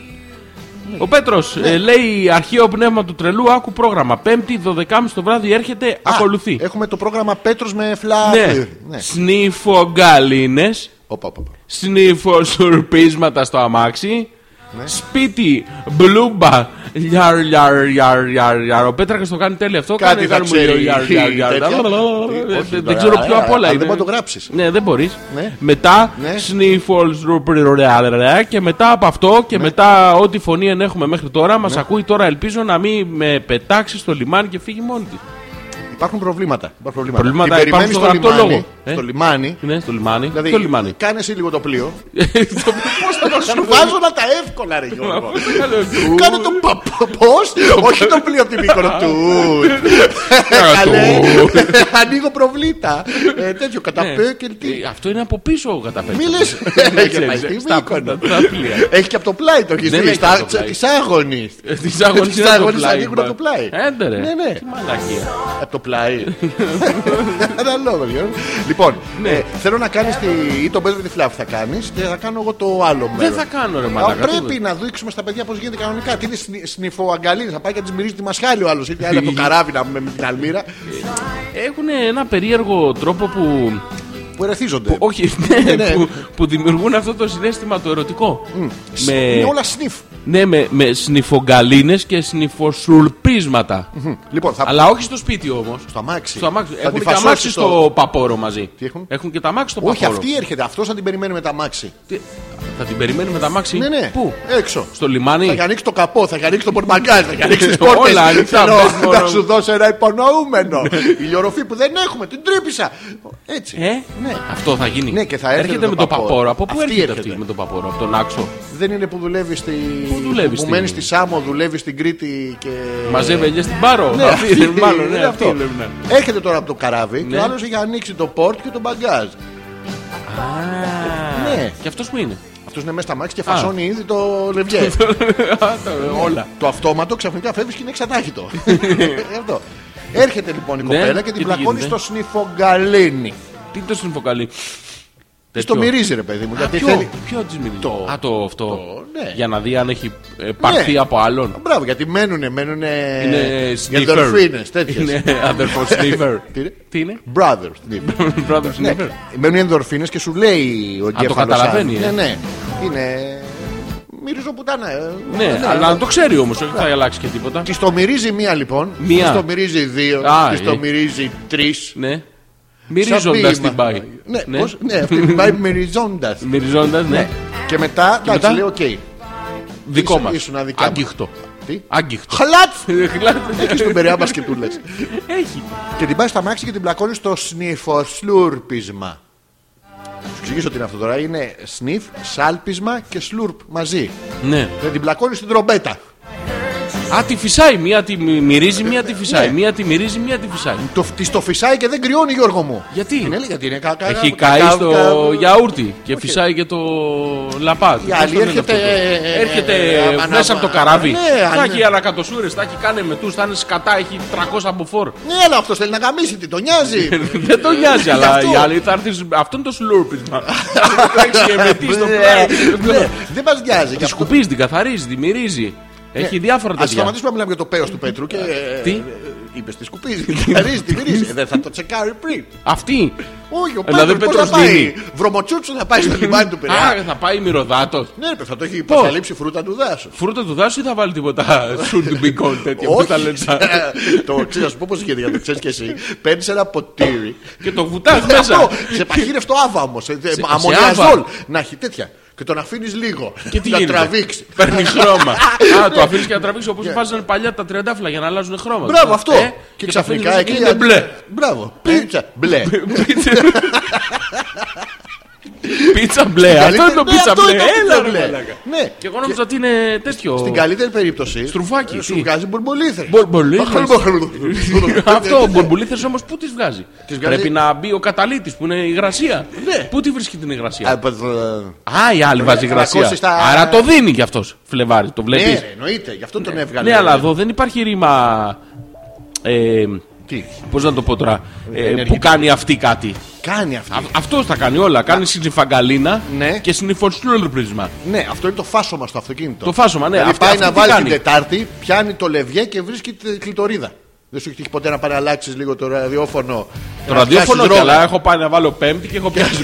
S3: Ο Πέτρος λέει αρχαίο πνεύμα του τρελού. Άκου πρόγραμμα. Πέμπτη, 12.30 το βράδυ έρχεται. Ακολουθεί.
S2: Α, έχουμε το πρόγραμμα Πέτρος με φλα. Ε,
S3: Ναι. Σνίφο γκαλίνες.
S2: Οπα, οπα, οπα.
S3: Σνίφο σουρπίσματα στο αμάξι.
S2: Ναι.
S3: Σπίτι, μπλούμπα, λιάρ, λιάρ, λιάρ, λιάρ, λιάρ. Ο Πέτρακας το κάνει τέλειο αυτό.
S2: Κάτι
S3: κάνει-
S2: θα
S3: κάνουμε λίγο
S2: ξέρει,
S3: λιάρ, λιάρ, λιάρ.
S2: τέτοια.
S3: Ε,
S2: Όχι,
S3: Δεν
S2: τώρα,
S3: ξέρω ποιο
S2: ε,
S3: απ' όλα
S2: αν
S3: είναι.
S2: δεν μπορεί να το γράψεις.
S3: Ναι, δεν μπορείς.
S2: Ναι.
S3: Μετά,
S2: Ναι.
S3: sniffles, και μετά από αυτό
S2: Ναι.
S3: και μετά ό,τι φωνή εν έχουμε μέχρι τώρα, μας ακούει τώρα. Ελπίζω να μην με πετάξει στο λιμάνι και φύγει μόνη της.
S2: Υπάρχουν προβλήματα. Υπάρχουν προβλήματα.
S3: Προβλήματα
S2: Την
S3: υπάρχουν
S2: περιμένεις
S3: στο
S2: στο
S3: γραπτό
S2: λιμάνι,
S3: λόγο. Ε.
S2: Στο λιμάνι.
S3: Ναι, στο λιμάνι.
S2: Δηλαδή,
S3: Ποιο λιμάνι.
S2: κάνε εσύ λίγο το πλοίο.
S3: Πώς θα
S2: Σου
S3: σου
S2: βάζω να τα εύκολα, ρε Γιώργο.
S3: κάνω.
S2: Κάνε το πα- πα- πώς Όχι το πλοίο από την Μύκονο του. Καλέ. Ανοίγω προβλήτα. Ε, Τέτοιο καταπέ και τι.
S3: Ε, Αυτό είναι από πίσω ο καταπέκτης.
S2: Μη λες.
S3: Έτσι,
S2: Και πάει στη
S3: έτσι, ε, στα
S2: Μύκονο.
S3: τα πλοία.
S2: Έχει και από το πλάι το έχεις
S3: Ε, Δεν
S2: δει.
S3: έχει από το πλάι.
S2: Τη άγωνη.
S3: Ε, Τις αγωνίες
S2: Τις
S3: είναι από το
S2: αγωνίες
S3: πλάι,
S2: ανοίγουν από το
S3: μα.
S2: πλάι.
S3: Έντε ρε.
S2: Ναι, ναι.
S3: Τι μαλακία.
S2: Από το πλάι. Αναλόγω, Γιώργο. Λοιπόν,
S3: Ναι.
S2: ε, θέλω να κάνεις ή τον Πέτρο τη Φλάβη θα κάνεις και θα κάνω εγώ το άλλο μέρο.
S3: Δεν θα κάνω, ρε μαλάκα,
S2: Πρέπει
S3: τίποτα.
S2: να δείξουμε στα παιδιά πώς γίνεται κανονικά. Τι είναι σνη- σνιφοαγκαλίδες, Θα πάει και να τη μυρίζει τη μασχάλη ο άλλος. Ή άλλη από το καράβι να- με, με την αλμύρα.
S3: Έχουν ένα περίεργο τρόπο που.
S2: που ερεθίζονται.
S3: Όχι, ναι,
S2: ναι.
S3: Που, που δημιουργούν αυτό το συνέστημα το ερωτικό. Με,
S2: Είναι όλα σνιφ.
S3: ναι, με, με σνιφογκαλίνες και σνιφοσουρπίσματα.
S2: Λοιπόν, θα
S3: Αλλά όχι στο σπίτι όμως.
S2: στο αμάξι.
S3: Στο αμάξι.
S2: Θα
S3: Έχουν
S2: τη
S3: και
S2: φασώσεις
S3: αμάξι
S2: στο-
S3: στο παπόρο μαζί.
S2: Τι έχουν?
S3: και τα αμάξι στο
S2: Όχι,
S3: παπόρο.
S2: αυτή έρχεται. Αυτός θα την περιμένει με τα αμάξι.
S3: Τι- Θα την περιμένουμε τα αμάξι.
S2: Ναι, ναι.
S3: Πού?
S2: Έξω.
S3: Στο λιμάνι.
S2: Θα έχει ανοίξει το καπό, θα έχει ανοίξει το πορμαγκάζ, θα έχει ανοίξει τις πόρτε.
S3: Όλα ανοιχτά, πες μόνο
S2: Θα
S3: μου.
S2: σου δώσω ένα υπονοούμενο. Ηλιορροφή που δεν έχουμε, την τρύπησα. Έτσι.
S3: Ε,
S2: Ναι.
S3: αυτό θα γίνει.
S2: Ναι, και θα έρχεται
S3: με το παπόρο. Από πού
S2: Αυτή
S3: έρχεται,
S2: έρχεται. Ναι.
S3: αυτή με το παπόρο, από τον άξο.
S2: Δεν είναι που δουλεύει στη.
S3: Πού δουλεύει
S2: που
S3: στη-
S2: μένεις στη Σάμο, δουλεύεις στην Κρήτη και.
S3: Μαζεύει ελιές στην πάρο.
S2: Ναι,
S3: Αυτή,
S2: αυτή,
S3: μάλλον, ναι,
S2: είναι
S3: αυτή.
S2: αυτό.
S3: λέμε, ναι.
S2: Έρχεται τώρα από το καράβι και
S3: Ναι.
S2: ο άλλος έχει ανοίξει το πόρτ και το μπαγκάζ.
S3: Α,
S2: Ναι.
S3: Και αυτός που είναι.
S2: Αυτός είναι μέσα στα μάξι και φασώνει ήδη το λευγέ. Ε,
S3: Όλα.
S2: Το αυτόματο ξαφνικά φεύγει και είναι εξατάχητο. Αυτό. Έρχεται λοιπόν η
S3: Ναι,
S2: κοπέλα και
S3: και
S2: την
S3: τι
S2: πλακώνει
S3: γίνεται?
S2: στο σνιφογκαλίνι.
S3: Τι το συμφοκαλεί.
S2: Στο μυρίζει ρε παιδί μου. Γιατί
S3: Ποιο,
S2: θέλει.
S3: ποιο της μυρίζει.
S2: Το.
S3: Α, το αυτό.
S2: Το, ναι.
S3: Για να δει αν έχει ε, πάρθει
S2: Ναι. Ε,
S3: από άλλον.
S2: Μπράβο, γιατί μένουνε, μένουνε.
S3: Είναι sniffer.
S2: Ενδορφίνε, τέτοιες.
S3: Είναι αδερφός sniffer.
S2: Ναι. Τι είναι?
S3: Τι είναι?
S2: Brother sniffer.
S3: Brother
S2: Ναι.
S3: sniffer.
S2: Μένουν ενδορφίνε και σου λέει ο εγκέφαλο.
S3: καταλαβαίνει, ε.
S2: Ναι, ναι. Είναι. Μυρίζω πουτάνα. ε.
S3: Ναι, αλλά να το ξέρει όμως, όχι θα
S2: Ναι.
S3: αλλάξει και τίποτα.
S2: Της το μυρίζει μία λοιπόν.
S3: Μία.
S2: Της το μυρίζει δύο.
S3: Α,
S2: Της το
S3: ε.
S2: μυρίζει τρεις.
S3: Ναι.
S2: Μυριζώντα
S3: Μυρίζοντα την πάει.
S2: Ναι, πώς? ναι, αυτή την πάει μυριζώντα.
S3: Μυριζώντα, ναι.
S2: Και μετά, εντάξει,
S3: μετά?
S2: λέει, οκ.
S3: Δικό
S2: Ήσουν-
S3: μας.
S2: ήσουν αδικά μας.
S3: Άγγιχτο.
S2: Τι.
S3: Άγγιχτο.
S2: Χλατ!
S3: Χλάτε.
S2: Έχει τον περιά μας και του λες.
S3: Έχει.
S2: Και την πάει στα μάξι και την πλακώνει στο σνιφοσλούρπισμα. Σου εξηγήσω τι είναι αυτό τώρα. Είναι σνιφ, σάλπισμα και σλούρπ μαζί.
S3: Ναι.
S2: Δηλαδή την πλακώνει στην τρομπέτα.
S3: Α, τη φυσάει. Μία τη μυ- μυρίζει, μία τη φυσάει.
S2: Ναι.
S3: Μία τη μυρίζει, μία τη φυσάει.
S2: Το, της το φυσάει και δεν κρυώνει, Γιώργο μου.
S3: Γιατί?
S2: Είναι, γιατί είναι κακά.
S3: Έχει καεί στο γιαούρτι και φυσάει και το λαπάζ.
S2: Η άλλη
S3: Πώς το λένε
S2: έρχεται,
S3: αυτό το-
S2: ε, ε, ε,
S3: Έρχεται
S2: ε, ανα-
S3: μέσα από το καράβι.
S2: Ναι,
S3: Θα
S2: αν-
S3: έχει ανακατοσούρε, θα έχει κάνει μετού, θα είναι σκατά, έχει 300 μποφόρ.
S2: Ναι, αλλά αυτός θέλει να γαμίσει, τι τον νοιάζει.
S3: Δεν το νοιάζει,
S2: Γι'
S3: αλλά
S2: αυτό.
S3: η άλλη θα έρθεις. σ- Αυτό είναι το σλούρπισμα. Θα τρέξει και μετή στο πλάι.
S2: Ναι, Δεν μας νοιάζει. γι'
S3: Τη
S2: αυτό.
S3: σκουπίζει, την καθαρίζει, τη μυρίζει. Έχει διάφορα
S2: Ας
S3: τέτοια.
S2: Ναι. σταματήσουμε να μιλάμε για το πέος του Πέτρου και.
S3: Ε, Τι?
S2: Είπες τη σκουπίζει, τη μυρίζει, τη μυρίζει. Ε, Δεν θα το τσεκάρει πριν.
S3: Αυτή.
S2: Όχι, ο
S3: Δηλαδή,
S2: Πέτρος πώς
S3: Πέτρος
S2: θα πάει.
S3: δίνει.
S2: Βρωμοτσούτσου θα πάει στο λιμάνι του Πειραιά.
S3: Α, θα πάει μυρωδάτος.
S2: Ναι, ρε, παιδί, θα το έχει υποκαλύψει φρούτα του δάσους.
S3: Φρούτα του δάσους ή θα βάλει τίποτα should be gone τέτοια που τα λένε
S2: Ε,
S3: σαν-
S2: το ξέρει, να σου πω πώς γίνεται, γιατί το ξέρεις και εσύ. Παίρνεις ένα ποτήρι.
S3: Και το βουτάς
S2: Ναι,
S3: μέσα.
S2: αυτό, σε παχύρευτο άβα Ε, όμω.
S3: σε
S2: Αμμονιαζόλ.
S3: άβα.
S2: Να έχει τέτοια. Και τον αφήνεις λίγο.
S3: Και τι
S2: να
S3: γίνεται.
S2: τραβήξει. Ναι.
S3: Παίρνει χρώμα. Ε. Α, το αφήνεις και να τραβήξει όπως βάζανε παλιά τα τριαντάφυλλα για να αλλάζουν χρώμα.
S2: Μπράβο αυτό.
S3: Ε,
S2: και
S3: τα αφήνεις
S2: ξαφνικά εκεί
S3: και γίνεται μπλε. Ε,
S2: Μπράβο. Πίτσα. Μπλε. Ε,
S3: Πίτσα μπλε. Αυτό είναι το
S2: Ναι,
S3: πίτσα
S2: αυτό
S3: μπλε.
S2: είναι το
S3: Έλα
S2: πίτσα
S3: ρε
S2: μπλε.
S3: μαλάκα.
S2: Ναι.
S3: Και εγώ νόμιζα ότι είναι τέτοιο.
S2: Στην καλύτερη περίπτωση.
S3: Στρουφάκι,
S2: Σου
S3: τι?
S2: βγάζει μπουρμπουλίθρε.
S3: Μπορμπολίθες. Αυτό ο μπορμπολίθες όμως πού τις βγάζει.
S2: Τις βγάζει-
S3: Πρέπει να μπει ο καταλήτης που είναι υγρασία.
S2: Ναι.
S3: Πού τη βρίσκει την υγρασία.
S2: Από το-
S3: Α, η άλλη βάζει υγρασία.
S2: ακούσεις τα-
S3: Άρα το δίνει κι αυτός Φλεβάρι, το
S2: Ναι,
S3: βλέπεις.
S2: ρε, εννοείται. Γι' αυτό τον έβγαλε.
S3: Ναι, αλλά εδώ δεν υπάρχει ρήμα. Ε,
S2: Τι.
S3: Πώς να το πω τώρα. ε, που
S2: ενεργητικό.
S3: κάνει αυτή κάτι.
S2: Κάνει αυτό.
S3: Αυτό τα κάνει όλα. Κάνει συνυφαγκαλίνα
S2: Ναι.
S3: και συνυφοτσλούλρπρισμα.
S2: Ναι, αυτό είναι το φάσομα στο αυτοκίνητο.
S3: Το φάσομα, ναι.
S2: Δηλαδή
S3: Αυτή-
S2: πάει
S3: αυτή
S2: να
S3: τι
S2: βάλει
S3: κάνει?
S2: την Τετάρτη, πιάνει το λευγέ και βρίσκει τη κλητορίδα. Δεν σου έχει τύχει ποτέ να παραλλάξεις λίγο το ραδιόφωνο.
S3: Το
S2: να
S3: ραδιόφωνο
S2: φτιάσεις
S3: και
S2: ρόγα.
S3: αλλά έχω πάει να βάλω πέμπτη και έχω πιάσει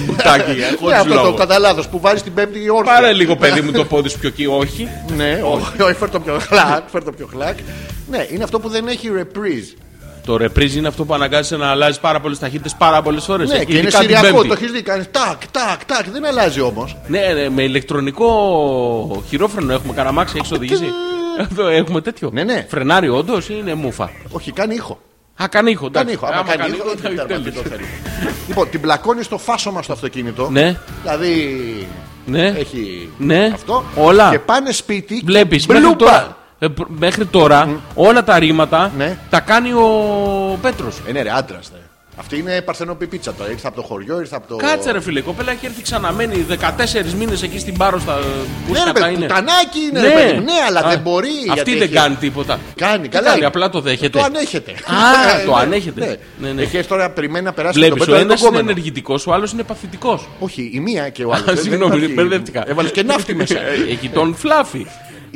S3: μπουτάκι. ε,
S2: Ναι,
S3: χωρίς
S2: αυτό το
S3: λόγο.
S2: κατά λάθο που βάζεις την πέμπτη όρθια.
S3: Πάρε λίγο παιδί μου το πόδι σου πιο εκεί, όχι.
S2: Ναι, όχι, όχι, φέρ το πιο χλακ. Φέρ το πιο χλακ. Ναι, είναι αυτό που δεν έχει reprise.
S3: Το reprise είναι αυτό που αναγκάζεσαι να αλλάζεις πάρα πολλές ταχύτητες πάρα πολλές ώρες.
S2: Ναι, και είναι σηριακό, το έχεις δει. Κάνει τάκ, τάκ, τάκ. Δεν αλλάζει όμως.
S3: Ναι, ναι, με ηλεκτρονικό χειρόφρενο έχουμε κανένα μάξι, έχεις οδηγήσει. Εδώ έχουμε τέτοιο.
S2: Ναι, ναι.
S3: Φρενάρι, όντως ή είναι μούφα.
S2: Όχι, κάνει ήχο.
S3: Α, κάνει ήχο, εντάξει.
S2: Κάνει ήχο. Άμα κάνει ήχο,
S3: θα
S2: δεν
S3: τέλειο.
S2: τερματίζει το θέλει. Λοιπόν, την πλακώνει στο φάσομα στο αυτοκίνητο.
S3: Ναι,
S2: Δηλαδή.
S3: ναι.
S2: Έχει
S3: Ναι.
S2: αυτό.
S3: Όλα.
S2: Και πάνε σπίτι. και
S3: Βλέπει μέχρι
S2: μπλούπα.
S3: τώρα, ε, π- μέχρι τώρα όλα τα ρήματα
S2: Ναι.
S3: τα κάνει ο Πέτρος.
S2: Ε, ναι, ρε, άντρας. Αυτή είναι παρθενοπιπίτσα τώρα. Ήρθα από το χωριό, ήρθα από το. Ναι,
S3: Κάτσε ρε φίλε, η κοπέλα έχει έρθει ξαναμένη 14 μήνες εκεί στην Πάρο στα
S2: Ναι, ρε,
S3: Πούστακα
S2: παιδί,
S3: είναι.
S2: πουτανάκι είναι, ρε, παιδί μου. ναι, αλλά
S3: Α,
S2: δεν μπορεί. γιατί
S3: Αυτή δεν
S2: έχει-
S3: κάνει τίποτα.
S2: Κάνει,
S3: Τι
S2: καλά. Ε,
S3: Κάνει, απλά το δέχεται.
S2: Το ανέχεται.
S3: Α,
S2: Ναι,
S3: το ανέχεται.
S2: Ναι,
S3: Ναι,
S2: ναι.
S3: ναι.
S2: Έχεις τώρα περιμένει να περάσει από
S3: Βλέπει,
S2: τον
S3: ο
S2: Πέτρο
S3: ένα
S2: τον
S3: είναι
S2: κόμενο.
S3: ενεργητικός, ο άλλος είναι παθητικός.
S2: Όχι, η μία και ο
S3: Α,
S2: άλλος.
S3: Συγγνώμη, δεν μπερδεύτηκα.
S2: Έβαλες και ναύτη μέσα. Ε,
S3: Έχει τον Φλάφι.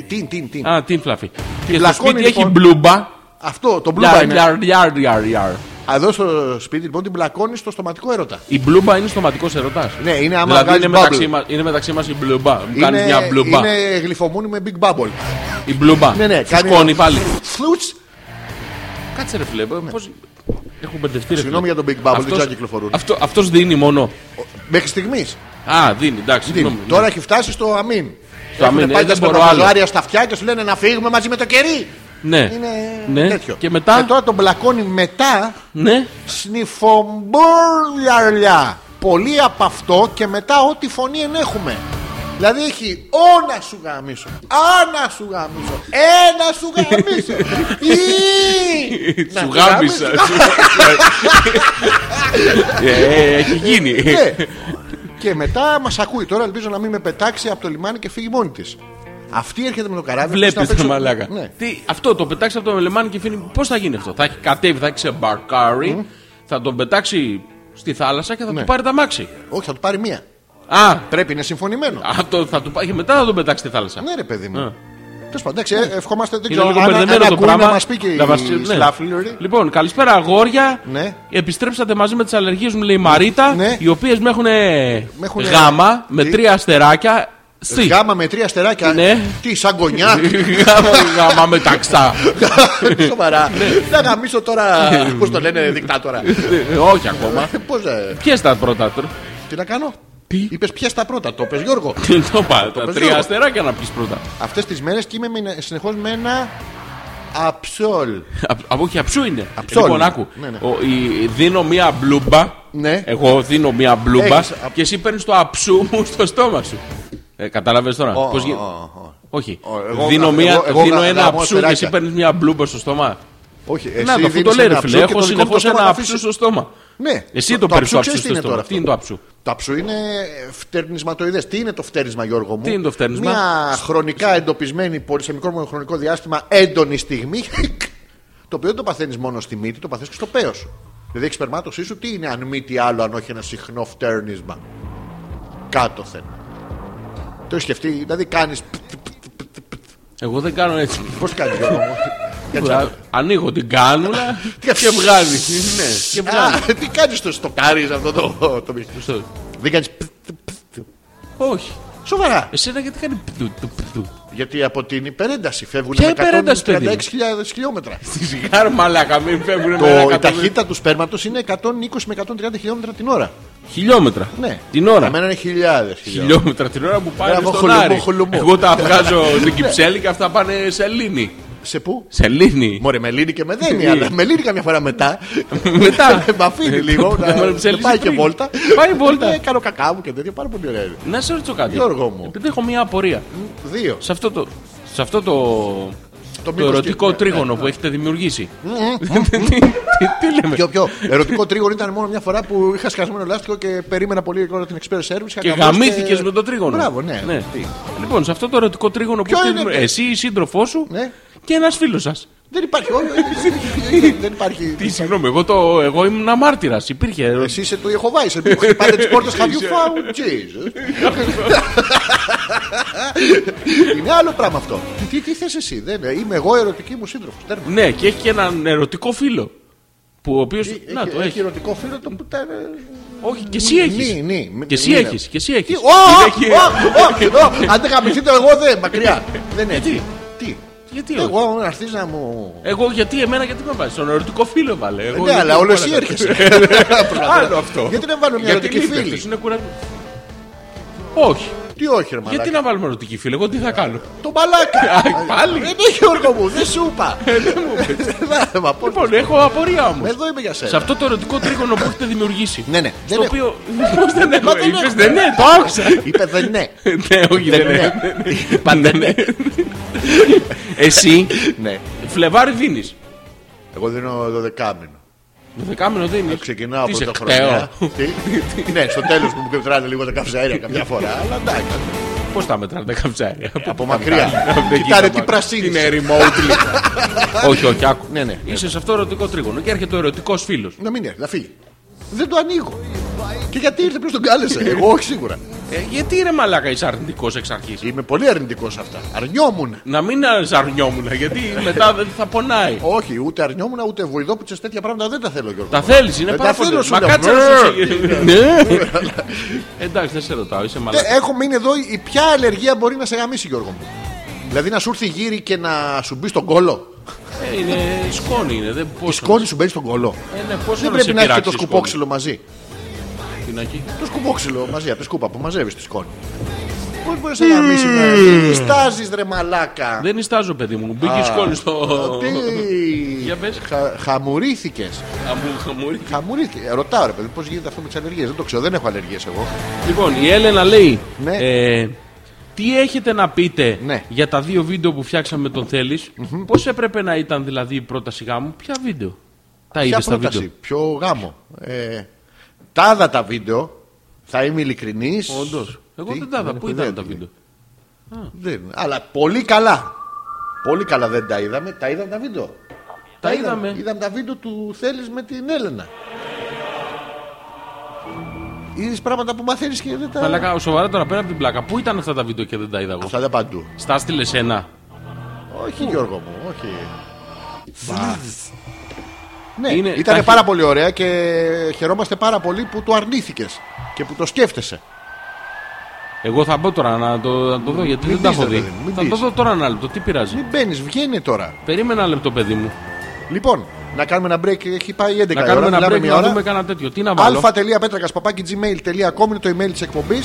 S2: Τι, τι, τι.
S3: Α, την Φλάφι. Και στο
S2: πλακώνει,
S3: σπίτι έχει
S2: λοιπόν.
S3: μπλούμπα.
S2: Αυτό το μπλούμπα
S3: Γιάρ,
S2: είναι.
S3: γιάρ, γιάρ, γιάρ, γιάρ.
S2: Α, Εδώ στο σπίτι λοιπόν την πλακώνει στο στοματικό έρωτα.
S3: Η μπλούμπα είναι στοματικός ερωτά.
S2: Ναι, είναι άμα
S3: δηλαδή
S2: βγάλεις
S3: είναι μεταξύ, μας, είναι μεταξύ μας η μπλούμπα. Μου κάνει μια μπλούμπα.
S2: είναι γλυφομούνι με big bubble.
S3: Η μπλούμπα.
S2: Ναι, ναι, κάνει-
S3: Φουσκώνει πάλι.
S2: Φλουτς.
S3: Κάτσε ρε φίλε. Πώς... Έχω μπερδευτεί ρε
S2: Ναι. Συγγνώμη
S3: φίλε.
S2: για τον big bubble, δεν
S3: Αυτός-
S2: ξέρω αν κυκλοφορούν.
S3: Αυτό, αυτός δίνει μόνο.
S2: Μέχρι στιγμής.
S3: Α, δίνει, εντάξει. συγγνώμη.
S2: Τώρα έχει φτάσει στο αμήν.
S3: Το αμήν,
S2: Έχουνε
S3: ε,
S2: πάει
S3: δεν
S2: τα
S3: μπορώ
S2: σπερματοζωάρια στα αυτιά και σου λένε να φύγουμε μαζί με το κερί.
S3: Ναι.
S2: Είναι
S3: ναι.
S2: τέτοιο.
S3: Και μετά.
S2: Και τώρα τον μπλακώνει μετά
S3: Ναι.
S2: σνιφομπούρλιαρλια. Πολύ από αυτό και μετά ό,τι φωνή ενέχουμε. Δηλαδή έχει ο να σου γαμίσω, α να σου γαμίσω, ε να σου γαμίσω, ή να
S3: Σου γάμισα. Ε, Έχει γίνει.
S2: Ναι. Και μετά μας ακούει. Τώρα ελπίζω να μην με πετάξει από το λιμάνι και φύγει μόνη της. Αυτή έρχεται με το καράβι.
S3: Βλέπεις
S2: αυτή να
S3: το
S2: παίξει-
S3: μαλάκα.
S2: Ναι.
S3: Τι, αυτό το πετάξει από το μελεμάνι και φύγει. Πώς θα γίνει αυτό. Θα έχει κατέβει, θα έχει ξεμπαρκάρει, θα τον πετάξει στη θάλασσα και θα
S2: Ναι.
S3: του πάρει τα μάξι.
S2: Όχι, θα του πάρει μία.
S3: Α,
S2: Πρέπει να είναι συμφωνημένο.
S3: α, το, θα του, πά- και μετά θα τον πετάξει στη θάλασσα.
S2: Ναι, ρε παιδί μου.
S3: Α. Ναι.
S2: Τέλος πάντων, εντάξει, ε, ευχόμαστε. Δεν
S3: Είναι
S2: ξέρω
S3: λίγο
S2: αν, αν
S3: μπερδεμένο το
S2: ακούει
S3: πράγμα.
S2: να μας πει και
S3: Να μας-
S2: η
S3: ναι.
S2: Σλάφλουρη.
S3: Λοιπόν, καλησπέρα αγόρια.
S2: Ναι.
S3: Επιστρέψατε μαζί με τις αλλεργίες μου, λέει η Μαρίτα.
S2: Ναι.
S3: Οι οποίες με έχουν
S2: Με έχουνε-
S3: γάμα με
S2: Τι?
S3: τρία αστεράκια. Σι.
S2: Γάμα με τρία αστεράκια.
S3: Ναι.
S2: Τι, σαν γωνιά.
S3: Γάμα, γάμα με ταξά. Ναι.
S2: Σοβαρά. Θα γαμίσω τώρα. Πώς το λένε, δικτάτορα.
S3: Ε, Όχι ακόμα.
S2: Πώς.
S3: Ποιες τα πρώτα τώρα.
S2: Τι να κάνω.
S3: Τι?
S2: Είπες πια τα πρώτα, το πες Γιώργο.
S3: Τι Το είπα, τα
S2: πες
S3: τρία
S2: εγώ.
S3: αστεράκια να πεις πρώτα.
S2: Αυτές τις μέρες και είμαι συνεχώς με ένα αψόλ.
S3: Απ- Από όχι, αψού είναι.
S2: Αψό
S3: λοιπόν,
S2: είναι.
S3: άκου.
S2: Ναι, ναι.
S3: Ο- η- δίνω μία μπλούμπα.
S2: Ναι.
S3: Εγώ δίνω μία μπλούμπα
S2: Έχεις απ-
S3: και εσύ παίρνεις το αψού μου στο στόμα σου. Ε, Κατάλαβες τώρα.
S2: Ω,
S3: Πώς γι-
S2: ω, ω.
S3: Όχι.
S2: Ω, εγώ
S3: δίνω
S2: γα-
S3: μία,
S2: εγώ- εγώ
S3: δίνω
S2: γα-
S3: ένα
S2: γαμώ
S3: αψού και
S2: αστεράκια.
S3: εσύ παίρνεις μία μπλούμπα στο στόμα.
S2: Όχι,
S3: Να το
S2: εσύ
S3: αφού το
S2: δίνεις
S3: λέει,
S2: ένα
S3: ρε
S2: αψού
S3: φίλε.
S2: και
S3: Έχω
S2: το δικό μου
S3: συνεχώ
S2: το στόμα
S3: ένα
S2: να
S3: αψού
S2: αφήσεις.
S3: στο στόμα.
S2: Ναι.
S3: Εσύ το παίρνει το
S2: αψού
S3: αψού
S2: ξέρεις τι
S3: στο
S2: είναι τώρα
S3: στόμα.
S2: αυτό.
S3: Τι είναι το αψού.
S2: Το αψού είναι φτερνισματοειδές. Τι είναι το φτερνισμα, Γιώργο μου.
S3: Τι είναι το φτερνισμα?
S2: Μια χρονικά εντοπισμένη, πολύ σε μικρό χρονικό διάστημα, έντονη στιγμή. το οποίο δεν το παθαίνεις μόνο στη μύτη, το παθαίνεις και στο πέος σου. Δηλαδή, η εξπερμάτωσή σου τι είναι, αν μη τι άλλο, αν όχι ένα συχνό φτέρνισμα. Κάτωθεν. Το έχεις σκεφτεί, δηλαδή κάνεις.
S3: Εγώ δεν κάνω έτσι.
S2: Πώς κάνεις, Γιώργο μου. Κάτσε να-
S3: Ανοίγω την κάνουλα και βγάζει. Ναι, και βγάζει.
S2: Α, Τι κάνεις στο στοκάρι αυτό το. το μυστικό.
S3: Στο-
S2: Δεν κάνεις.
S3: Όχι.
S2: Σοβαρά.
S3: Εσένα γιατί κάνει πτου, πτου, πτου.
S2: Γιατί από την υπερένταση φεύγουν
S3: Ποια
S2: με
S3: υπερένταση,
S2: 136.000 χιλιόμετρα.
S3: Στη σιγάρα μαλάκα, μην φεύγουν με ένα
S2: Το, η
S3: εκατομμύριο.
S2: ταχύτητα του σπέρματος είναι 120 με 130 χιλιόμετρα την ώρα.
S3: Χιλιόμετρα.
S2: Ναι.
S3: Την ώρα.
S2: Εμένα είναι χιλιάδες.
S3: Χιλιόμετρα την ώρα που πάνε
S2: Μπράβο,
S3: στον
S2: χολουμό,
S3: Άρη.
S2: χολουμό.
S3: Εγώ τα βγάζω στην Κυψέλη και αυτά πάνε σε Λίνη.
S2: Σε πού?
S3: Σε Λίνη.
S2: Μωρέ, με λύνει και με δένει, αλλά με λύνει καμιά φορά μετά.
S3: Μετά. Ε,
S2: με αφήνει λίγο. να,
S3: Μάλλον
S2: να
S3: ψέλισε
S2: πάει και
S3: πριν.
S2: βόλτα.
S3: Πάει βόλτα.
S2: Ε, κάνω κακά μου και τέτοια. Πάρα πολύ ωραία. είναι.
S3: Να σε ρωτήσω κάτι.
S2: Γιώργο μου.
S3: Επειδή έχω μια απορία.
S2: Δύο.
S3: Σε αυτό το, σε αυτό το, το,
S2: μήκος
S3: ερωτικό
S2: κύκλου, ναι.
S3: τρίγωνο που έχετε δημιουργήσει. Τι- τι- Τι λέμε.
S2: Πιο, πιο. Ερωτικό τρίγωνο ήταν μόνο μια φορά που είχα σκασμένο λάστιχο και περίμενα πολύ ώρα την Express Service.
S3: Και
S2: καθόμαστε-
S3: γαμήθηκες με το τρίγωνο.
S2: Μπράβο, ναι. Τι.
S3: Λοιπόν, σε αυτό το ερωτικό τρίγωνο που
S2: Ποιο
S3: έχετε
S2: είναι,
S3: δημιουργήσει,
S2: ποιο?
S3: εσύ, η σύντροφό σου
S2: Ναι.
S3: και ένας φίλος σας.
S2: Δεν υπάρχει όλο. Δεν υπάρχει.
S3: Τι, συγγνώμη, εγώ, το, εγώ ήμουν αμάρτυρα. Υπήρχε. ερώτηση.
S2: Εσύ είσαι του Ιεχοβά, είσαι που χτυπάτε τις πόρτες Have you found Jesus? Είναι άλλο πράγμα αυτό. Τι, τι, τι θες εσύ, δεν είναι. Είμαι εγώ ερωτική μου σύντροφος. Τέρμα.
S3: Ναι, και έχει και έναν ερωτικό φίλο. Που ο οποίος.
S2: Έχει-
S3: Να το
S2: έχει
S3: έχει.
S2: ερωτικό φίλο το που τα.
S3: Όχι, και εσύ έχει.
S2: Νι, νι, μ-
S3: Και εσύ
S2: νι, ε, ναι.
S3: έχει. Και εσύ έχεις.
S2: Τι, ω, ω, ω, ω, ω, Αν δεν γαμηθείτε, εγώ δεν, μακριά. Δεν έχει. Τι.
S3: Γιατί Ε, όχι.
S2: Εγώ να αρχίσεις να μου.
S3: Εγώ γιατί εμένα γιατί με βάζεις. Στον ερωτικό φίλο βάλε. Εγώ
S2: Ναι,
S3: γιατί
S2: αλλά όλο
S3: δεν
S2: εσύ
S3: μπορώ να-
S2: έρχεσαι.
S3: Άλλο αυτό.
S2: Γιατί να βάλω μια
S3: Γιατί
S2: ερωτική
S3: λείπει
S2: φίλη.
S3: αυτός, είναι κουρασμένος. Όχι.
S2: Τι όχι, ρε μαλάκα.
S3: Γιατί να βάλουμε ερωτική φίλη, εγώ τι θα κάνω.
S2: Το μαλάκα.
S3: Α, πάλι. Ε, ναι,
S2: Δεν έχει Ε, ναι, Γιώργο μου, δεν σου είπα. Να, μα πώς-
S3: Λοιπόν, έχω απορία όμως.
S2: Εδώ είμαι για
S3: Σε
S2: σένα.
S3: αυτό το ερωτικό τρίγωνο που έχετε δημιουργήσει.
S2: Ναι, ναι,
S3: Στο
S2: δεν έχω.
S3: οποίο. Πώ δεν έχω.
S2: Μα δεν
S3: είπες,
S2: έχω.
S3: ναι, ναι, το άκουσα.
S2: Είπε δεν ναι.
S3: Ναι, όχι, δεν
S2: Δεν ναι.
S3: είναι. Πάντα ναι. Εσύ,
S2: Ναι.
S3: Φλεβάρι δίνεις.
S2: Εγώ δίνω δωδεκάμινο.
S3: Δεκάμενο δίνει.
S2: Ε, Ξεκινάω από τα χρονιά. Τι? Ναι, στο τέλος που μου κεφτράνε λίγο τα καυζαέρια καμιά φορά. Αλλά εντάξει.
S3: Πώς τα μετράνε τα καψάρια.
S2: Από μακριά. Κοιτάρε τι πρασίνη.
S3: Είναι remotely. Όχι, όχι, άκου.
S2: Ναι, ναι.
S3: Είσαι σε αυτό το ερωτικό τρίγωνο και έρχεται ο ερωτικός φίλος.
S2: Να μην έρθει, να φύγει. Δεν το ανοίγω. Και γιατί ήρθε, ποιο τον κάλεσε. Εγώ όχι σίγουρα.
S3: Ε, γιατί ρε μαλάκα είσαι αρνητικός εξ αρχής.
S2: Είμαι πολύ αρνητικός σε αυτά. Αρνιόμουν.
S3: Να μην αρνιόμουν, γιατί μετά δεν θα πονάει.
S2: Όχι, ούτε αρνιόμουν, ούτε βοηδόπιτσε τέτοια πράγματα δεν τα θέλω, Γιώργο.
S3: Τα θέλεις, είναι
S2: Ε, τα
S3: πάρα
S2: θέλω,
S3: πολύ.
S2: σου
S3: Μα
S2: λέω.
S3: κάτσε
S2: Ναι.
S3: να σου εξηγήσω. Ναι. Εντάξει, δεν σε ρωτάω, είσαι
S2: Ε,
S3: μαλάκα.
S2: Έχω μείνει εδώ η ποια αλλεργία μπορεί να σε γαμίσει, Γιώργο μου. Δηλαδή να σου έρθει γύρι και να σου μπει στον κόλο.
S3: Ε, Είναι σκόνη, είναι. δεν-
S2: Η
S3: πόσο-
S2: σκόνη σου μπαίνει στον κόλο.
S3: Ε, ναι, πόσο
S2: Δεν
S3: σε
S2: πρέπει να έχει και το
S3: πειράξει η σκόνη.
S2: σκουπόξυλο μαζί.
S3: Την έχει.
S2: Το σκουπόξυλο μαζί από τη σκούπα που μαζεύεις τη σκόνη. Πώ μπορείς να γαμίσει να διστάζει, ρε μαλάκα.
S3: Δεν ιστάζω, παιδί μου. Μπήκε η σκόνη στο. Για
S2: Τι.
S3: πες.
S2: Χαμουρίθηκε.
S3: Αμού, χαμούρι.
S2: Χαμουρίθηκε. Ε, Ρωτάω, ρε παιδί, πώς γίνεται αυτό με τις αλλεργίες. Δεν το ξέρω, δεν έχω αλλεργίες εγώ.
S3: Λοιπόν, η Έλενα λέει.
S2: Ναι.
S3: ε, τι έχετε να πείτε
S2: Ναι.
S3: για τα δύο βίντεο που φτιάξαμε με τον θελη Πώς έπρεπε να ήταν δηλαδή η πρόταση γάμου, ποια βίντεο. Τα
S2: Ποια
S3: είδες τα
S2: πρόταση,
S3: βίντεο.
S2: ποιο γάμο. Ε, τα είδα τα βίντεο. Θα είμαι ειλικρινής.
S3: Όντως. Εγώ δεν τα είδα. Πού ήταν τα βίντεο.
S2: Δεν, αλλά πολύ καλά. Πολύ καλά δεν τα είδαμε. Τα είδαμε τα βίντεο.
S3: Τα είδαμε.
S2: Είδαμε τα βίντεο του Θέλει με την Έλενα. Είδες πράγματα που μαθαίνεις και δεν τα.
S3: Αλλά σοβαρά τώρα πέρα από την πλάκα. Πού ήταν αυτά τα βίντεο και δεν τα είδα εγώ.
S2: Αυτά τα παντού.
S3: Στα έστειλε ένα.
S2: Όχι, Γιώργο μου, όχι. Ναι,
S3: Είναι- τα
S2: ήταν
S3: έχει-
S2: πάρα πολύ ωραία και χαιρόμαστε πάρα πολύ που το αρνήθηκες και που το σκέφτεσαι.
S3: Εγώ θα μπω τώρα να το, να το δω γιατί
S2: Μην
S3: δεν τα
S2: πεις,
S3: έχω
S2: ρε
S3: δει.
S2: παιδί μου, μην
S3: Θα το
S2: πεις.
S3: δω τώρα ένα λεπτό. Τι πειράζει.
S2: Μην μπαίνεις, βγαίνει τώρα.
S3: Περίμενα ένα λεπτό, παιδί μου.
S2: Λοιπόν, να κάνουμε ένα break. Έχει πάει 11
S3: Να
S2: η
S3: κάνουμε
S2: ώρα,
S3: ένα
S2: μιλάμε
S3: break
S2: μια
S3: να
S2: ώρα.
S3: δούμε κανένα τέτοιο. Τι να βάλω.
S2: αλφα.πέτρακα.gmail.com είναι το email της εκπομπής.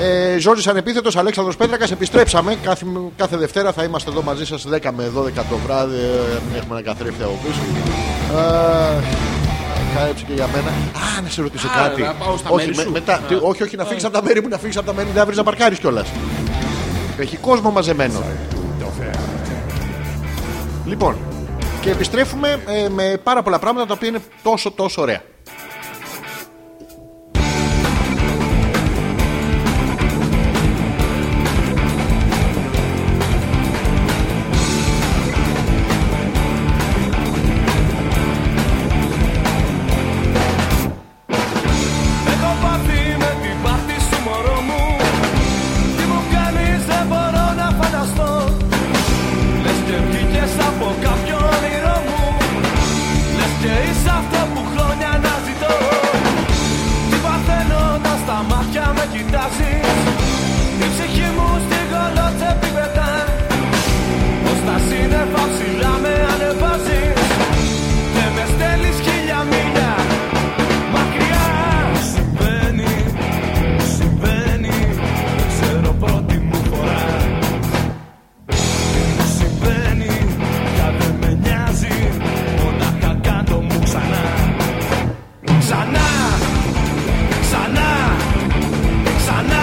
S2: Ε, Ζόρι Ανεπίθετο, Αλέξανδρος Πέτρακα. Επιστρέψαμε. Κάθε, κάθε Δευτέρα θα είμαστε εδώ μαζί σα 10 με 12 το βράδυ. Ε, έχουμε ένα καθρέφτη από πίσω. Ε, Κάεψε και για μένα. Α, να σε ρωτήσω
S3: Α,
S2: κάτι.
S3: να πάω στα
S2: όχι,
S3: μέρη σου.
S2: μετά, τι- όχι, όχι, να φύγει από τα μέρη μου, να φύγει από τα μέρη μου. Δεν αύριο να παρκάρει κιόλα. Έχει κόσμο μαζεμένο. Λοιπόν, και επιστρέφουμε ε, με πάρα πολλά πράγματα τα οποία είναι τόσο τόσο ωραία.
S5: Έχω πάθει με την πάθη σου μωρό μου Τι μου κάνεις δεν μπορώ να φανταστώ Λες και βγήκες από κάποιο όνειρό μου Λες και είσαι αυτό που χρόνια να ζητώ Τι παθαίνω όταν στα μάτια με κοιτάζεις Η ψυχή μου στη γολότσεπη πετά Πως τα σύννεφα ψηλά με ανεβάζεις Και με στέλνεις χίλια μίλια μακριά Συμβαίνει, συμβαίνει, ξέρω πρώτη μου φορά Συμβαίνει, πια δεν με νοιάζει, μονάχα κάτω μου ξανά Ξανά, ξανά, ξανά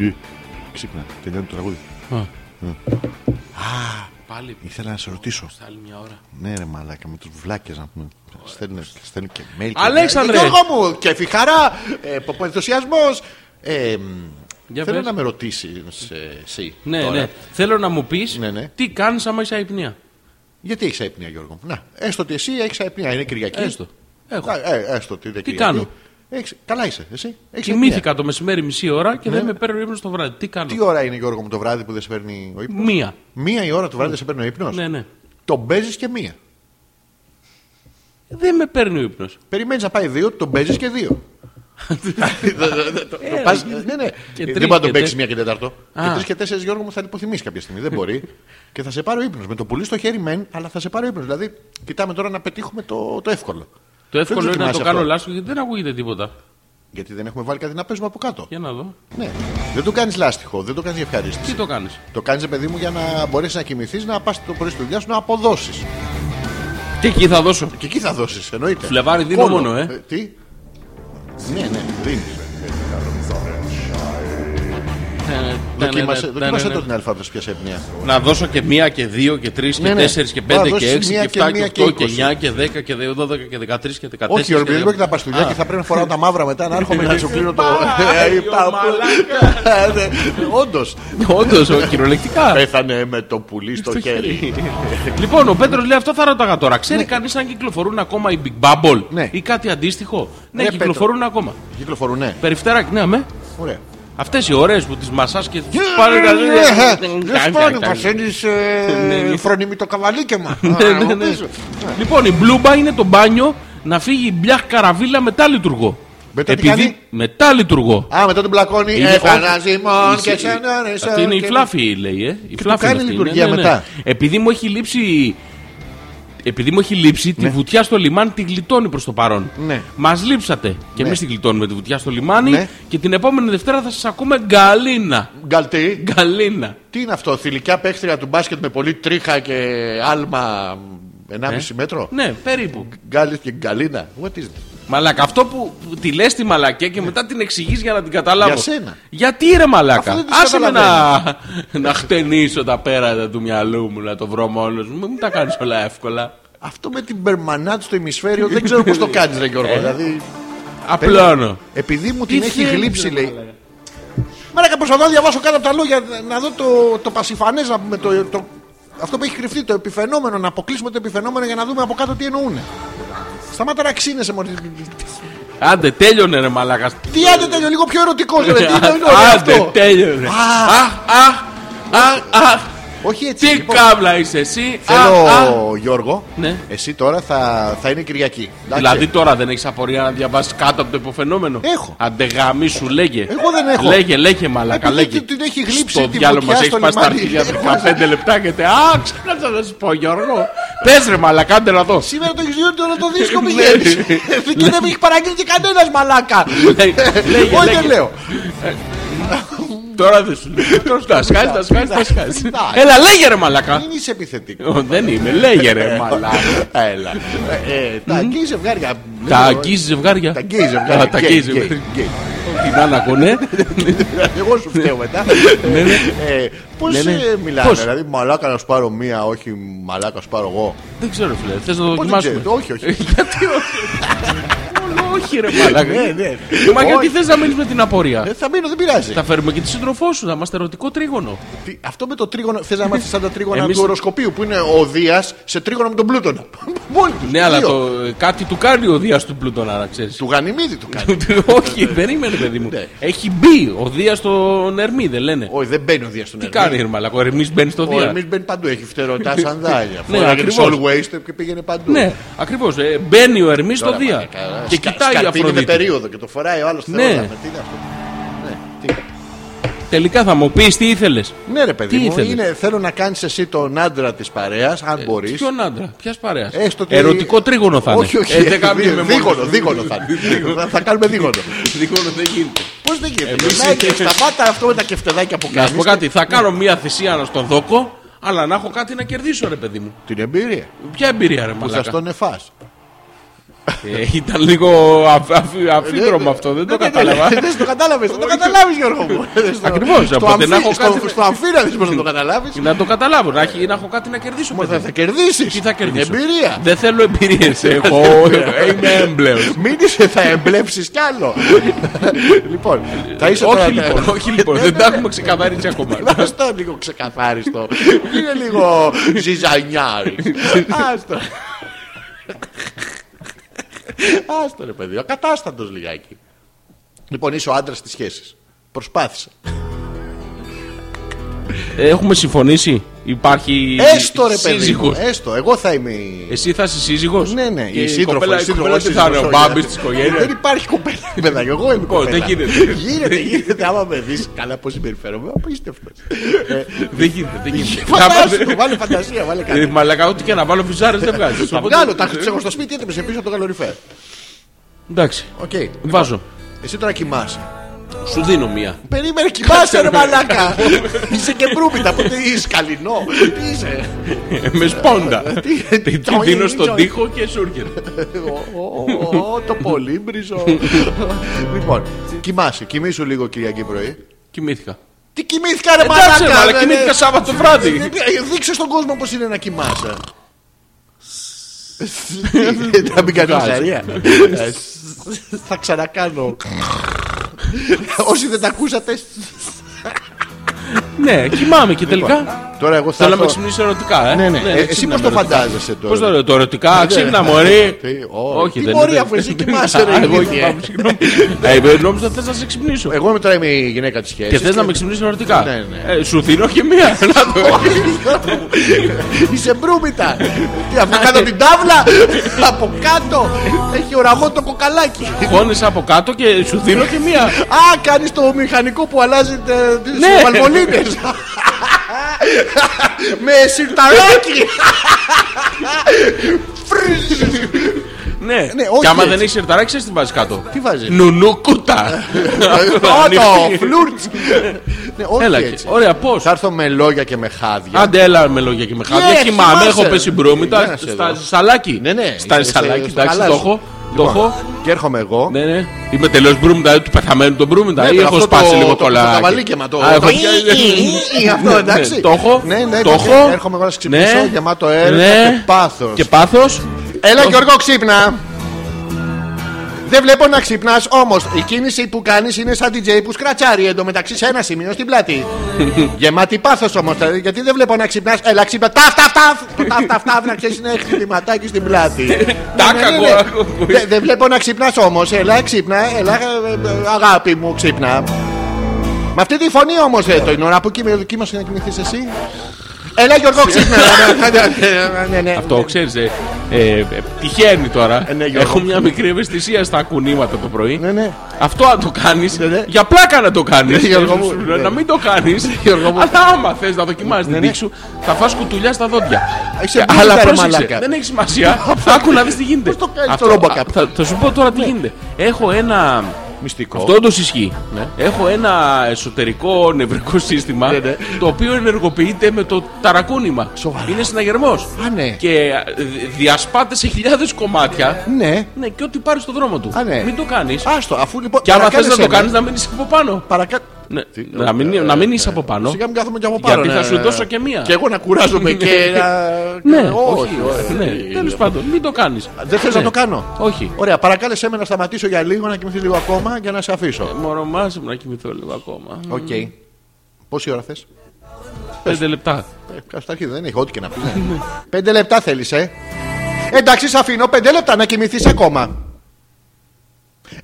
S2: Ε, Ξύπνα, τελειώνει το τραγούδι. Ε.
S3: Πάλι
S2: Ήθελα να σε ρωτήσω.
S3: στα άλλη μια ώρα.
S2: Ναι, ρε μαλάκα, με τους βλάκες να πούμε. Στέλνουν, στέλνουν και mail. και-
S3: Αλέξανδρε!
S2: Ε, Γιώργο μου, και χαρά, ε, ενθουσιασμός. Ε, μ,
S3: Για
S2: θέλω
S3: πες.
S2: να με ρωτήσει εσύ.
S3: Ναι,
S2: τώρα.
S3: ναι. Θέλω να μου πεις
S2: Ναι, ναι.
S3: τι κάνεις άμα είσαι αϊπνία.
S2: Γιατί έχεις αϊπνία, Γιώργο μου. Να, έστω ότι εσύ έχεις αϊπνία. Είναι Κυριακή.
S3: Έστω. Έχω.
S2: Α, ε, έστω ότι δεν
S3: Τι
S2: Κυριακή.
S3: κάνω?
S2: Έχεις- καλά είσαι, εσύ. Έχεις αϊπνία. Ναι.
S3: Κοιμήθηκα το μεσημέρι μισή ώρα και δεν με παίρνει ο ύπνος το βράδυ. Τι κάνω.
S2: Τι ώρα είναι, Γιώργο μου, το βράδυ που δεν σε παίρνει ο ύπνος.
S3: Μία.
S2: Μία η ώρα το βράδυ δεν σε παίρνει ο ύπνος.
S3: Ναι, ναι.
S2: Τον παίζει και μία.
S3: Δεν με παίρνει ο ύπνος.
S2: Περιμένεις να πάει δύο, τον παίζει και δύο. Το πας- Ναι, ναι.
S3: Ε, και
S2: Δεν
S3: τρεις
S2: μπορεί να
S3: και
S2: τον παίξει
S3: τέσσερις.
S2: μία και τέταρτο. Και
S3: Α.
S2: τρεις και τέσσερις, Γιώργο μου, θα υποθυμίσει κάποια στιγμή. Δεν μπορεί. Και θα σε πάρει ο ύπνος. Με το πουλί στο χέρι μεν, αλλά θα σε πάρει ο ύπνος. Δηλαδή, κοιτάμε τώρα να πετύχουμε το, το εύκολο.
S3: Το εύκολο είναι να
S2: δοκιμάσεις
S3: το κάνω
S2: αυτό.
S3: λάσο γιατί δεν ακούγεται τίποτα.
S2: Γιατί δεν έχουμε βάλει κάτι να παίζουμε από κάτω.
S3: Για να δω.
S2: Ναι. Δεν το κάνεις λάστιχο, δεν το κάνεις για
S3: Τι
S2: ευχαρίστηση.
S3: το κάνεις.
S2: Το κάνεις, παιδί μου, για να μπορέσεις να κοιμηθείς, να πας το πρωί στη δουλειά σου να αποδώσεις.
S3: Και εκεί θα δώσω.
S2: Και εκεί θα δώσεις, εννοείται.
S3: Φλεβάρι δίνω
S2: Κόλλο.
S3: μόνο, ε.
S2: Τι. Ναι, ναι, δίνεις.
S3: Ναι,
S2: Δοκίμασε, δοκίμασε το την αλφάβητο πια σε μια.
S3: Να δώσω και μία και δύο και τρεις
S2: Ναι,
S3: και
S2: ναι.
S3: τέσσερις και
S2: Να
S3: πέντε και
S2: δώσεις
S3: έξι
S2: μία
S3: και
S2: και
S3: εφτά και
S2: μία
S3: οκτώ
S2: και
S3: και εννιά
S2: 20.
S3: και δέκα και δώδεκα και δεκατρεις και δεκατέσσερα.
S2: Όχι, ο δεν πρόκειται να πας στη δουλειά και θα πρέπει να φοράω τα μαύρα μετά να έρχομαι να σου κλείνω το. Ε,
S3: Πάει, ο
S2: Όντως.
S3: Όντως, κυριολεκτικά.
S2: Ναι, Πέθανε με το πουλί στο χέρι.
S3: Λοιπόν, ο Πέτρος λέει αυτό θα ρώταγα τώρα. Ξέρει κανείς αν κυκλοφορούν ακόμα οι Big Bubble
S2: Ναι.
S3: ή κάτι αντίστοιχο. Ναι,
S2: Πέτρο.
S3: κυκλοφορούν ακόμα.
S2: Κυκλοφορουνέ.
S3: Περιφτεράκι, ναι, με.
S2: Ωραία. Ε,
S3: Αυτές οι ωραίες που τις μασάς και
S2: Ναι,
S3: τι Ναι,
S2: Δεν σπάνι, πασένει φρονίμη το καβαλίκεμα.
S3: Ναι,
S2: Α, Ναι. μου πεις.
S3: Λοιπόν, η Μπλούμπα είναι το μπάνιο να φύγει η μπλιάχ καραβίλα μετά λειτουργό.
S2: Μετά τι κάνει?
S3: μετά λειτουργό.
S2: Α, μετά τον πλακώνει.
S3: Είναι-
S2: Έφανα
S3: όχι.
S2: ζυμών
S3: Η-
S2: και
S3: η-
S2: σαν
S3: ε, Αυτή είναι η φλάφη, λέει. Ε. Η
S2: του
S3: φλάφη
S2: κάνει
S3: είναι αυτή, ναι,
S2: λειτουργία μετά.
S3: Επειδή μου έχει λείψει. Επειδή μου έχει λείψει, τη βουτιά στο λιμάνι τη γλιτώνει προς το παρόν.
S2: Ναι.
S3: Μας λείψατε. Και εμείς τη γλιτώνουμε τη βουτιά στο λιμάνι.
S2: Ναι.
S3: Και την επόμενη Δευτέρα θα σας ακούμε γκαλίνα.
S2: Γκαλτί.
S3: Γκαλίνα.
S2: Τι είναι αυτό, θηλυκιά παίχτρια του μπάσκετ με πολύ τρίχα και άλμα 1,5 μέτρο.
S3: Ναι, περίπου.
S2: Γκάλι και γκαλίνα. What is it?
S3: Μαλάκα, αυτό που που τη λες τη μαλακία και μετά την εξηγείς για να την καταλάβω.
S2: Ναι. Για σένα.
S3: Γιατί ρε μαλάκα.
S2: Αφού δεν τις
S3: Άσε με να, να χτενίσω τα πέρατα του μυαλού μου, να το βρω μόνο μου. Μην τα κάνεις όλα εύκολα.
S2: Αυτό με την περμανάτ στο ημισφαίριο δεν ξέρω πώς το κάνεις, Ρε Γιώργο. Δηλαδή,
S3: Απλώνω.
S2: επειδή μου την έχει
S3: Ε. θέλεις,
S2: γλύψει,
S3: ρε μαλάκα.
S2: λέει. Μαράκα, προσπαθώ να διαβάσω κάτω από τα λόγια να δω το, το πασιφανές, με το, το, αυτό που έχει κρυφτεί, το επιφαινόμενο, να αποκλείσουμε το επιφαινόμενο για να δούμε από κάτω τι εννοούν. Σταμάτα να ξύνεσαι, Μωρή.
S3: Άντε, τέλειωνε ρε μαλάκας.
S2: Τι άντε τέλειο, λίγο πιο ερωτικός, ρε. Τι Ε, είναι όλο
S3: Άντε,
S2: αυτό.
S3: τέλειωνε. Αχ, αχ, αχ, αχ.
S2: Όχι έτσι.
S3: Τι
S2: λοιπόν.
S3: κάβλα είσαι εσύ.
S2: Θέλω,
S3: Αχ, αχ.
S2: Γιώργο,
S3: Ναι.
S2: εσύ τώρα θα, θα είναι Κυριακή. Εντάξει.
S3: Δηλαδή τώρα δεν έχεις απορία να διαβάσεις κάτω από το υποφαινόμενο.
S2: Έχω.
S3: Αντεγάμι σου, λέγε.
S2: Εγώ δεν έχω.
S3: Λέγε, λέγε, μαλακά.
S2: Επειδή
S3: Λέγε.
S2: την- την έχει γλύψει
S3: Στο
S2: τη
S3: διάλογο
S2: βουτιά
S3: μας έχεις
S2: στο
S3: πάει στα
S2: λιμάνι.
S3: αρχίδια
S2: Έχω
S3: 15 λεπτά και τε. Α, ξέχασα να σου πω, Γιώργο. Πες ρε, μαλακά, άντε να δω.
S2: Σήμερα το έχεις δει τώρα το δίσκο
S3: Ναι.
S2: πηγαίνει. Και δεν με έχει παραγγείλει και κανένας μαλάκα.
S3: Λέγε, λέγε,
S2: Όχι δεν
S3: λέγε.
S2: λέω.
S3: Τώρα δεν σου λέω. Τα σκάζει, τα σκάζει, τα σκάζει.
S2: Να.
S3: Έλα, λέγε ρε, μαλακά.
S2: Μην είσαι επιθετικό.
S3: Ω, Δεν είμαι, λέγε
S2: Ε,
S3: ρε, μαλακά.
S2: Έλα. Ε, ε, Τα αγγίζει ζευγάρια.
S3: Τα αγγίζει ζευγάρια.
S2: ε, Τα αγγίζει
S3: Α,
S2: ζευγάρια.
S3: Τα
S2: Γκέι,
S3: αγγίζει
S2: γκέι,
S3: ζευγάρια.
S2: γκέι.
S3: Την άνακο, ναι.
S2: Εγώ σου φταίω μετά. Ε,
S3: Ναι, ναι.
S2: Πώς
S3: Ναι, ναι.
S2: μιλάνε,
S3: Πώς?
S2: δηλαδή μαλάκα να σου πάρω μία, όχι μαλάκα να σου πάρω εγώ.
S3: Δεν ξέρω, φίλε. Θες να το
S2: Πώς δεν
S3: δοκιμάσουμε.
S2: ξέρετε, όχι, όχι.
S3: Γιατί όχι. Όλο όχι, ρε μαλακά.
S2: Ναι, ναι.
S3: Μα γιατί
S2: Όχι.
S3: θες να μείνεις με την απορία.
S2: Ε, Θα μείνω, δεν πειράζει.
S3: Θα φέρουμε και τη σύντροφό σου, θα είμαστε ερωτικό τρίγωνο.
S2: Τι- Αυτό με το τρίγωνο, θες να μάθει σαν τα τρίγωνα
S3: Εμείς-
S2: του οροσκοπίου που είναι ο Δίας σε τρίγωνο με τον Πλούτονα. Μόλι τους.
S3: Ναι, αλλά το, κάτι του κάνει ο Δίας του Πλούτονα, να ξέρεις.
S2: Του Γανιμίδη του κάνει.
S3: Όχι, δεν είμαι, ρε παιδί μου.
S2: Ναι.
S3: Έχει μπει ο Δίας στον Ερμή, δεν λένε.
S2: Όχι, δεν μπαίνει ο Δίας στον
S3: Τι κάνει, ρε μαλακά. Ο Ερμής μπαίνει στο
S2: Ο
S3: Δία.
S2: Ερμής μπαίνει παντού, έχει φτερωτά σανδάλια.
S3: Ναι,
S2: Φοράγε
S3: ακριβώς.
S2: all waist και πήγαινε παντού. Ε,
S3: Ναι, ακριβώς. Μπαίνει ο Ερμής στο Δία. Και κοιτάει η
S2: Σκαρπίνει ε, με
S3: Αφροδίτη.
S2: περίοδο και το φοράει ο άλλος
S3: Ναι.
S2: ναι. Τι είναι αυτό. Ναι, τι.
S3: Τελικά θα μου πεις τι ήθελες.
S2: Ναι, ρε παιδί
S3: Τι
S2: μου,
S3: ήθελες?
S2: είναι, θέλω να κάνεις εσύ τον άντρα της παρέας,
S3: Ε,
S2: αν μπορείς.
S3: Ποιον άντρα, ποιας παρέας.
S2: Έστω Ε, ότι-
S3: Ερωτικό τρίγωνο θα είναι.
S2: Όχι, όχι.
S3: Ε, δεν κάνουμε
S2: δί-
S3: με
S2: Δίγωνο,
S3: μόνος.
S2: δίγωνο θα είναι. Θα- Θα κάνουμε δίγωνο.
S3: Δίγωνο δεν γίνεται.
S2: Πώς δεν γίνεται.
S3: Εμείς-
S2: γυρνάει και Σταμάτα αυτό με τα κεφτεδάκια που
S3: Να σου πω
S2: κάνεις.
S3: κάτι, θα κάνω μία θυσία στον δόκο, αλλά να έχω κάτι να κερδίσω, ρε παιδί μου.
S2: Την εμπειρία.
S3: Ποια εμπειρία, ρε
S2: Που θα
S3: μαλάκα.
S2: στον εφάς.
S3: Ε, ήταν λίγο αφ- αφ- αφίδρομο αυτό,
S2: Ε,
S3: δεν το
S2: ναι,
S3: κατάλαβα.
S2: Δεν το κατάλαβες. Δεν το καταλάβεις, Γιώργο μου.
S3: Ακριβώς,
S2: Στο
S3: οπότε να
S2: αμφί-
S3: έχω
S2: στο-
S3: κάτι-
S2: Στο αμφίνα δεν μπορεί να το καταλάβεις.
S3: Να το καταλάβω, να, έχει- να έχω κάτι να κερδίσω.
S2: Μα
S3: παιδί.
S2: θα, θα κερδίσεις.
S3: Τι θα κερδίσω.
S2: Εμπειρία.
S3: Δεν θέλω εμπειρίες. Έχω. Είμαι έμπλεος.
S2: Μην είσαι, θα εμπλέψεις κι άλλο. λοιπόν, θα είσαι
S3: Όχι
S2: τώρα- ναι.
S3: λοιπόν, όχι λοιπόν, δεν τα έχουμε ξεκαθαρίσει ακόμα.
S2: Άστο λίγο ξεκαθάριστο. Είναι λίγο ζυζανιάρι. Άστο. Άστο ρε παιδί, ακατάστατος λιγάκι. Λοιπόν, είσαι ο άντρας της σχέσης. Προσπάθησε.
S3: Έχουμε συμφωνήσει, υπάρχει.
S2: Έστω ρε παιδί. μου,
S3: σύζυγος.
S2: Έστω, εγώ θα είμαι. η-
S3: Εσύ θα είσαι σύζυγος.
S2: Ναι, ναι, η σύντροφο.
S3: σύντροφο. Η κοπέλα τι θα είναι ο μπάμπη τη
S2: Δεν
S3: οικογένεια.
S2: υπάρχει κοπέλα. Παιδάκι, εγώ είμαι
S3: Λοιπόν,
S2: κοπέλα.
S3: δεν γίνεται.
S2: Γίνεται, γίνεται. Άμα με δεις καλά πώς συμπεριφέρομαι, απίστευτο.
S3: Δεν γίνεται, δεν γίνεται. Θα
S2: Φαντάσου,
S3: βάλω-
S2: βάλε φαντασία, βάλε
S3: Ε,
S2: κάτι.
S3: Μαλακά, ό,τι και να βάλω φουζάρε δεν βγάζεις.
S2: Θα βγάλω, τα έχω στο σπίτι έτοιμε σε πίσω από το καλοριφέρ.
S3: Εντάξει,
S2: Οκ.
S3: βάζω.
S2: Εσύ τώρα κοιμάσαι.
S3: Σου δίνω μία.
S2: Περίμενε, κοιμάσαι ρε μαλάκα. είσαι και μπρούμητα, ποτέ είσαι καλινό. Τι είσαι.
S3: Ε, Με σπόντα. Ε,
S2: Τι-
S3: Τι
S2: τζοϊ,
S3: δίνω στον
S2: τζοϊ.
S3: τοίχο και σου έρχεται.
S2: Ο, ο, ο, Το πολύμπριζο. Λοιπόν, κοιμάσαι, κοιμήσου λίγο Κυριακή πρωί.
S3: Κοιμήθηκα.
S2: Τι κοιμήθηκα ρε
S3: Εντάξει, ρε,
S2: μαλάκα.
S3: αλλά
S2: ρε.
S3: κοιμήθηκα Σάββατο βράδυ.
S2: Ε, Δείξε στον κόσμο πώς είναι να κοιμάσαι. Να μην κάνω ζαρία. Θα ξανακάνω. Όσοι δεν τα ακούσατε.
S3: Ναι, κοιμάμαι και τελικά.
S2: Τώρα εγώ θα
S3: Θέλω να με
S2: έρθω-
S3: ξυπνήσει ερωτικά, ε.
S2: Ναι, ναι. Ε, Εσύ
S3: ξύπνα
S2: πώς
S3: με
S2: το
S3: ερωτικά.
S2: φαντάζεσαι τώρα. Ναι.
S3: Πώς το λέω, το ερωτικά, ξύπνα μωρή.
S2: Τι, ό,
S3: Όχι,
S2: τι
S3: δεν
S2: μπορεί
S3: είναι.
S2: αφού εσύ κοιμάσαι, ρε,
S3: Α, Εγώ
S2: ηλίθιε.
S3: κοιμάμαι, συγγνώμη. Ε, ε, Νόμιζα θες να σε ξυπνήσω.
S2: Εγώ είμαι τώρα είμαι η γυναίκα της σχέσης.
S3: Και θες να με ξυπνήσεις ερωτικά.
S2: Ε, Ναι, ναι.
S3: Ε, Σου δίνω και μία. Να το.
S2: Είσαι μπρούμητα. Τι, από κάτω την τάβλα. Από κάτω. Έχει οραμό το κοκαλάκι.
S3: Χώνεσαι από κάτω και σου δίνω και μία.
S2: Α, κάνεις το μηχανικό που αλλάζει τε- τις
S3: Ναι.
S2: βαλβολίνες. Με σιρταράκι.
S3: Ναι,
S2: Ναι, όχι
S3: Και άμα
S2: έτσι.
S3: δεν έχεις ερταράξει, ξέρεις τι βάζεις κάτω.
S2: Τι βάζεις? Ε,
S3: Νουνουνούκουτα.
S2: Ότο, φλουρτς. Ναι, όχι
S3: Έλα, και-
S2: έτσι.
S3: ωραία, πώς.
S2: Θα έρθω με λόγια και με χάδια.
S3: Άντε, έλα με λόγια και με χάδια.
S2: Ναι,
S3: Κοιμάμαι,
S2: θυμάσαι.
S3: έχω πέσει
S2: Για να
S3: μπρούμητα.
S2: σε
S3: Στα
S2: δω.
S3: σαλάκι.
S2: Ναι, ναι.
S3: Στα
S2: είσαι-
S3: σαλάκι,
S2: στο
S3: εντάξει, το
S2: χαλάζι.
S3: έχω. Το
S2: Λοιπόν,
S3: έχω.
S2: Και έρχομαι εγώ.
S3: Ναι, ναι. Είμαι τελείως μπρούμητα, ε, του πεθαμένου τον μπρούμητα.
S2: Ναι,
S3: Ή
S2: τώρα
S3: έχω
S2: αυτό
S3: σπάσει
S2: το-
S3: λίγο
S2: το-
S3: το
S2: το
S3: λάκι.
S2: καβαλίκεμα, το-
S3: Α, έχω-
S2: το ι- ι- ι- αυτό,
S3: Ναι, ναι,
S2: εντάξει.
S3: Το έχω.
S2: Ναι, ναι,
S3: το
S2: και-
S3: έχω.
S2: έρχομαι εγώ να σε ξυπνήσω,
S3: Ναι,
S2: γεμάτο έρωτα
S3: ναι.
S2: και πάθος.
S3: Και πάθος.
S2: Έλα Γιώργο ξύπνα Δεν βλέπω να ξυπνάς όμως Η κίνηση που κάνεις είναι σαν DJ που σκρατσάρει Εντωμεταξύ σε ένα σημείο στην πλάτη Γεμάτη πάθος όμως δηλαδή, Γιατί δεν βλέπω να ξυπνάς Έλα ξύπνα Ταφ ταφ ταφ Το ταφ ταφ ταφ να ξέρεις είναι χτυπηματάκι στην πλάτη
S3: Τάκα,
S2: Ναι, ναι, ναι,
S3: ακούω,
S2: ναι.
S3: ακούω.
S2: Δε- Δεν βλέπω να ξυπνάς όμως Έλα ξύπνα Έλα ε, ε, αγάπη μου ξύπνα με αυτή τη φωνή όμως ε, το είναι ώρα που κοιμη- κοιμάσαι να κοιμηθείς εσύ. Έλα Γιώργο ξύπνα. Ναι, ναι, ναι.
S3: Αυτό ξέρεις ε, ε, ε, τυχαίνει τώρα.
S2: Ε, ναι, Γιώργο.
S3: Έχω μια μικρή ευαισθησία στα κουνήματα το πρωί.
S2: Ναι, ναι.
S3: Αυτό αν το κάνεις
S2: ναι.
S3: για πλάκα να το κάνεις
S2: Ναι, Γιώργο μου,
S3: Σου λέω,
S2: ναι.
S3: Να μην το κάνεις
S2: Γιώργο μου. Ναι,
S3: Αλλά άμα θες να δοκιμάσεις την τύχη σου, θα φας κουτουλιά στα δόντια.
S2: Είσαι
S3: Ε,
S2: μπλούζα,
S3: Αλλά
S2: ρε
S3: πρόσεξε,
S2: μαλάκα.
S3: δεν έχει σημασία. Άκου να δεις τι γίνεται.
S2: το κάνεις
S3: Αυτό-
S2: το robocap?
S3: α, θα- Θα σου πω τώρα τι γίνεται. Έχω ένα.
S2: Μυστικό.
S3: Αυτό όντως ισχύει. Έχω ένα εσωτερικό νευρικό σύστημα
S2: Ναι, ναι.
S3: το οποίο ενεργοποιείται με το ταρακούνημα.
S2: Σοβαρά.
S3: Είναι συναγερμός
S2: Α, ναι.
S3: Και α, δι- διασπάται σε χιλιάδες κομμάτια.
S2: Ναι.
S3: Ναι, και ό,τι πάρει στον δρόμο του.
S2: Α, ναι.
S3: Μην το κάνεις.
S2: Άστο, αφού λοιπόν.
S3: Και άμα θες
S2: παρακάνεσαι
S3: να το
S2: με,
S3: κάνει, να μείνεις από πάνω.
S2: Παρακάτω.
S3: Ναι, να μην, να μην είσαι από πάνω.
S2: ναι. Σιγά μην κάθομαι και από
S3: Γιατί
S2: πάνω.
S3: θα
S2: ναι.
S3: σου δώσω και μία.
S2: Και εγώ να κουράζομαι και. να-
S3: Ναι,
S2: όχι. όχι.
S3: Ναι, τέλος πάντων, μην το Ναι. κάνεις.
S2: Δεν θες να το κάνω.
S3: Όχι.
S2: Ωραία, παρακάλεσέ με να σταματήσω για λίγο, να κοιμηθεί λίγο ακόμα για να σε αφήσω.
S3: Μωρό μας, μου να κοιμηθώ λίγο ακόμα.
S2: Οκ. Πόση ώρα θες.
S3: Πέντε λεπτά.
S2: Ε, Στα αρχή δεν έχει, ό,τι και να πει. ναι. Πέντε λεπτά θέλεις, ε. Εντάξει, σε αφήνω πέντε λεπτά να κοιμηθείς ακόμα.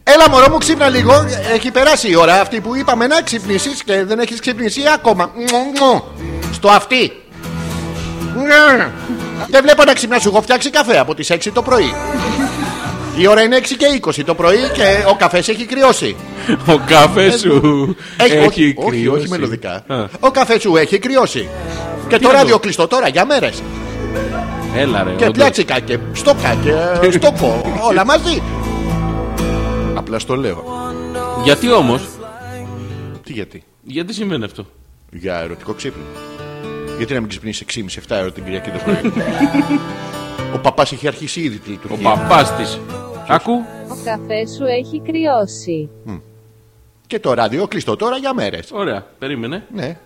S2: Έλα μωρό μου ξύπνα λίγο Έχει περάσει η ώρα αυτή που είπαμε να ξυπνήσεις Και δεν έχεις ξυπνήσει ακόμα Μου, μου. Στο αυτί Μου. Δεν βλέπω να ξυπνάς Σου έχω φτιάξει καφέ από τις 6 το πρωί Η ώρα είναι 6 και 20 το πρωί Και ο καφές έχει κρυώσει
S3: Ο καφέ σου
S2: έχει,
S3: έχει
S2: Ε, όχι, όχι,
S3: κρυώσει.
S2: όχι μελωδικά.
S3: Α,
S2: Ο καφέ σου έχει κρυώσει. Και
S3: να
S2: το ράδιο
S3: το-
S2: κλειστό τώρα για μέρες.
S3: Έλα ρε.
S2: Και
S3: Ε, όντως.
S2: πιάτσικα και στόκα και στόκο. Όλα μαζί. Απλά στο λέω.
S3: Γιατί όμως,
S2: Τι γιατί.
S3: γιατί συμβαίνει αυτό.
S2: Για ερωτικό ξύπνημα. Γιατί να μην ξυπνήσεις 6,5-7 ώρα την Κυριακή το πρωί. Ο παπάς έχει αρχίσει ήδη τη
S3: Ο
S2: λειτουργία.
S3: παπάς της.
S2: Ο,
S3: Ακού.
S6: Ο καφέ σου έχει κρυώσει.
S2: Και το ράδιο κλειστό τώρα για μέρες.
S3: Ωραία, περίμενε.
S2: Ναι.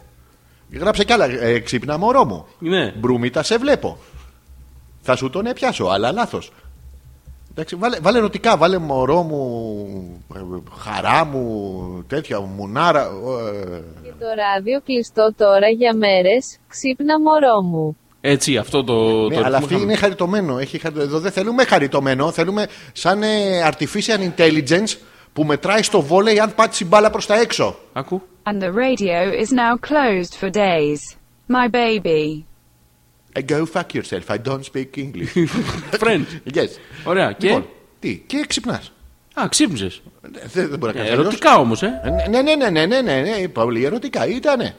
S2: Γράψε κι άλλα. Ε, ξύπνα μωρό μου.
S3: Ναι.
S2: Μπρούμητα σε βλέπω. Θα σου τον έπιασω, αλλά λάθος. Εντάξει, βάλε, βάλε ερωτικά, βάλε μωρό μου, ε, χαρά μου, τέτοια, μουνάρα. ε,
S6: Και το ράδιο κλειστό τώρα για μέρες, ξύπνα μωρό μου.
S3: Έτσι, αυτό το.
S2: ναι,
S3: το
S2: αλλά
S3: ρυθμό
S2: αυτή
S3: είχαμε.
S2: είναι χαριτωμένο. Έχει, χαρι- εδώ δεν θέλουμε χαριτωμένο, θέλουμε σαν ε, artificial intelligence που μετράει στο βόλεϊ αν πάτσει μπάλα προς τα έξω.
S3: Ακού.
S7: And the radio is now closed for days. My baby.
S2: Ε, Go fuck yourself, I don't speak English.
S3: Friends.
S2: yes.
S3: Ωραία, και.
S2: Λοιπόν, τι, και ξυπνάς.
S3: Α, ξύπνησες.
S2: Ε, Δεν, δεν μπορεί να κάνει
S3: Ερωτικά όμως, ε.
S2: Ναι, ναι, ναι, ναι, ναι, ναι, ναι, πολύ ερωτικά ήτανε.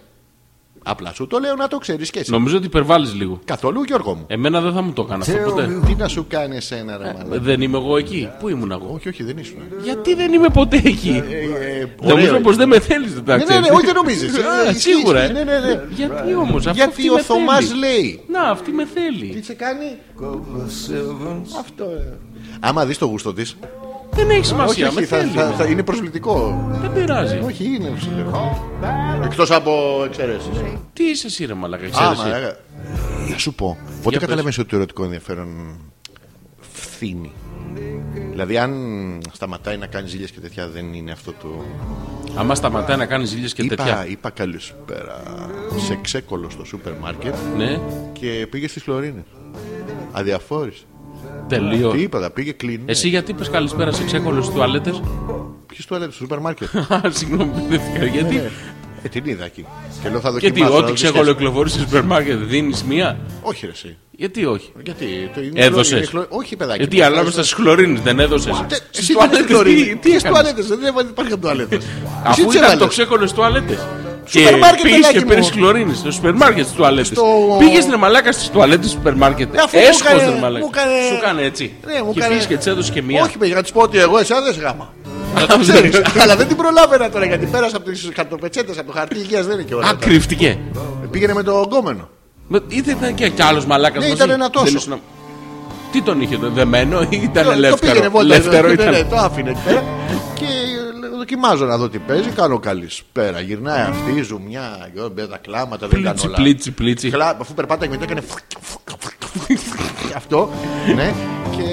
S2: Απλά σου το λέω να το ξέρεις και εσύ.
S3: Νομίζω ότι υπερβάλλεις λίγο.
S2: Καθόλου Γιώργο μου.
S3: Εμένα δεν θα μου το έκανα αυτό ποτέ. Ε,
S2: Τι να σου κάνει εσένα ρε μαλάκα.
S3: Δεν είμαι εγώ εκεί. Πού ήμουν εγώ.
S2: Όχι, όχι, δεν ήσουν.
S3: Γιατί δεν είμαι ποτέ εκεί.
S2: Ε, ε,
S3: Νομίζω
S2: ωραίο.
S3: πως δεν με θέλεις.
S2: Ναι, ναι, ναι, όχι, δεν νομίζεις. Ε, ισχύει,
S3: Σίγουρα. ε.
S2: Ναι, ναι, ναι.
S3: Γιατί όμως.
S2: Γιατί ο Θωμάς λέει.
S3: Να, αυτή με
S2: Τι
S3: θέλει.
S2: σε κάνει. Αυτό. ε. Άμα δεις το γούστο της.
S3: Δεν έχει
S2: Όχι,
S3: σημασία.
S2: όχι,
S3: Με
S2: θα-
S3: θέλει.
S2: θα-
S3: εμένα.
S2: θα- είναι προσβλητικό. Ε,
S3: Δεν πειράζει.
S2: Όχι, είναι. σου λέω. Εκτός από εξαιρέσεις.
S3: Τι είσαι εσύ, ρε Μαλακά.
S2: Α,
S3: ξέρεις εσύ.
S2: μαλάκα. ε, Να σου πω. Πότε
S3: πες.
S2: καταλαβαίνεις ότι το ερωτικό ενδιαφέρον φθήνει. Δηλαδή, αν σταματάει να κάνεις ζήλια και τέτοια, δεν είναι αυτό το.
S3: Άμα σταματάει να κάνεις ζήλιες και
S2: ε. Είπα,
S3: τέτοια.
S2: είπα καλησπέρα σε ξέκολο στο σούπερ μάρκετ
S3: Ναι,
S2: και πήγες στι Φλωρίνε. Αδιαφόρησε. Τι
S3: τελείω.
S2: είπα, τα πήγε Ε, κλείνει.
S3: Ε, Εσύ γιατί πες καλησπέρα σε ξέκολε στι τουαλέτε.
S2: Ποιο του έλεγε στο σούπερ μάρκετ.
S3: Συγγνώμη, μπερδεύτηκα. Γιατί.
S2: ε, την είδα εκεί. Και λέω θα
S3: Και τι,
S2: δοκιμάσω. να
S3: ό,τι
S2: δω
S3: ξέκολο
S2: σχέση.
S3: κυκλοφορείς σε σούπερ μάρκετ δίνεις μία.
S2: Όχι, ρε, εσύ.
S3: Γιατί όχι.
S2: Γιατί. το- είναι
S3: Έδωσες.
S2: χλωρι- είναι χλωρι- Όχι, παιδάκι.
S3: Γιατί
S2: μου,
S3: ανάμεσα
S2: έδωσες.
S3: στις χλωρίνες δεν έδωσες.
S2: Τε- Εσύ δεν χλωρίνε. Τι είσαι
S3: τουαλέτε.
S2: τουαλέτες, δεν υπάρχει τουαλέτες.
S3: Αφού ήταν το ξέκολο στι τουαλέτες. Και
S2: Σούπερ μάρκετ,
S3: πήγες
S2: παιδάκι
S3: και
S2: μου.
S3: πήρε χλωρίνε στο σούπερ μάρκετ στις τουαλέτες.
S2: Στο-
S3: Πήγες στην μαλάκα στις τουαλέτες του σούπερ μάρκετ.
S2: Ε, αφού μου
S3: Έσχος
S2: έκανε-
S3: ρε μαλάκα.
S2: μου έκανε-
S3: Σου κάνε έτσι.
S2: Ναι, μου
S3: Και
S2: έκανε-
S3: πήγε και της έδωσες και μία.
S2: Όχι, παιδιά, να του πω ότι εγώ εσάς δεν σε γάμα. Να το ξέρεις. Αλλά δεν την προλάβαινα τώρα γιατί πέρασα από τις χαρτοπετσέτε, από το χαρτί υγείας δεν είναι και
S3: Α,
S2: όλα.
S3: κρύφτηκε.
S2: Πήγαινε με το γκόμενο.
S3: Με- Είτε ήταν και, κι άλλος μαλάκας.
S2: Ναι, ήταν ένα τόσο.
S3: Τι τον είχε, το δεμένο ή ήταν
S2: Το- Το πήγαινε
S3: ελεύθερο.
S2: βόλτα.
S3: Ελεύθερο
S2: ναι, ναι,
S3: ήταν.
S2: Το άφηνε εκεί πέρα. Και λέω, δοκιμάζω να δω τι παίζει. Κάνω καλησπέρα. Γυρνάει αυτή η ζουμιά. γιο, μπε τα κλάματα. Δεν κάνω
S3: Πλίτσι,
S2: όλα.
S3: πλίτσι, πλίτσι.
S2: Χλα- Αφού περπάταγε μετά έκανε. φουκ, φουκ, φουκ, φουκ, φουκ, Αυτό. Ναι. Και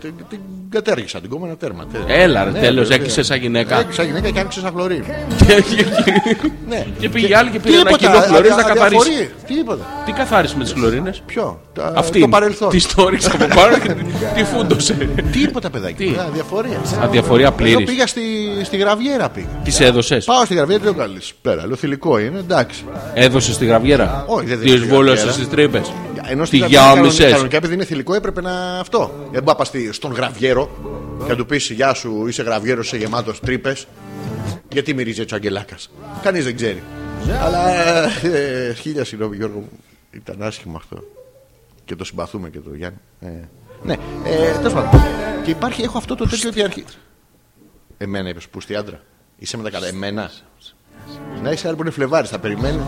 S2: την- την κατέργησα. Την κόμμα τέρμα.
S3: Έλα, ρε,
S2: Ναι,
S3: τέλος,
S2: βέβαια. Ε,
S3: έκλεισε σαν γυναίκα.
S2: Έκλεισα γυναίκα και άνοιξε σαν χλωρί. Ναι.
S3: Και πήγε άλλη και πήρε ένα κοινό χλωρί να καθαρίσει.
S2: Τίποτα.
S3: Τι καθάρισε με τις χλωρίνες.
S2: Ποιο. Τα-
S3: Αυτή.
S2: Το παρελθόν.
S3: Τη το ρίξα από πάνω και τη φούντωσε.
S2: Τίποτα, παιδάκι.
S3: Τι.
S2: Αδιαφορία.
S3: Αδιαφορία
S2: Εγώ
S3: πλήρης.
S2: πήγα στη, στη γραβιέρα πήγα.
S3: Τη έδωσες.
S2: Πάω στη γραβιέρα και λέω καλησπέρα. Λέω θηλυκό είναι, εντάξει.
S3: Έδωσες τη γραβιέρα.
S2: Όχι, δεν
S3: Τη
S2: δίνω τη
S3: βόλωσε
S2: γραβιέρα.
S3: στις τρύπες.
S2: Ενώ
S3: Τη
S2: στη γραβιέρα κανονικά,
S3: γιάμισες.
S2: κανονικά επειδή είναι θηλυκό έπρεπε να αυτό. Δεν μπορεί να πας στη- στον γραβιέρο και να του πεις Γεια σου, είσαι γραβιέρο, είσαι γεμάτος τρύπες. Γιατί μυρίζει έτσι ο Αγγελάκας. Κανείς δεν ξέρει. Αλλά ε, χίλια συγγνώμη Γιώργο μου. Ήταν άσχημο αυτό. Και το συμπαθούμε και το Γιάννη. Ε, ναι, ε, τέλος πάντων. Και υπάρχει, έχω αυτό το τέτοιο ότι αρχή. Εμένα είπες που στη άντρα. Είσαι με τα καλά. Εμένα. Να είσαι άλλο που είναι Φλεβάρης, θα περιμένει.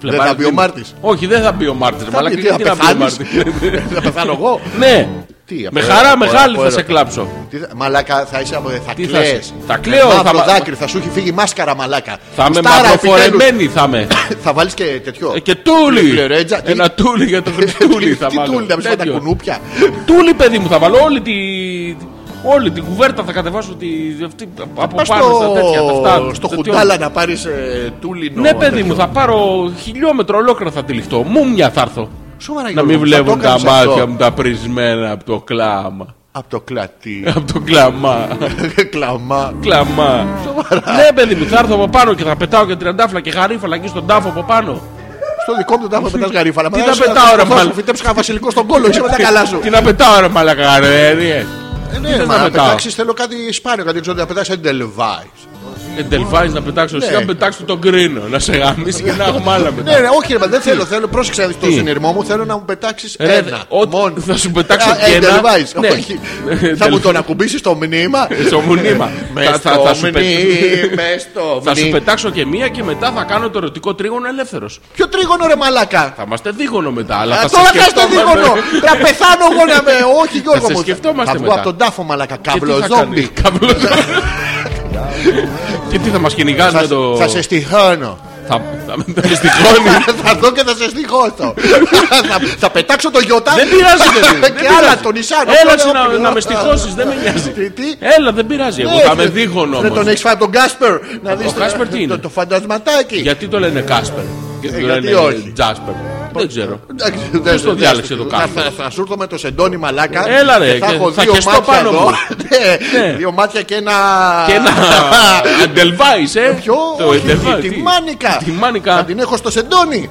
S2: Δεν θα μπει ο Μάρτης.
S3: Όχι, δεν θα μπει ο Μάρτης.
S2: Θα
S3: Μαλά
S2: πει,
S3: και
S2: τι,
S3: γιατί
S2: θα
S3: να μπει ο
S2: πεθάνεις?
S3: Μάρτης.
S2: Θα πεθάνω εγώ.
S3: Ναι.
S2: Τι, από
S3: Με
S2: έρωτα,
S3: χαρά
S2: από
S3: μεγάλη
S2: έρωτα,
S3: θα
S2: από
S3: σε
S2: έρωτα.
S3: κλάψω.
S2: Τι θα- μαλάκα θα είσαι από. Θα
S3: Τι θα
S2: κλαίς.
S3: είσαι. Θα
S2: Με
S3: κλαίω,
S2: Μαύρο
S3: θα-
S2: δάκρυ, θα σου έχει φύγει η μάσκαρα μαλάκα.
S3: Θα είμαι
S2: Στάρα,
S3: μαυροφορεμένη θα είμαι.
S2: επιτέλους. Θα βάλεις και τέτοιο.
S3: Ε, Και τούλι!
S2: Κλερέτζα, τι-
S3: Ένα τούλι για το Χριστούλι θα
S2: Τι
S3: βάλω.
S2: τούλι, να μην σου τα
S3: Τέτοιο.
S2: κουνούπια.
S3: Τούλι, παιδί μου, θα βάλω όλη τη. Όλη την κουβέρτα θα κατεβάσω τη, αυτή, από
S2: Πας
S3: πάνω στα
S2: στο-
S3: τέτοια. τα αυτά,
S2: στο
S3: τέτοιο.
S2: χουντάλα να ε, πάρει τούλινο.
S3: Ναι, παιδί
S2: τέτοιο.
S3: μου, θα πάρω χιλιόμετρο ολόκληρο θα τυλιχτώ. Μούμια θα έρθω.
S2: Σοβαρά,
S3: Να
S2: Γιώργο,
S3: μην
S2: θα
S3: βλέπουν
S2: το
S3: τα
S2: κάνεις αυτό.
S3: μάτια μου τα πρισμένα από το κλάμα.
S2: Από το κλατί.
S3: Από το κλάμα.
S2: Κλαμά.
S3: κλάμα. Ναι, παιδί μου, θα έρθω από πάνω και θα πετάω και τριαντάφυλλα και γαρίφαλα εκεί στον τάφο από πάνω.
S2: Στο δικό μου το τάφο πετάς γαρίφαλα.
S3: Τι
S2: Μα,
S3: να
S2: σου-
S3: πετάω,
S2: θα-
S3: ρε,
S2: Θα σου
S3: μάλλον.
S2: φυτέψει κανένα βασιλικό στον κόλο, είσαι με τα καλά σου.
S3: Τι να πετάω, ρε μαλακά, ρε. ρε.
S2: Ε,
S3: Τι
S2: Ναι,
S3: θες
S2: μα
S3: να
S2: να
S3: πετάω?
S2: πετάξεις θέλω κάτι σπάνιο, κάτι ξέρω να πετάξεις ένα Edelweiss.
S3: Εντελφάει Ε, να πετάξω εσύ,
S2: Ναι.
S3: να πετάξω τον κρίνο. Να σε γαμίσει και να έχουμε άλλα μετά.
S2: Ναι, ναι, όχι, ρε, μα, δεν θέλω. θέλω πρόσεξε να δεις το
S3: Τι? Ε,
S2: συνειρμό μου. Θέλω να μου πετάξεις
S3: Ρε,
S2: ένα.
S3: ό,τι-
S2: μόνο.
S3: θα σου πετάξω
S2: Α,
S3: και ένα.
S2: Edelweiss.
S3: Ναι. Ε,
S2: Όχι. Θα μου τον ακουμπήσεις το μνήμα. Ε,
S3: Στο μουνίμα.
S2: Μες
S3: Θα- θα-
S2: στο
S3: θα σου
S2: μνήμα,
S3: πετ-
S2: μες στο
S3: Θα σου
S2: μνήμα.
S3: πετάξω και μία και μετά θα κάνω το ερωτικό τρίγωνο ελεύθερος.
S2: Ποιο τρίγωνο ρε μαλάκα.
S3: Θα είμαστε δίγωνο μετά. Αλλά
S2: Α,
S3: θα
S2: Ε, Τώρα
S3: σε
S2: κάνε το
S3: σκεφτόμαστε-
S2: δίγωνο. Θα πεθάνω εγώ να με. Όχι, Γιώργο
S3: Θα σε
S2: μου.
S3: σκεφτόμαστε
S2: Θα βγω
S3: μετά.
S2: από τον τάφο μαλάκα.
S3: Και τι θα κάνει,
S2: Καυλοζόμπι.
S3: καυλοζόμπι. Και τι θα μας κυνηγάς με
S2: Θα-
S3: το.
S2: Θα σε στοιχώνω.
S3: Θα θα με στοιχώνει.
S2: θα δω και θα σε στοιχώσω. θα, θα πετάξω το γιώτα.
S3: Δεν πειράζει, παιδί, δεν
S2: και
S3: πειράζει.
S2: άλλα τον Ισάν.
S3: Έλα εσύ να, να με στοιχώσει, δεν με νοιάζει.
S2: Τι, τι?
S3: Έλα, δεν πειράζει. Εγώ θα με δίγωνο
S2: Δεν Ε, τον
S3: όμω.
S2: έχεις φάει τον Κάσπερ. Να δεις
S3: Ο Κάσπερ τι είναι?
S2: Το, το φαντασματάκι.
S3: Γιατί το λένε Κάσπερ και
S2: Ε,
S3: το
S2: γιατί
S3: λένε
S2: όχι.
S3: Τζάσπερ. Δεν ξέρω.
S2: Εντάξει, δεν
S3: το
S2: σε
S3: διάλεξε το
S2: νοιάζει.
S3: Κάσπερ?
S2: Θα- Θα σου έρθω με το σεντόνι μαλάκα.
S3: Έλα, ρε,
S2: και Θα
S3: και-
S2: έχω
S3: θα
S2: δύο
S3: χεστώ
S2: μάτια
S3: πάνω
S2: εδώ.
S3: μου.
S2: Ναι,
S3: Ναι.
S2: Δύο μάτια και ένα.
S3: Και ένα Αντελβάη, ε.
S2: Ποιο?
S3: Το
S2: όχι,
S3: Edelweiss,
S2: τη,
S3: τι?
S2: τη μάνικα.
S3: Τη μάνικα.
S2: Θα Ναι. την έχω στο σεντόνι.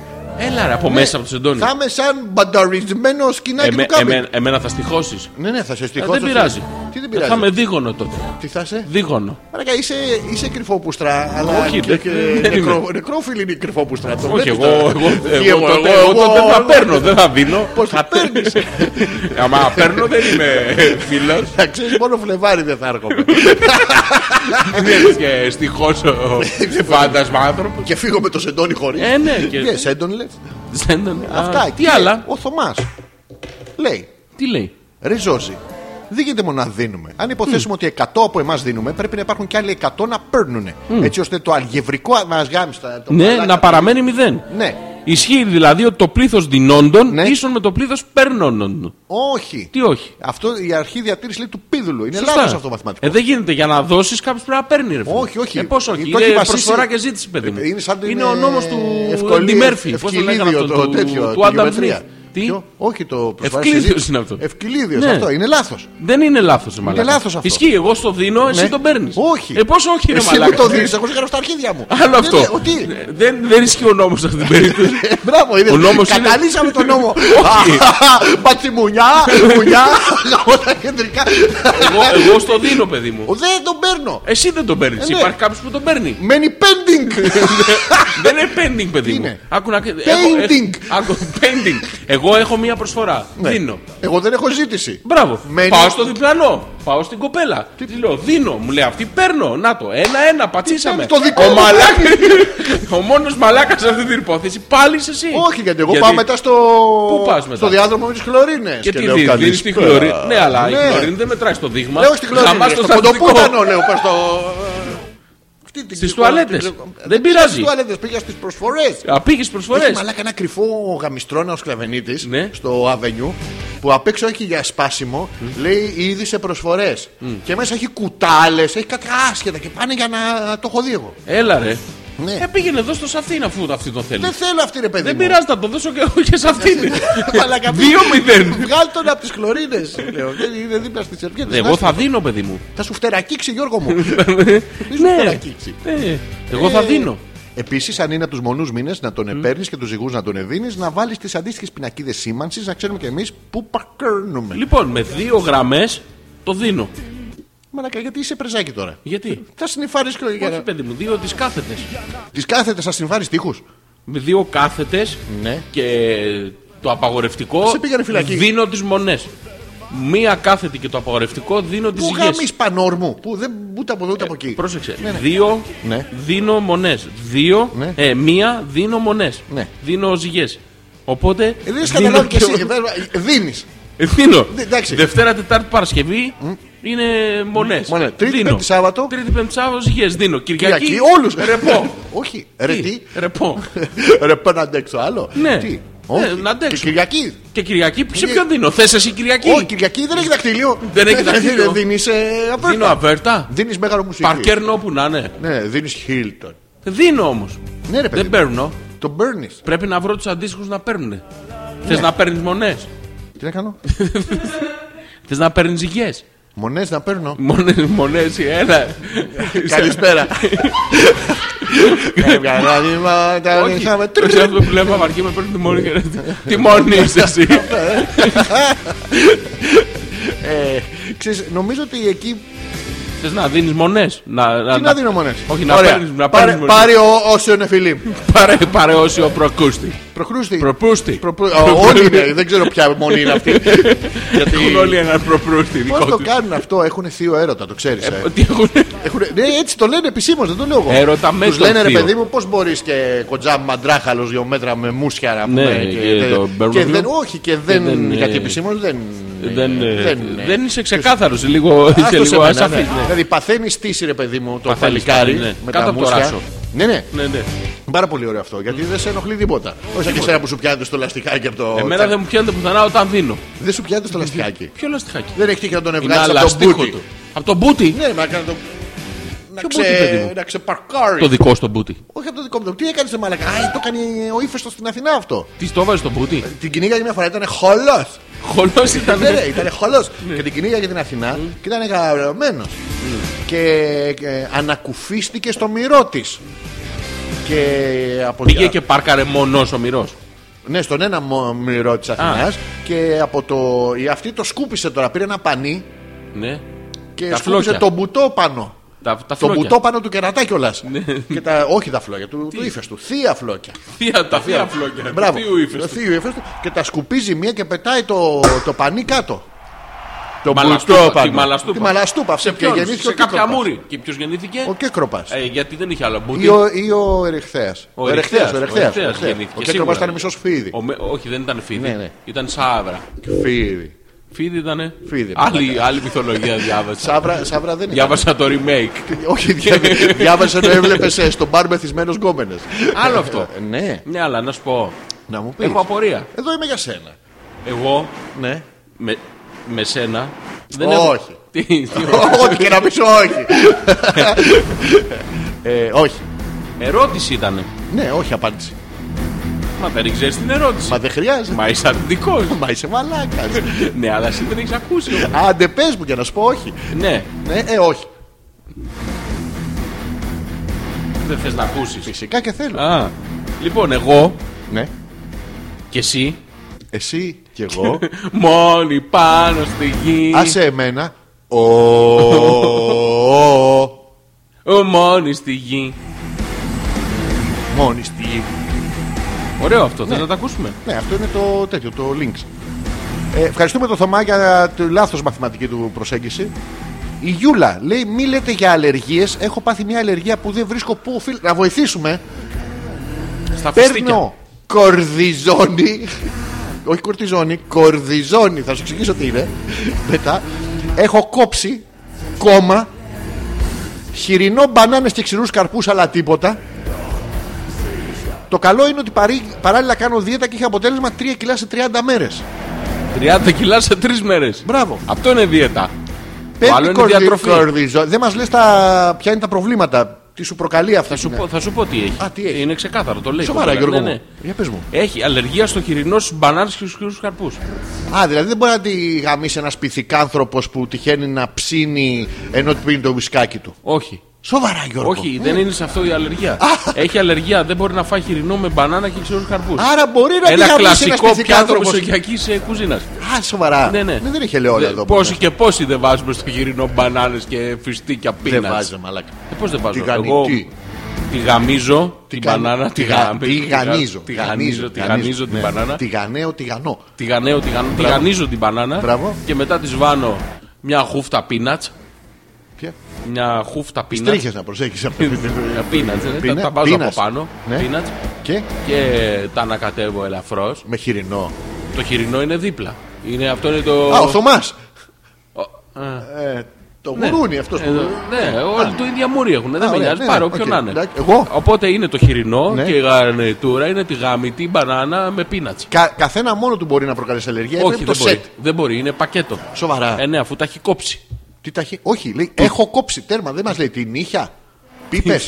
S3: Έλα ρε, από μέσα από το σεντόνι.
S2: Θα είμαι σαν μπανταρισμένος σκηνάκι
S3: Εμέ-
S2: του κάμπι.
S3: εμέ- Εμένα θα στοιχώσεις.
S2: Ναι, ναι, θα σε στοιχώσω.
S3: Ε, Δεν πειράζει. Ε,
S2: Τι δεν
S3: Θα
S2: πειράζει.
S3: με δίγωνο τότε.
S2: Τι θα είσαι.
S3: Δίγωνο.
S2: Μαρακα, είσαι, είσαι κρυφόπουστρα, αλλά
S3: Όχι,
S2: και,
S3: δεν-
S2: και
S3: δεν
S2: νεκρό-
S3: είμαι.
S2: νεκρόφιλη είναι η κρυφόπουστρα. Το
S3: Όχι,
S2: βλέπεις
S3: εγώ,
S2: τώρα.
S3: εγώ,
S2: Τι
S3: εγώ, τότε- εγώ τότε θα παίρνω, δεν θα δίνω.
S2: Πώς θα παίρνεις.
S3: Άμα παίρνω δεν είμαι φίλος.
S2: Θα ξέρεις, μόνο Φλεβάρι δεν θα έρχομαι.
S3: και στοιχώσω φάντασμα άνθρωπος.
S2: και φύγω με το σεντόνι χωρίς.
S3: Ε, ναι, και-
S2: Ναι, σέντον λες.
S3: Σέντον, α,
S2: Αυτά.
S3: Τι
S2: Και
S3: άλλα.
S2: Ο Θωμάς λέει,
S3: Τι λέει.
S2: ρε Ζώζη, δεν γίνεται μόνο να δίνουμε. Αν υποθέσουμε ότι 100 από εμάς δίνουμε, πρέπει να υπάρχουν και άλλοι 100 να παίρνουν. Έτσι ώστε το αλγευρικό μα γάμιστα. το
S3: Ναι,
S2: μαλάκα-
S3: να παραμένει μηδέν.
S2: Ναι.
S3: Ισχύει δηλαδή ότι το πλήθος δινόντων
S2: Ναι.
S3: ίσον με το πλήθος παίρνων.
S2: Όχι.
S3: Τι όχι.
S2: Αυτό η αρχή διατήρηση λέει του πίδουλου. Είναι
S3: Σωστά.
S2: λάθος αυτό το μαθηματικό.
S3: Ε, δεν γίνεται. Για να δώσεις κάποιος πρέπει να παίρνει. Ρε, φίλε.
S2: Όχι, όχι.
S3: Ε, πώς όχι.
S2: Το
S3: είναι
S2: έχει βασίσει-
S3: προσφορά και ζήτηση, παιδί μου.
S2: Ε, είναι σαν την,
S3: ο
S2: ε,
S3: νόμος του
S2: ευκολία-
S3: Ευκολή, Μέρφυ. Πώ τον
S2: ευκυλίδιο
S3: έκανε αυτό
S2: το
S3: του,
S2: τέτοιο,
S3: του
S2: τη
S3: Άνταμ
S2: γεωμετρία.
S3: Smith. Τι.
S2: Ποιο? Όχι το προσφάσεις
S3: Ευκλήδιος
S2: εσύ.
S3: είναι αυτό.
S2: Ευκλήδιος
S3: Ναι.
S2: αυτό. Είναι λάθος.
S3: Δεν είναι λάθος, μάλλον.
S2: λάθος αυτό.
S3: Ισχύει. Εγώ στο δίνω, εσύ
S2: Ναι.
S3: τον παίρνεις.
S2: Όχι.
S3: Ε, πώς όχι, ρε
S2: Εσύ
S3: μαλάκα.
S2: μου το δίνεις, εγώ σε κάνω στα αρχίδια μου.
S3: Άλλο
S2: Ναι,
S3: αυτό.
S2: ναι, ότι- Ναι.
S3: Ε, Δεν, δεν ισχύει ο νόμος σε αυτή την περίπτωση.
S2: Μπράβο, είδες.
S3: Ο νόμος είναι-
S2: Καταλύσαμε τον νόμο.
S3: Όχι.
S2: Πατσιμουνιά, μουνιά, γαμώ τα κεντρικά.
S3: εγώ, εγώ στο δίνω, παιδί μου.
S2: Ο, Δεν τον παίρνω.
S3: Εσύ δεν τον παίρνεις.
S2: ναι.
S3: Υπάρχει κάποιος που τον παίρνει.
S2: Μένει pending.
S3: δεν είναι pending, παιδί μου.
S2: είναι?
S3: Άκου να έχω-
S2: Painting.
S3: έχω- άκου- painting. Εγώ έχω μία προσφορά. Δίνω.
S2: Ναι. Εγώ δεν έχω ζήτηση.
S3: Μπράβο.
S2: Μένει-
S3: Πάω στο διπλανό. Πάω στην κοπέλα. Τι λέω, δίνω. Μου λέει αυτή παίρνω. Να το. Ένα-ένα, πατσίσαμε.
S2: παίρνεις, το δικό
S3: ο
S2: μου
S3: ο μόνος μαλάκας σε αυτή την υπόθεση πάλι είσαι εσύ.
S2: Όχι, γιατί εγώ πάω μετά στο,
S3: Πού πας μετά?
S2: στο διάδρομο με τις χλωρίνες.
S3: Και τι δίνει, δίνεις τη χλωρίνη. Ναι, αλλά η χλωρίνη δεν μετράει στο δείγμα.
S2: Ε, Λέω στη
S3: Χαμάς
S2: χλωρίνη. Στο
S3: το στατιστικό.
S2: ποντοπούτανο, λέω. πας στο... Αυτή την-
S3: Στις τουαλέτες.
S2: την-
S3: Δεν
S2: ξέρω
S3: πειράζει.
S2: Στις τουαλέτες πήγα στις προσφορές.
S3: Α, πήγες προσφορέ.
S2: Έχει μαλάκα ένα κρυφό γαμιστρόνα ο Σκλαβενίτης
S3: Ναι.
S2: στο Αβενιού που απ' έξω έχει για σπάσιμο, λέει ήδη σε προσφορές. Και μέσα έχει κουτάλες, έχει κάτι άσχετα και πάνε για να το έχω δει εγώ.
S3: Έλα ρε.
S2: Ναι.
S3: Ε, πήγαινε εδώ στο Σαθήν αφού αυτή τον θέλει.
S2: Δεν θέλω αυτή ρε παιδί.
S3: Δεν
S2: μου.
S3: πειράζει, θα το δώσω και εγώ και σε αυτήν.
S2: Μαλάκα,
S3: 2-0.
S2: Βγάλ τον από τι χλωρίνε. Είναι δίπλα στις σερβιέτε.
S3: Εγώ θα δίνω, παιδί μου.
S2: Θα σου φτερακίξει, Γιώργο μου. Δεν σου
S3: Ναι.
S2: φτερακίξει.
S3: Ε, Εγώ θα
S2: Ε,
S3: δίνω.
S2: Επίσης, αν είναι από τους μονούς μήνες, να τον παίρνει και τους ζυγούς να τον εδίνεις, να βάλεις τις αντίστοιχες πινακίδες σήμανσης, να ξέρουμε κι εμείς πού πακέρνουμε.
S3: Λοιπόν, με δύο γραμμές το δίνω.
S2: Μαλάκα, γιατί είσαι πρεζάκι τώρα.
S3: Γιατί.
S2: Θα συνυφάρει
S3: Όχι,
S2: και.
S3: παιδί μου, δύο τις κάθετες.
S2: Τις κάθετες, θα συνυφάρει τείχους.
S3: Με δύο κάθετες
S2: Ναι.
S3: και το απαγορευτικό.
S2: Σε πήγανε φυλακή.
S3: Δίνω τις μονές. Μία κάθετη και το απαγορευτικό δίνω τις
S2: Πού
S3: ζυγέ.
S2: γάμει πανόρμου, που δεν ούτε από εδώ
S3: Ε,
S2: ούτε από εκεί.
S3: Πρόσεξε.
S2: Ναι, ναι.
S3: Δύο
S2: Ναι.
S3: δίνω μονές. Δύο.
S2: Ναι.
S3: Ε, μία δίνω μονές.
S2: Ναι.
S3: Δίνω ζυγέ. Οπότε.
S2: Ε, Δεν σε
S3: δίνω
S2: καταλάβει κι
S3: και-
S2: εσύ. Δίνεις.
S3: Ε, Δίνω.
S2: Ναι, εντάξει.
S3: Δευτέρα, Τετάρτη, Παρασκευή είναι μονέ.
S2: Μονές. Τρίτη, Πέμπτη, Σάββατο.
S3: Τρίτη, Πέμπτη, Σάββατο ζυγέ. Δίνω. Κυριακή.
S2: Κυριακή, όλους.
S3: Ρεπό.
S2: Όχι. Ρε τι.
S3: Ρεπό.
S2: Ρε πέρα να αντέξω άλλο.
S3: Ναι.
S2: Τι.
S3: Ναι,
S2: Όχι.
S3: να αντέξω.
S2: Και Κυριακή.
S3: Και Κυριακή, σε
S2: Κυριακή.
S3: ποιον δίνω. Θες εσύ Κυριακή.
S2: Όχι, Κυριακή δεν έχει δακτύλιο.
S3: Δεν έχει δακτύλιο.
S2: Δίνει
S3: Δίνω
S2: απέρτα.
S3: αβέρτα.
S2: Δίνεις μέγαρο μουσική.
S3: Παρκέρνω που να είναι.
S2: Ναι, δίνεις Χίλτον.
S3: Δίνω όμως.
S2: Ναι, ρε παιδί.
S3: Δεν
S2: μου.
S3: παίρνω.
S2: Τον παίρνεις.
S3: Πρέπει να βρω τους αντίστοιχους να παίρνουν.
S2: Ναι.
S3: Θες να παίρνεις μονές.
S2: Τι να κάνω.
S3: Θες να παίρνεις ζυγέ.
S2: Μονές να παίρνω.
S3: Μονές ή ένα.
S2: Καλησπέρα. Καλά, δείγμα, τα
S3: Όχι,
S2: δείγμα.
S3: όχι αυτό που λέμε αμαρκή με παίρνει τη μόνη και λέει, Τι μόνη είσαι εσύ.
S2: Ε, Ξέρεις, νομίζω ότι εκεί
S3: Θες να δίνεις μονές. Να,
S2: Τι να δίνω μονές.
S3: Όχι, να
S2: Ωραία.
S3: παίρνεις- να
S2: Πάρε-
S3: παίρνεις μονές.
S2: Πάρε ο- όσιο είναι φιλί.
S3: Πάρε, πάρε όσιο προκούστη.
S2: Προκρούστη.
S3: Προπούστη.
S2: Προπρού- Α, Όλοι είναι. Δεν ξέρω ποια μονή είναι αυτή. Γιατί...
S3: Έχουν όλοι έναν προπρούστη
S2: Πώς
S3: δικό
S2: το
S3: τους.
S2: κάνουν αυτό, έχουν θείο έρωτα, το ξέρεις. Ε.
S3: Τι έχουν.
S2: Έχουνε- Ναι, έτσι το λένε επισήμως, δεν το λέω εγώ.
S3: Έρωτα με
S2: Τους
S3: το
S2: λένε ρε
S3: θείο.
S2: παιδί μου, πώς μπορείς και κοντζάμ μαντράχαλο δύο μέτρα με μουσια να
S3: Ναι,
S2: πούμε,
S3: και το
S2: και,
S3: μπερμπερμπλου.
S2: δεν, όχι, και
S3: Και δεν,
S2: δεν.
S3: ε,
S2: Γιατί επισήμως δεν.
S3: Δεν, ε,
S2: ε,
S3: δεν είσαι ξεκάθαρος. Λίγο, είσαι
S2: άστο σε
S3: λίγο
S2: μένα,
S3: ασαφής.
S2: ναι. Δηλαδή παθαίνεις στήση ρε παιδί μου το
S3: Παθαίνεις
S2: παλικάρι
S3: πάλι, ναι.
S2: με
S3: Κάτω
S2: τα
S3: από το
S2: μουσια.
S3: ράσο.
S2: Ναι, ναι.
S3: Ναι, ναι.
S2: Πάρα πολύ ωραίο αυτό γιατί δεν σε ενοχλεί τίποτα. Όχι και εσένα που σου πιάνετε στο λαστιχάκι από το.
S3: Εμένα δεν μου πιάνεται πουθενά όταν δίνω.
S2: Δεν σου πιάνετε στο λαστιχάκι.
S3: Ποιο λαστιχάκι.
S2: Δεν έχει τύχει να τον
S3: Είναι
S2: ευγάλεις
S3: άλλα
S2: από τον
S3: στίχο
S2: μπούτι.
S3: του. Από τον μπούτι.
S2: Ναι, ρε, μα έκανε το. Να,
S3: Ποιο μπούτι, παιδί
S2: ξε...
S3: μου?
S2: να ξεπαρκάρει.
S3: Το δικό στο μπούτι.
S2: Όχι από το δικό μου. Τι έκανε σε μαλακά. Α, το έκανε ο ύφεστος στην Αθηνά αυτό.
S3: Τι το βάζει το μπούτι.
S2: Την κυνήγαγε μια φορά, ήταν χολός.
S3: Χολός ήταν.
S2: Ναι, ναι, ήταν χολό. Και την κυνήγαγε την Αθηνά
S3: Ναι.
S2: και ήταν γαμπρεμένο. Και και ανακουφίστηκε στο μυρό της. Και από
S3: Πήγε και πάρκαρε μόνο ο μυρός.
S2: Ναι, στον ένα μο- μυρό της Αθηνάς. Και από το. η- Αυτή το σκούπισε τώρα. Πήρε ένα πανί
S3: Ναι.
S2: και
S3: Τα
S2: σκούπισε
S3: φλόκια.
S2: το μπουτό πάνω.
S3: Τα, τα Ναι.
S2: Το
S3: φλόκια.
S2: μπουτό πάνω του κερατά κιόλας. Όχι τα φλόκια, του, του ύφεστου. Θεία φλόκια.
S3: Θεία, τα θεία φλόκια.
S2: Μπράβο.
S3: Θείου ύφεστος.
S2: Το θείο ύφεστο. Και τα σκουπίζει μία και πετάει το, το πανί κάτω. Το
S3: Μαλαστούπα,
S2: μπουτό
S3: τη
S2: πάνω.
S3: μαλαστούπα.
S2: Τη μαλαστούπα. αυτή
S3: Σε
S2: και
S3: ποιον,
S2: γεννήθηκε
S3: σε
S2: ο
S3: κάποια
S2: Κέκροπας.
S3: μούρη. Και ποιος γεννήθηκε.
S2: Ο Κέκροπα.
S3: Ε, γιατί δεν είχε άλλο μπούτι.
S2: Ή ο, ή ο Ερεχθέας.
S3: Ο Ερεχθέας,
S2: Ο Ερεχθέας.
S3: ο Ερεχθέας
S2: ο Ερεχθέας.
S3: γεννήθηκε,
S2: Ο Κέκροπας
S3: σίγουρα.
S2: ήταν μισός φίδι.
S3: Ο με- Όχι, δεν ήταν φίδι.
S2: Ναι, ναι.
S3: Ήταν σάβρα.
S2: Φίδι.
S3: Φίδι ήτανε.
S2: Φίδι, ναι.
S3: Άλλη, άλλη μυθολογία διάβασα.
S2: Σάβρα, σάβρα δεν είναι.
S3: διάβασα το remake.
S2: Όχι, διά- διάβασε το έβλεπες στον μπαρ μεθυσμένος γκόμενες.
S3: Άλλο αυτό.
S2: Ναι,
S3: ναι, αλλά να σου πω.
S2: να μου πεις.
S3: Έχω απορία.
S2: Εδώ είμαι για σένα.
S3: Εγώ
S2: Ναι.
S3: με, με σένα.
S2: Όχι.
S3: Έχω... Τι, τι-
S2: Ό,τι και να πεις, όχι. Ε, Όχι.
S3: ερώτηση ήταν.
S2: Ναι, όχι απάντηση.
S3: Μα δεν ξέρεις την ερώτηση.
S2: Μα δεν χρειάζεται.
S3: Μα είσαι αρνητικός.
S2: Μα είσαι μαλάκας.
S3: ναι, αλλά εσύ δεν έχεις ακούσει.
S2: Άντε πες μου και να σου πω όχι.
S3: ναι,
S2: Ναι, ε, όχι.
S3: δεν θες να ακούσεις.
S2: Φυσικά και θέλω.
S3: Α, λοιπόν, εγώ
S2: Ναι.
S3: και εσύ
S2: Εσύ και εγώ.
S3: μόνοι πάνω στη γη.
S2: Άσε εμένα. Ο.
S3: Ο μόνοι στη γη.
S2: Μόνη στη γη.
S3: Ωραίο αυτό, θες να το ακούσουμε.
S2: Ναι, αυτό είναι το τέτοιο, το links. Ε, ευχαριστούμε τον Θωμά για τη λάθος μαθηματική του προσέγγιση. Η Γιούλα λέει: Μη λέτε για αλλεργίες. Έχω πάθει μια αλλεργία που δεν βρίσκω πού οφείλει. Να βοηθήσουμε.
S3: Στα φιστίκια.
S2: Παίρνω κορδιζόνη. Όχι κορτιζόνη, κορδιζόνη. Θα σου εξηγήσω τι είναι. Μετά. Έχω κόψει κόμμα. Χοιρινό μπανάνες και ξηρούς καρπούς, αλλά τίποτα. Το καλό είναι ότι παρή- παράλληλα κάνω δίαιτα και είχε αποτέλεσμα 3 κιλά σε 30 μέρε.
S3: 30 κιλά σε 3 μέρες.
S2: Μπράβο.
S3: Αυτό είναι δίαιτα. άλλο
S2: Πέμπτη
S3: είναι
S2: κορδι...
S3: διατροφή.
S2: κορδιζόνη. Δεν μας λες τα... ποια είναι τα προβλήματα. Τι σου προκαλεί αυτά.
S3: Σου πω- θα σου πω τι έχει.
S2: Ναι. Α, τι έχει.
S3: Είναι ξεκάθαρο, το λέει.
S2: Σοβαρά,
S3: η κοπέλα.
S2: Γιώργο.
S3: Ναι,
S2: μου.
S3: ναι.
S2: Για πες μου.
S3: Έχει αλλεργία στο χοιρινό στους μπανάνες και στους χειρού καρπούς.
S2: Α, δηλαδή δεν μπορεί να τη γαμίσει ένας πυθικάνθρωπος που τυχαίνει να ψήνει ενώ του πίνει το μισκάκι του.
S3: Όχι.
S2: Σοβαρά, Γιώργο.
S3: Όχι, δεν είναι σε αυτό η αλλεργία. Έχει αλλεργία, δεν μπορεί να φάει χοιρινό με μπανάνα και ξηρού καρπούς.
S2: Άρα μπορεί να τη
S3: Ένα
S2: γαμίσει ένας
S3: κλασικό πιάτο
S2: πυθικάνθρωπο.
S3: μεσογειακή κουζίνας.
S2: Α, σοβαρά.
S3: Ναι, ναι.
S2: Δεν έχει ελαιόλαδο.
S3: Δε-
S2: εδώ
S3: Πόσοι
S2: που
S3: και πόσοι δεν βάζουμε στο χοιρινό μπανάνες και φιστίκια
S2: είναι.
S3: πίνα.
S2: Δεν βάζει, μαλάκα.
S3: Ε, Πώς δεν βάζω.
S2: Τηγανι-
S3: Εγώ
S2: τι?
S3: τη γαμίζω, την
S2: Κάνει-
S3: μπανάνα, τη
S2: τηγα-
S3: γαμ-
S2: Τηγανίζω.
S3: τη γανίζω, τη γανίζω την
S2: ναι.
S3: μπανάνα,
S2: Τηγανέω, τηγανό.
S3: τη γανέω, τη γαν- τη γανίζω την μπανάνα
S2: Μπράβο.
S3: και μετά της βάνω μια χούφτα πίνατς,
S2: Ποια.
S3: μια χούφτα πίνατς,
S2: Τρίχες να προσέχεις αυτό.
S3: ε, πίνατς, ε, τα-
S2: Πίνα-
S3: τα βάζω από
S2: πίνας.
S3: πάνω,
S2: Ναι.
S3: πίνατς
S2: Και
S3: και τα ανακατεύω ελαφρώς.
S2: με χοιρινό.
S3: Το χοιρινό είναι δίπλα. Είναι, αυτό είναι το...
S2: Α, ο Θωμάς.
S3: Ο- ε,
S2: Το γουρούνι αυτός
S3: ε,
S2: που.
S3: ναι, όλοι το ίδια μούρι έχουν. Δεν με
S2: ωραία,
S3: νοιάζει,
S2: ναι,
S3: πάρε
S2: ναι,
S3: όποιον
S2: οκ.
S3: να είναι.
S2: Εντάξει, εγώ.
S3: Οπότε είναι το χοιρινό
S2: Ναι.
S3: και η γαρνιτούρα είναι τη γάμητη μπανάνα με πίνατς.
S2: Κα- καθένα μόνο του μπορεί να προκαλέσει αλλεργία.
S3: Όχι,
S2: Πρέπει το
S3: δεν μπορεί.
S2: σετ.
S3: δεν μπορεί, είναι πακέτο.
S2: Σοβαρά.
S3: Ε, ναι, αφού τα έχει κόψει.
S2: Τι τα έχει. Όχι, λέει. Έχω κόψει τέρμα. Δεν μας λέει την νύχια. Πίπες.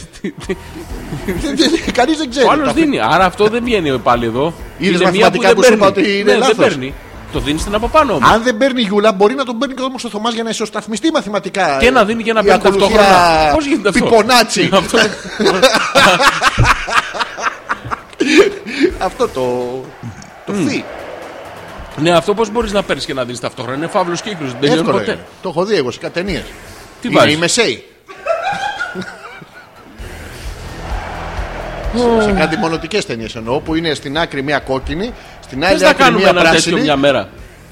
S2: Κανείς δεν ξέρει.
S3: Ο άλλος
S2: Τα-
S3: δίνει. Άρα αυτό δεν βγαίνει πάλι εδώ.
S2: Είδες
S3: Είναι μία
S2: μαθηματικά που σου είπα ότι είναι
S3: ναι, δεν
S2: λάθος.
S3: παίρνει. Το δίνεις στην από πάνω όμως.
S2: Αν δεν παίρνει η Γιούλα, μπορεί να τον παίρνει και όμω ο Θωμάς για να ισοσταθμιστεί μαθηματικά.
S3: Και να δίνει και να
S2: Η
S3: παίρνει
S2: ακολουθία
S3: ταυτόχρονα. Πώς γίνεται αυτό?
S2: Πιπονάτσι.
S3: Αυτό-
S2: Αυτό το. Το φι.
S3: ναι, αυτό πώς μπορείς να παίρνεις και να δεις ταυτόχρονα. Είναι φαύλος κύκλος. Δεν τελειώνει
S2: Εύκολο
S3: ποτέ.
S2: είναι. Το έχω δει εγώ σε ταινίες.
S3: Τι
S2: Είναι
S3: βάζεις?
S2: οι μεσαίοι. σε, σε κάτι μονοτικές ταινίες εννοώ που είναι στην άκρη μια κόκκινη, στην
S3: Θες
S2: άλλη
S3: να
S2: άκρη
S3: κάνουμε
S2: μια
S3: ένα τέτοιο
S2: πράσινη.
S3: μια μέρα.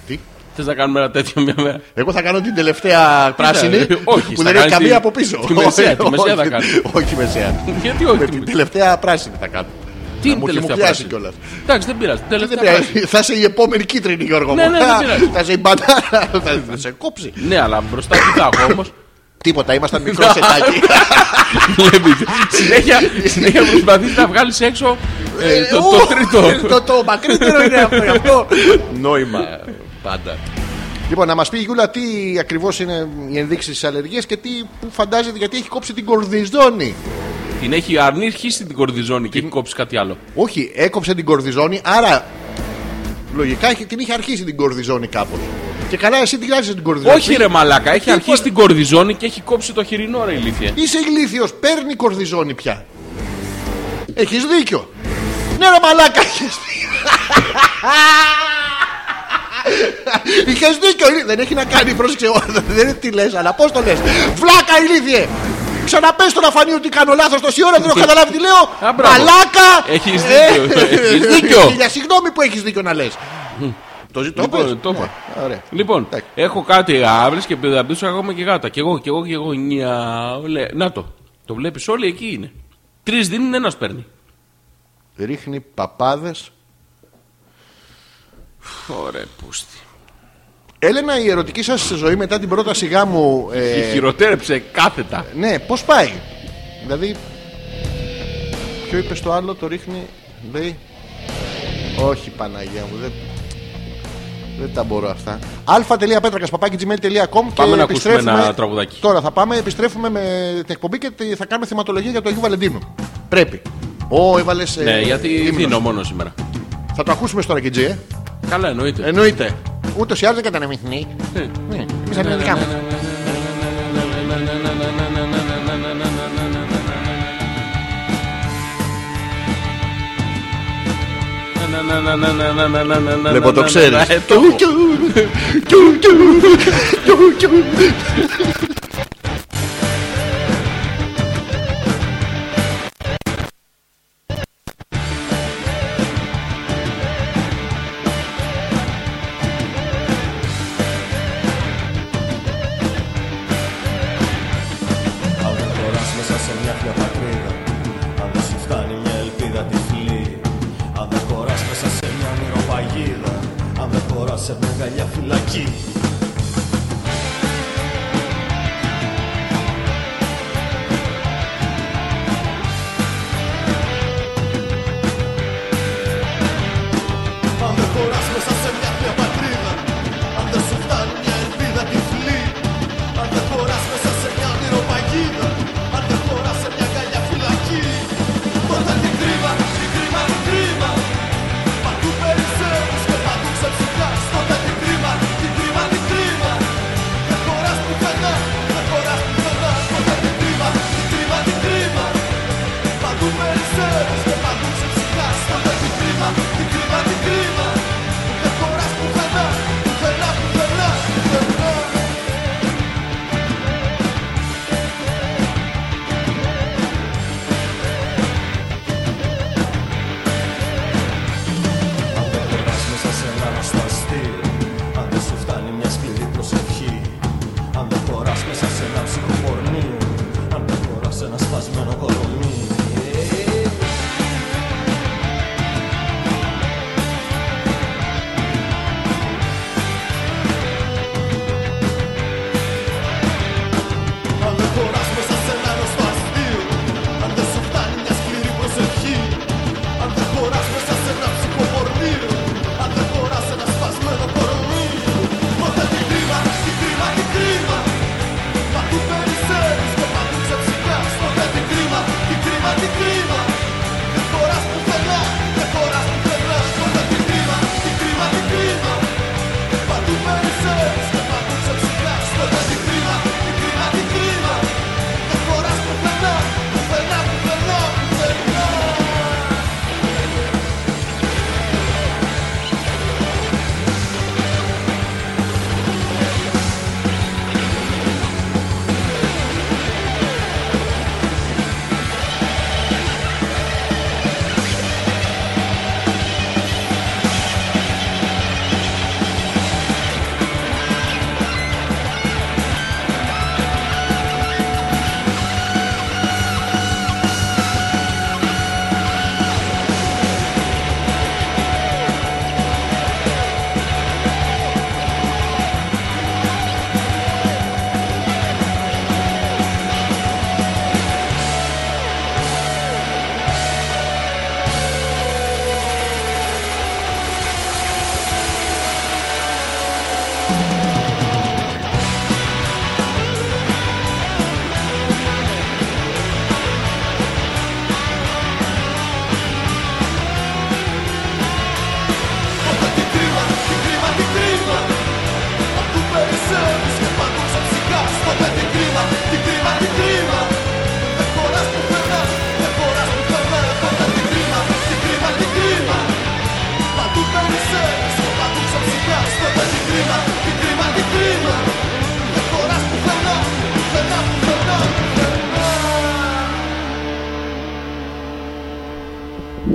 S2: Τι?
S3: Θες να κάνουμε ένα τέτοιο μια μέρα.
S2: Εγώ θα κάνω την τελευταία πράσινη
S3: θα- ε, όχι,
S2: που
S3: θα
S2: δεν έχει
S3: κάνεις
S2: καμία
S3: τη-
S2: από πίσω.
S3: τη μεσαία, τη
S2: Όχι,
S3: μεσαία θα
S2: όχι,
S3: κάνεις.
S2: Όχι μεσαία.
S3: Γιατί
S2: Με
S3: όχι.
S2: την τελευταία πράσινη θα κάνω.
S3: Τι
S2: Να
S3: είναι
S2: μου
S3: τελευταία
S2: χυμουκλιάσει
S3: πράσινη.
S2: κιόλας.
S3: Εντάξει, δεν πειράζει.
S2: Δεν
S3: Τελευταία
S2: πειράζει.
S3: πράσινη.
S2: Θα είσαι η επόμενη κίτρινη, Γιώργο
S3: Ναι,
S2: μου.
S3: ναι, δεν
S2: Θα-
S3: πειράζει.
S2: Θα είσαι η μπατάρα. θα- Θα σε κόψει.
S3: Ναι, αλλά μπροστά τι θα έχω όμως.
S2: Τίποτα, ήμασταν
S3: Ναι.
S2: μικρό σετάκι.
S3: συνέχεια, συνέχεια προσπαθείς να βγάλεις έξω ε, το, το
S2: Ου,
S3: τρίτο.
S2: το- Το μακρύτερο είναι αυτό, γι' αυτό. Νόημα πάντα. Λοιπόν, να μας πει η Γιούλα τι ακριβώς είναι οι ενδείξεις της αλλεργίας και τι που φαντάζεται γιατί έχει κόψει την κορδιζόνη.
S3: την έχει αρνήσει την κορδιζόνη και έχει κόψει κάτι άλλο.
S2: Όχι, έκοψε την κορδιζόνη, άρα λογικά έχει- την είχε αρχίσει την κορδιζόνη κάπως. Και καλά, εσύ τι λάζει την κορδιζόνη.
S3: Όχι ρε μαλάκα,
S2: λοιπόν-
S3: έχει αρχίσει την κορδιζόνη και έχει κόψει το χοιρινό ρε ηλίθεια.
S2: Είσαι ηλίθιος, παίρνει κορδιζόνη πια. Έχεις δίκιο. Ναι, ρε μαλάκα, έχεις δίκιο. Είχε δίκιο, ηλί- δεν έχει να κάνει, πρόσεξε. ο- Δεν είναι τι λες, αλλά πώς το λες. Βλάκα, ηλίθιε. Ξαναπες τον αφανί ότι κάνω λάθος τόση ώρα, δεν έχω καταλάβει τι λέω.
S3: Α, μπράβο.
S2: Μαλάκα!
S3: Έχεις
S2: Ε,
S3: δίκιο, έχεις δίκιο.
S2: Για συγγνώμη που έχεις δίκιο να λες. Το ζητώ,
S3: Λοιπόν,
S2: πες.
S3: το είπα.
S2: Ναι, Ωραία.
S3: Λοιπόν,
S2: Εντάξει.
S3: έχω κάτι αύριο και θα μπήσω ακόμα και γάτα. Και εγώ, και εγώ, και εγώ. Νιάου, λέ. Να το. Το βλέπεις όλοι εκεί είναι. Τρεις δίνουν, ένας παίρνει.
S2: Ρίχνει παπάδες
S3: Ωραία, πούστη.
S2: Έλενα, η ερωτική σας ζωή μετά την πρόταση γάμου. ε,
S3: Τη χειροτέρεψε κάθετα.
S2: ναι, πώς πάει. Δηλαδή. Ποιο είπες στο άλλο, το ρίχνει. Λέει. Όχι, Παναγία μου, δεν. Δεν τα μπορώ αυτά. αλφα.πέτρακα.gmail.com
S3: Πάμε να ακούσουμε
S2: επιστρέφουμε-
S3: ένα τραγουδάκι.
S2: Τώρα θα πάμε, επιστρέφουμε με την εκπομπή και τη- θα κάνουμε θεματολογία για το Αγίου Βαλεντίνου. Πρέπει. Ω, έβαλε.
S3: Ναι, γιατί δίνω μόνο σήμερα.
S2: Θα το ακούσουμε στο Ρακιτζή, ε.
S3: Καλά, εννοείται.
S2: Εννοείται. Ούτως ή άλλως δεν κατανεμηθεί.
S3: Ναι.
S2: Ναι, εμείς θα είναι δικά μας. Λοιπόν, το ξέρεις.
S3: Ε, το έχω.
S5: Αν δεν χωράς μέσα σε μια χιονακρίδα Αν δεν σου φτάνει μια ελπίδα τυφλή Αν δεν χωράς μέσα σε μια μυροπαγίδα Αν δεν χωράς σε μια γαλιά φυλακή Αν δεν χωράς μέσα σε μια πια πατρίδα Αν δεν σου φτάνει μια ελπίδα τυφλή Αν δεν χωράς μέσα σε μια ονειροπαγίδα Αν δεν χωράς σε μια καλιά φυλακή Όταν την κρύβα, την κρύβα, την κρύβα Παντού περισσεύεις και παντού ξεψυχάς Όταν την κρύβα, την κρύβα, την κρύβα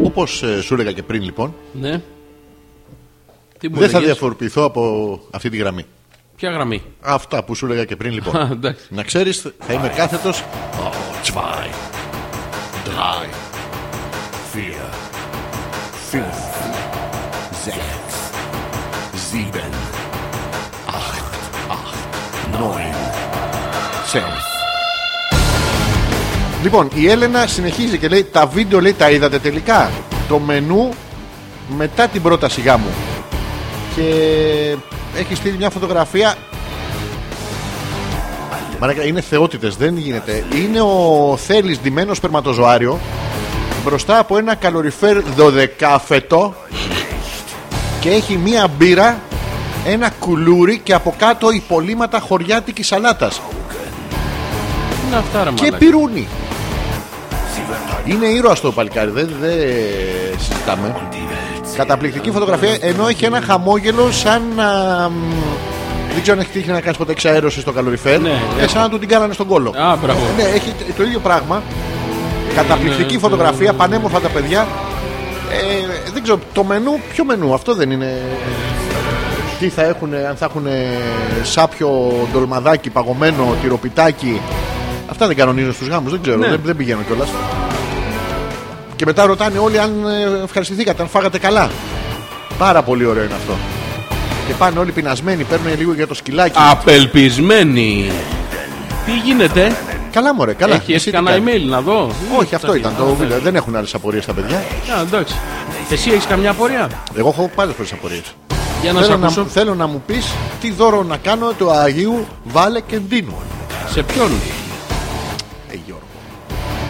S2: όπω σου έλεγα και πριν λοιπόν,
S3: Ναι. Τι μου
S2: δεν θα
S3: έλεγες?
S2: διαφοροποιηθώ από αυτή τη γραμμή.
S3: Ποια γραμμή.
S2: Αυτά που σου έλεγα και πριν
S3: Α,
S2: λοιπόν.
S3: εντάξει.
S2: Να ξέρεις, θα είμαι κάθετος.
S1: Zwei, drei, vier, fünf, sechs, sieben, acht, acht, neun, zehn.
S2: Λοιπόν, η Έλενα συνεχίζει και λέει: Τα βίντεο λέει τα είδατε τελικά. Το μενού μετά την πρώτα σιγά μου. Και έχει στείλει μια φωτογραφία. Μαρακα, είναι θεότητες, δεν γίνεται. Είναι ο Θέλει ντυμένος σπερματοζωάριο μπροστά από ένα καλοριφέρ 12 φετό και έχει μία μπύρα, ένα κουλούρι και από κάτω υπολείμματα χωριάτικης σαλάτας
S3: Τι είναι αυτά, ρε
S2: και
S3: μαλάκα.
S2: πυρούνι. Είναι ήρωα το παλικάρι, δεν δεν συζητάμε. Καταπληκτική φωτογραφία ενώ έχει ένα χαμόγελο σαν να. μ, Δεν ξέρω αν έχει τύχει να κάνεις ποτέ εξαέρωση στο καλοριφέρ.
S3: Ναι,
S2: Ε,
S3: ναι.
S2: σαν να του την κάνανε στον κόλο.
S3: Α, μπράβο.
S2: Ναι, έχει τ- το ίδιο πράγμα. Καταπληκτική
S3: ναι,
S2: φωτογραφία, πανέμορφα τα παιδιά. Ε, δεν ξέρω, το μενού, ποιο μενού, αυτό δεν είναι. Τι θα έχουν, αν θα έχουν σάπιο ντολμαδάκι παγωμένο, τυροπιτάκι. Αυτά δεν κανονίζουν στους γάμους, δεν ξέρω,
S3: Ναι.
S2: δεν, δεν πηγαίνω κιόλας. Και μετά ρωτάνε όλοι αν ε, ευχαριστηθήκατε, αν φάγατε καλά. Πάρα πολύ ωραίο είναι αυτό. Και πάνε όλοι πεινασμένοι, παίρνουν λίγο για το σκυλάκι.
S3: Απελπισμένη. Τι γίνεται.
S2: Καλά, μωρέ, καλά.
S3: Έχεις,
S2: Εσύ
S3: έχει
S2: τι
S3: κανένα
S2: κάνεις?
S3: email να δω.
S2: Όχι, αυτό
S3: Τα- ναι.
S2: ήταν
S3: Α,
S2: το βίντεο. Δεν έχουν άλλες απορίες τα παιδιά.
S3: Α, εντάξει. Εσύ έχεις καμιά απορία.
S2: Εγώ έχω πάρα πολλές απορίες.
S3: Για να σε
S2: Θέλω, να,
S3: ακούσω.
S2: θέλω να μου πεις τι δώρο να κάνω του Αγίου Βαλεκεντίνου.
S3: Σε ποιον.
S2: Ε, Γιώργο.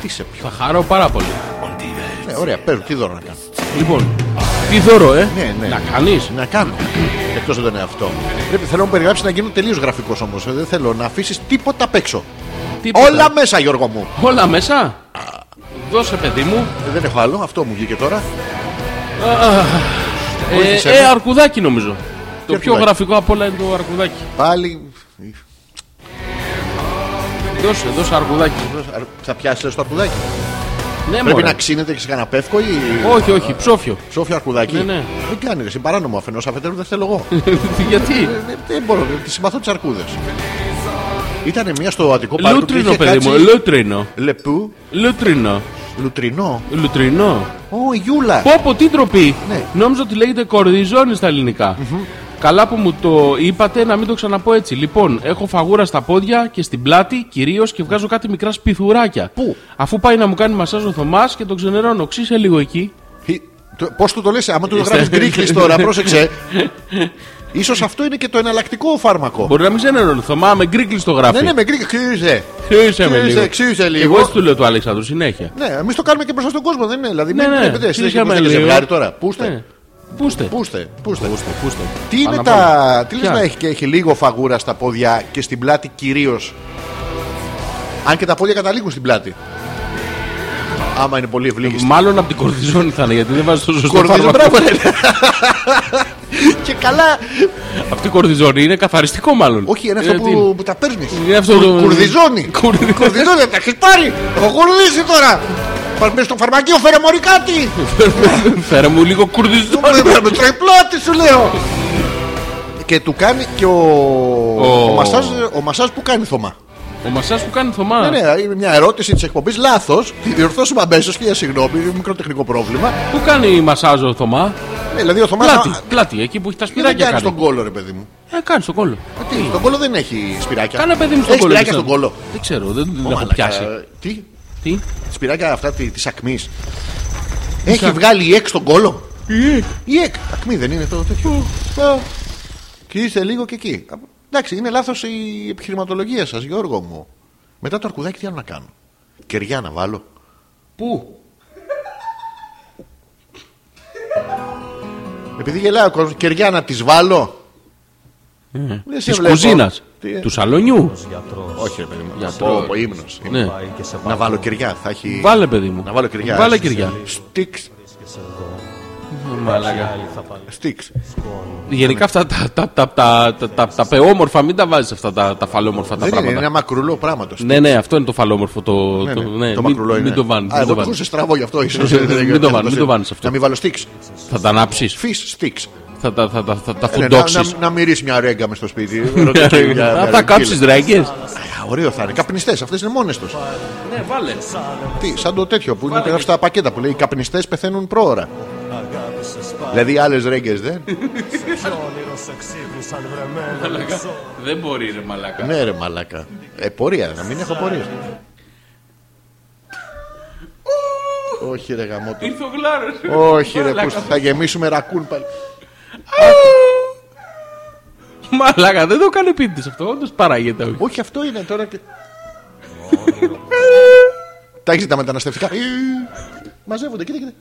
S2: Τι σε ποιο.
S3: Θα χαρώ πάρα πολύ.
S2: Ναι, ωραία, παίρνω, τι δώρο να κάνω.
S3: Λοιπόν, τι δώρο, ε.
S2: Ναι, ναι.
S3: Να κάνεις.
S2: Να κάνω. Εκτός από τον εαυτό. Πρέπει, θέλω να μου περιγράψεις να γίνω τελείως γραφικός όμως. Ε, Δεν θέλω να αφήσεις τίποτα απ' έξω. Όλα μέσα, Γιώργο μου.
S3: Όλα μέσα. Δώσε, παιδί μου.
S2: Ε, Δεν έχω άλλο, αυτό μου βγήκε τώρα.
S3: Ε,
S2: Βοήθησε
S3: ε,
S2: με.
S3: αρκουδάκι νομίζω. Το πιο
S2: αρκουδάκι?
S3: γραφικό απ' όλα είναι το αρκουδάκι.
S2: Πάλι.
S3: Δώσε, δώσε αρκουδάκι.
S2: Θα πιάσεις το αρκουδάκι.
S3: Ναι,
S2: Πρέπει
S3: μωρέ.
S2: να ξύνεται και σε κανένα πεύκο ή.
S3: Όχι, όχι, ψόφιο.
S2: Σόφια αρκουδάκι.
S3: Ναι, ναι.
S2: Δεν κάνει, ρε, εσύ, παράνομο αφενός αφετέρου δεν θέλω εγώ.
S3: Γιατί.
S2: Ε, δεν- Δεν μπορώ, τη συμπαθώ τις αρκούδες. Ήταν μια στο Αττικό Πάρκο. που
S3: Λούτρινο,
S2: είχε
S3: παιδί μου,
S2: κάτσει-
S3: λούτρινο.
S2: Λεπού,
S3: Λούτρινο.
S2: λουτρινό.
S3: Λουτρινό.
S2: Ω, η Γιούλα.
S3: Πόπο, τι ντροπή.
S2: Ναι.
S3: Νόμιζα ότι λέγεται κορδιζόνη στα ελληνικα Καλά που μου το είπατε να μην το ξαναπώ έτσι. Λοιπόν, έχω φαγούρα στα πόδια και στην πλάτη κυρίως και βγάζω κάτι μικρά σπιθουράκια.
S2: Πού?
S3: Αφού πάει να μου κάνει μασάζ ο Θωμάς και τον ξενερώνω. Ξύσε λίγο εκεί.
S2: Πώ του το λες, άμα του το
S3: Είστε-
S2: γράφεις γκρίκλι τώρα, πρόσεξε. Ίσως αυτό είναι και το εναλλακτικό φάρμακο.
S3: Μπορεί να μην ξενερώνει. Θωμά με γκρίκλι το γράφει.
S2: Ναι, ναι, με γκρίκλι. Ξύριζε.
S3: Ξύρισε με
S2: Ξύριζε,
S3: λίγο.
S2: ξύριζε λίγο.
S3: Εγώ έτσι του λέω του Αλέξανδρου συνέχεια.
S2: Ναι, εμείς το κάνουμε και μπροστά στον κόσμο, δεν είναι. Δηλαδή,
S3: Ναι, ναι,
S2: μην βλέπετε, εσείς
S3: ξύρισε
S2: έχετε
S3: με
S2: και
S3: λίγο.
S2: ζευγάρι τώρα.
S3: Ναι.
S2: Πούστε.
S3: Πούστε.
S2: Πούστε, πούστε.
S3: Πούστε.
S2: Τι είναι
S3: Πάνω απ'
S2: τα.
S3: όλα.
S2: Τι λες
S3: Ποια?
S2: να έχει και έχει λίγο φαγούρα στα πόδια και στην πλάτη κυρίως. Αν και τα πόδια καταλήγουν στην πλάτη. Άμα είναι πολύ ευλίγιστη.
S3: Μάλλον από την κορδιζόνη θα είναι γιατί δεν βάζεις το σωστό
S2: Κορδίζουν,
S3: φάρμακο.
S2: μπράβο, ρε. Και καλά.
S3: Αυτή η κορδιζόνη είναι καθαριστικό μάλλον.
S2: Όχι, είναι αυτό
S3: Ε, τι
S2: που, που τα παίρνεις.
S3: Είναι αυτό το-
S2: Κουρδιζόνι.
S3: Κουρδι-
S2: Κουρδιζόνι, τα έχει πάρει. Έχω κουρδίσει τώρα. Πας μέσα στο φαρμακείο, φέρε μωρή κάτι.
S3: Φέρε μου λίγο
S2: Με-
S3: κουρδιζόνη.
S2: με- Με τρώει πλάτη, σου λέω. Και του κάνει και ο,
S3: Ο-
S2: ο, μασάζ, ο μασάζ που κάνει Θωμά.
S3: Ο μασά που κάνει Θωμά.
S2: Ναι, ναι, είναι μια ερώτηση της εκπομπής λάθος. Τη διορθώσουμε αμέσως και για συγγνώμη, είναι μικρό τεχνικό πρόβλημα.
S3: Πού κάνει μασάζ ο Θωμά.
S2: Ναι, δηλαδή ο Θωμάς.
S3: Πλάτη,
S2: α,
S3: πλάτη, εκεί που έχει τα
S2: Ε, Δεν
S3: σπυράκια
S2: κάνει
S3: κάνει.
S2: τον κόλο, ρε παιδί μου.
S3: Ε, κάνει στον κόλο.
S2: Ε, Τι, στον κόλο δεν έχει σπυράκια.
S3: Κάνε παιδί μου στον
S2: Έχει
S3: κόλο.
S2: σπυράκια
S3: πιστεύω.
S2: στον κόλο.
S3: Δεν ξέρω, δεν, δεν
S2: Ω,
S3: έχω
S2: μαλάκα,
S3: πιάσει.
S2: Τι,
S3: Τι.
S2: σπυράκια αυτά τη ακμή. Έχει βγάλει η εκ στον κόλο. Η εκ. Ακμή δεν είναι το τέτοιο. Α, Και είστε λίγο και εκεί. Α, Εντάξει, είναι λάθος η επιχειρηματολογία σας, Γιώργο μου. Μετά το αρκουδάκι τι άλλο να κάνω. Κεριά να βάλω.
S3: Πού.
S2: Επειδή γελάει ο κόσμος, κεριά να τη βάλω. Δεν σε
S3: Της
S2: βλέπω.
S3: κουζίνας.
S2: Τι-
S3: Ε,
S2: ε?
S3: Του σαλονιού.
S2: Όχι, ρε παιδί μου.
S3: Για
S2: Να
S3: το-
S2: πω από ύμνος.
S3: Ναι.
S2: Να βάλω κεριά. Θα έχει...
S3: Βάλε, παιδί μου.
S2: Να βάλω κεριά.
S3: Βάλε κεριά.
S2: Στίξ.
S3: Μαλάκα.
S2: Στίξ.
S3: Γενικά αυτά τα, τα, τα, τα, τα, τα, τα πεόμορφα, μην τα βάζεις αυτά τα, τα φαλόμορφα τα
S2: Δεν είναι, είναι
S3: πράγματα.
S2: ένα μακρουλό πράγμα το στίξ.
S3: Ναι, ναι, αυτό είναι το φαλόμορφο. Το,
S2: Ναι,
S3: το,
S2: ναι,
S3: ναι,
S2: το
S3: μην,
S2: μακρουλό είναι.
S3: μην το βάνει.
S2: Α, εγώ το έχω σε στραβό γι' αυτό ίσως.
S3: Μην το
S2: Δεν
S3: βάνεις,
S2: ξέρω.
S3: μην το βάνεις αυτό.
S2: Να μην βάλω στίξ.
S3: Θα τα ανάψεις.
S2: Φις στίξ.
S3: Θα τα, θα, τα- θα, τα
S2: Ναι, να,
S3: φουντόξει.
S2: να- να μυρίσει μια ρέγγα μες στο σπίτι.
S3: Ναι, Θα τα κάψει ράγκε.
S2: Α, Ωραίο θα είναι. Καπνιστές, αυτές είναι μόνες τους.
S3: Ναι, βάλε.
S2: Τι, σαν το τέτοιο που είναι γράφει στα πακέτα που λέει Οι καπνιστές πεθαίνουν πρόωρα. Δηλαδή άλλες ρέγγες δεν.
S3: Δεν μπορεί, ρε μαλάκα.
S2: Ναι, ρε μαλάκα. Ε, πορεία, να μην έχω πορεία. Όχι, ρε γαμότο.
S3: Ήρθε ο γλάρος.
S2: Όχι, ρε που θα γεμίσουμε ρακούν πάλι.
S3: Μαλάκα, δεν το κάνει πίτη αυτό. Όντως παράγεται. όχι.
S2: Όχι, αυτό είναι τώρα. και- Τα έχεις δει τα μεταναστευτικά. Ε, Μαζεύονται, κοίτα, κοίτα.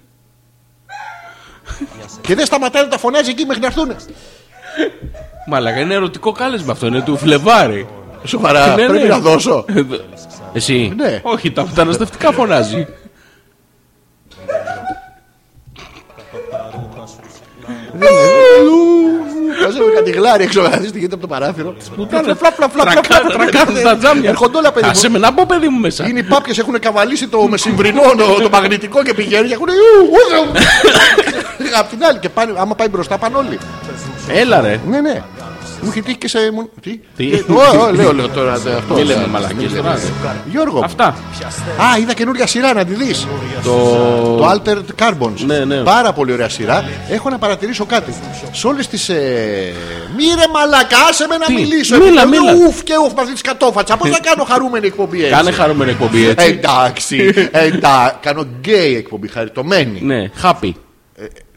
S2: Και δεν σταματάει να τα φωνάζει εκεί μέχρι να έρθουν.
S3: Μαλάκα, είναι ερωτικό κάλεσμα αυτό. Είναι του Φλεβάρι.
S2: Σοβαρά,
S3: Ναι, ναι.
S2: πρέπει να δώσω.
S3: Εδώ. Εσύ.
S2: Ναι.
S3: Όχι, τα μεταναστευτικά φωνάζει.
S2: Μαζεύουν κάτι γλάρι έξω, να δεις τι γίνεται από το παράθυρο. Φλα, φλα, φλα, φλα,
S3: Τρακα-
S2: φλα, φλα,
S3: Τρακάζουν
S2: ναι.
S3: στα τζάμια.
S2: Έρχονται όλα, παιδί μου.
S3: Άσε με να μπω, παιδί μου, μέσα.
S2: Είναι οι πάπιες έχουν καβαλήσει το μεσημβρινό, το, το μαγνητικό και πηγαίνουν και έχουν. «Ιου, ούδε». Απ' την άλλη, και πάνε, άμα πάει μπροστά πάνε όλοι.
S3: Έλα, ρε.
S2: Ναι, ναι. Μου είχε τύχει και σε. μου- Τι.
S3: Τι.
S2: Ε, ω, ω, Λέω, λέω τώρα. δε, αυτό. Ναι,
S3: Μη λέμε μαλακίες τώρα,
S2: λέμε. Γιώργο. μου.
S3: Αυτά.
S2: Α, είδα καινούργια σειρά να τη δεις.
S3: Το.
S2: Το Altered Carbons.
S3: Ναι, ναι.
S2: Πάρα πολύ ωραία σειρά. Έχω να παρατηρήσω κάτι. Σε όλες τις. Ε... Μη ρε μαλακά, άσε με να
S3: Τι?
S2: μιλήσω.
S3: Μίλα,
S2: Επειδή
S3: μίλα. Ε,
S2: λέω Ουφ και ουφ μαζί τη κατόφατσα. Πώ θα κάνω χαρούμενη εκπομπή έτσι.
S3: Κάνε χαρούμενη εκπομπή
S2: Ε,
S3: έτσι.
S2: Εντάξει, εντάξει. Κάνω γκέι εκπομπή, χαριτωμένη. Ε,
S3: Ναι, happy.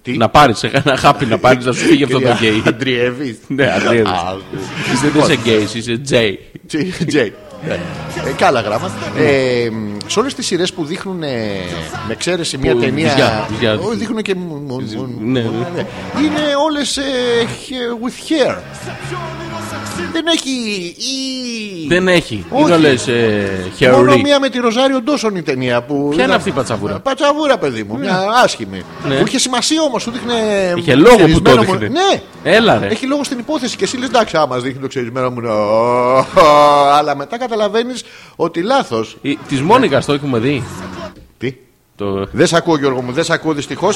S2: Τι?
S3: Να πάρει ένα happy να πάρεις, να σου φύγει αυτό το
S2: Κυρία
S3: γκέι.
S2: Αντριεύη.
S3: Ναι, Αντριεύη.
S2: Άκου.
S3: Δεν
S2: Λοιπόν,
S3: είσαι γκέι, είσαι τζέι.
S2: Τι- Τζέι. Ναι. Ε, Καλά γράμματα. Ε, μ, σε όλες τις σειρές που δείχνουν ε, με εξαίρεση μια
S3: Που
S2: ταινία.
S3: βυζιά, βυζιά.
S2: Όχι, δείχνουν και. μ- μ- μ-
S3: Ναι,
S2: μ-
S3: ναι.
S2: ναι. Είναι όλες with hair. Δεν έχει. ή-
S3: Δεν έχει.
S2: Όχι.
S3: Είναι ε, όλε
S2: Μόνο
S3: χερουρί.
S2: μία με τη Ροζάριο Ντόσον η ταινία που.
S3: Ποια είναι
S2: ήταν-
S3: αυτή η πατσαβούρα? Ναι.
S2: Πατσαβούρα, παιδί μου. Μια άσχημη. Που είχε σημασία όμως, σου δείχνε.
S3: Είχε λόγο που το
S2: ξερισμένο μου-
S3: δείχνε.
S2: Ναι,
S3: Έλα, ρε.
S2: έχει λόγο στην υπόθεση και εσύ λες: Εντάξει, άμα δείχνει το ξερισμένο μου. ναι, Αλλά μετά καταλαβαίνεις ότι λάθος.
S3: Της Μόνικας το έχουμε δει.
S2: Τι.
S3: Το-
S2: Δεν σε ακούω, Γιώργο μου, δεν σε ακούω δυστυχώς.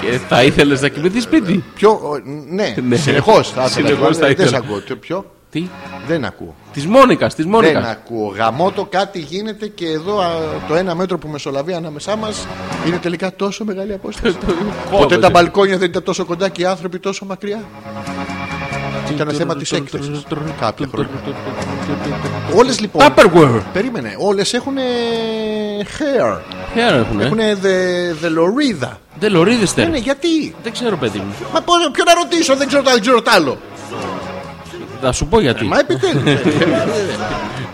S3: και Θα ήθελες να κοιμηθεί σπίτι.
S2: Ποιο. Ναι,
S3: Ναι.
S2: συνεχώς θα ήθελα,
S3: Συνεχώς
S2: Γιώργο,
S3: θα
S2: Δεν σε
S3: ήθελα.
S2: ακούω. Τι- Ποιο.
S3: Τι.
S2: Δεν ακούω.
S3: Της Μόνικας, της
S2: Δεν
S3: Μόνικα.
S2: ακούω. Γαμώτο κάτι γίνεται και εδώ α, το ένα μέτρο που μεσολαβεί ανάμεσά μας είναι τελικά τόσο μεγάλη απόσταση. Ποτέ τα μπαλκόνια δεν ήταν τόσο κοντά και οι άνθρωποι τόσο μακριά. Ήταν θέμα τη έκθεση. Κάποια χρόνια. Όλες λοιπόν.
S3: Tupperware.
S2: Περίμενε, όλες έχουν hair.
S3: Ποια
S2: Έχουν
S3: έχουν.
S2: δελωρίδα.
S3: Δεν λωρίδεστε.
S2: Ναι, γιατί.
S3: Δεν ξέρω, παιδί μου.
S2: Μα πώς, ποιο να ρωτήσω, δεν ξέρω, τα- δεν ξέρω τ' άλλο.
S3: Θα σου πω γιατί.
S2: Ε, Μα επιτέλους.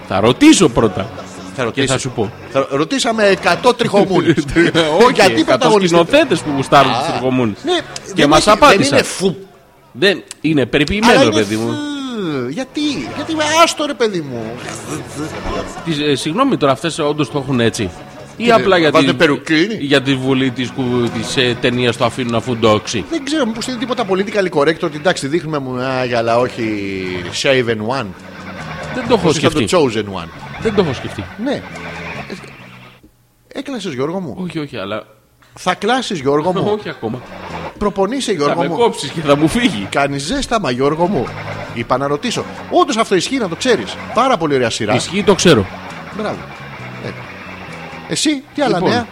S3: Θα ρωτήσω πρώτα.
S2: Θα
S3: Και
S2: ρωτήσω.
S3: θα Ναι, σου πω.
S2: Θα- Ρωτήσαμε 100 τριχομούνε.
S3: Γιατί
S2: γιατί πρωταγωνιστές
S3: σκηνοθέτες που γουστάρουν τι
S2: Α,
S3: τριγωμούνε.
S2: Ναι,
S3: Και
S2: δεν
S3: μας
S2: έχει- Δεν
S3: απάντησαν.
S2: είναι φουπ.
S3: Δεν είναι
S2: αλλά
S3: περιποιημένο,
S2: είναι
S3: παιδί μου.
S2: φ. Γιατί, γιατί άστο ρε παιδί μου.
S3: Τις, ε, συγγνώμη τώρα, αυτές όντως το έχουν έτσι. Ή απλά για
S2: βάζουν
S3: την,
S2: περουκίνη.
S3: για τη βουλή της της, ε, ταινίας το αφήνουν αφού ντόξει.
S2: Δεν ξέρω, μήπως είναι τίποτα political correct ότι εντάξει δείχνουμε μου α, αλλά όχι shaven one.
S3: Δεν το έχω
S2: Όπως είχα το
S3: σκεφτεί.
S2: chosen one.
S3: Δεν το έχω σκεφτεί.
S2: Ναι. Έκλασες Γιώργο μου.
S3: Όχι, όχι, αλλά.
S2: Θα κλάσεις Γιώργο μου.
S3: Όχι ακόμα.
S2: Προπονείσαι
S3: Θα
S2: Γιώργο
S3: με
S2: μου.
S3: κόψεις και θα μου φύγει.
S2: Κάνεις ζέσταμα Γιώργο μου. Είπα να ρωτήσω. Όντως αυτό ισχύει να το ξέρεις. Πάρα πολύ ωραία σειρά.
S3: Ισχύει, το ξέρω.
S2: Μπράβο. Ε. Εσύ, τι άλλα
S3: Λοιπόν.
S2: νέα.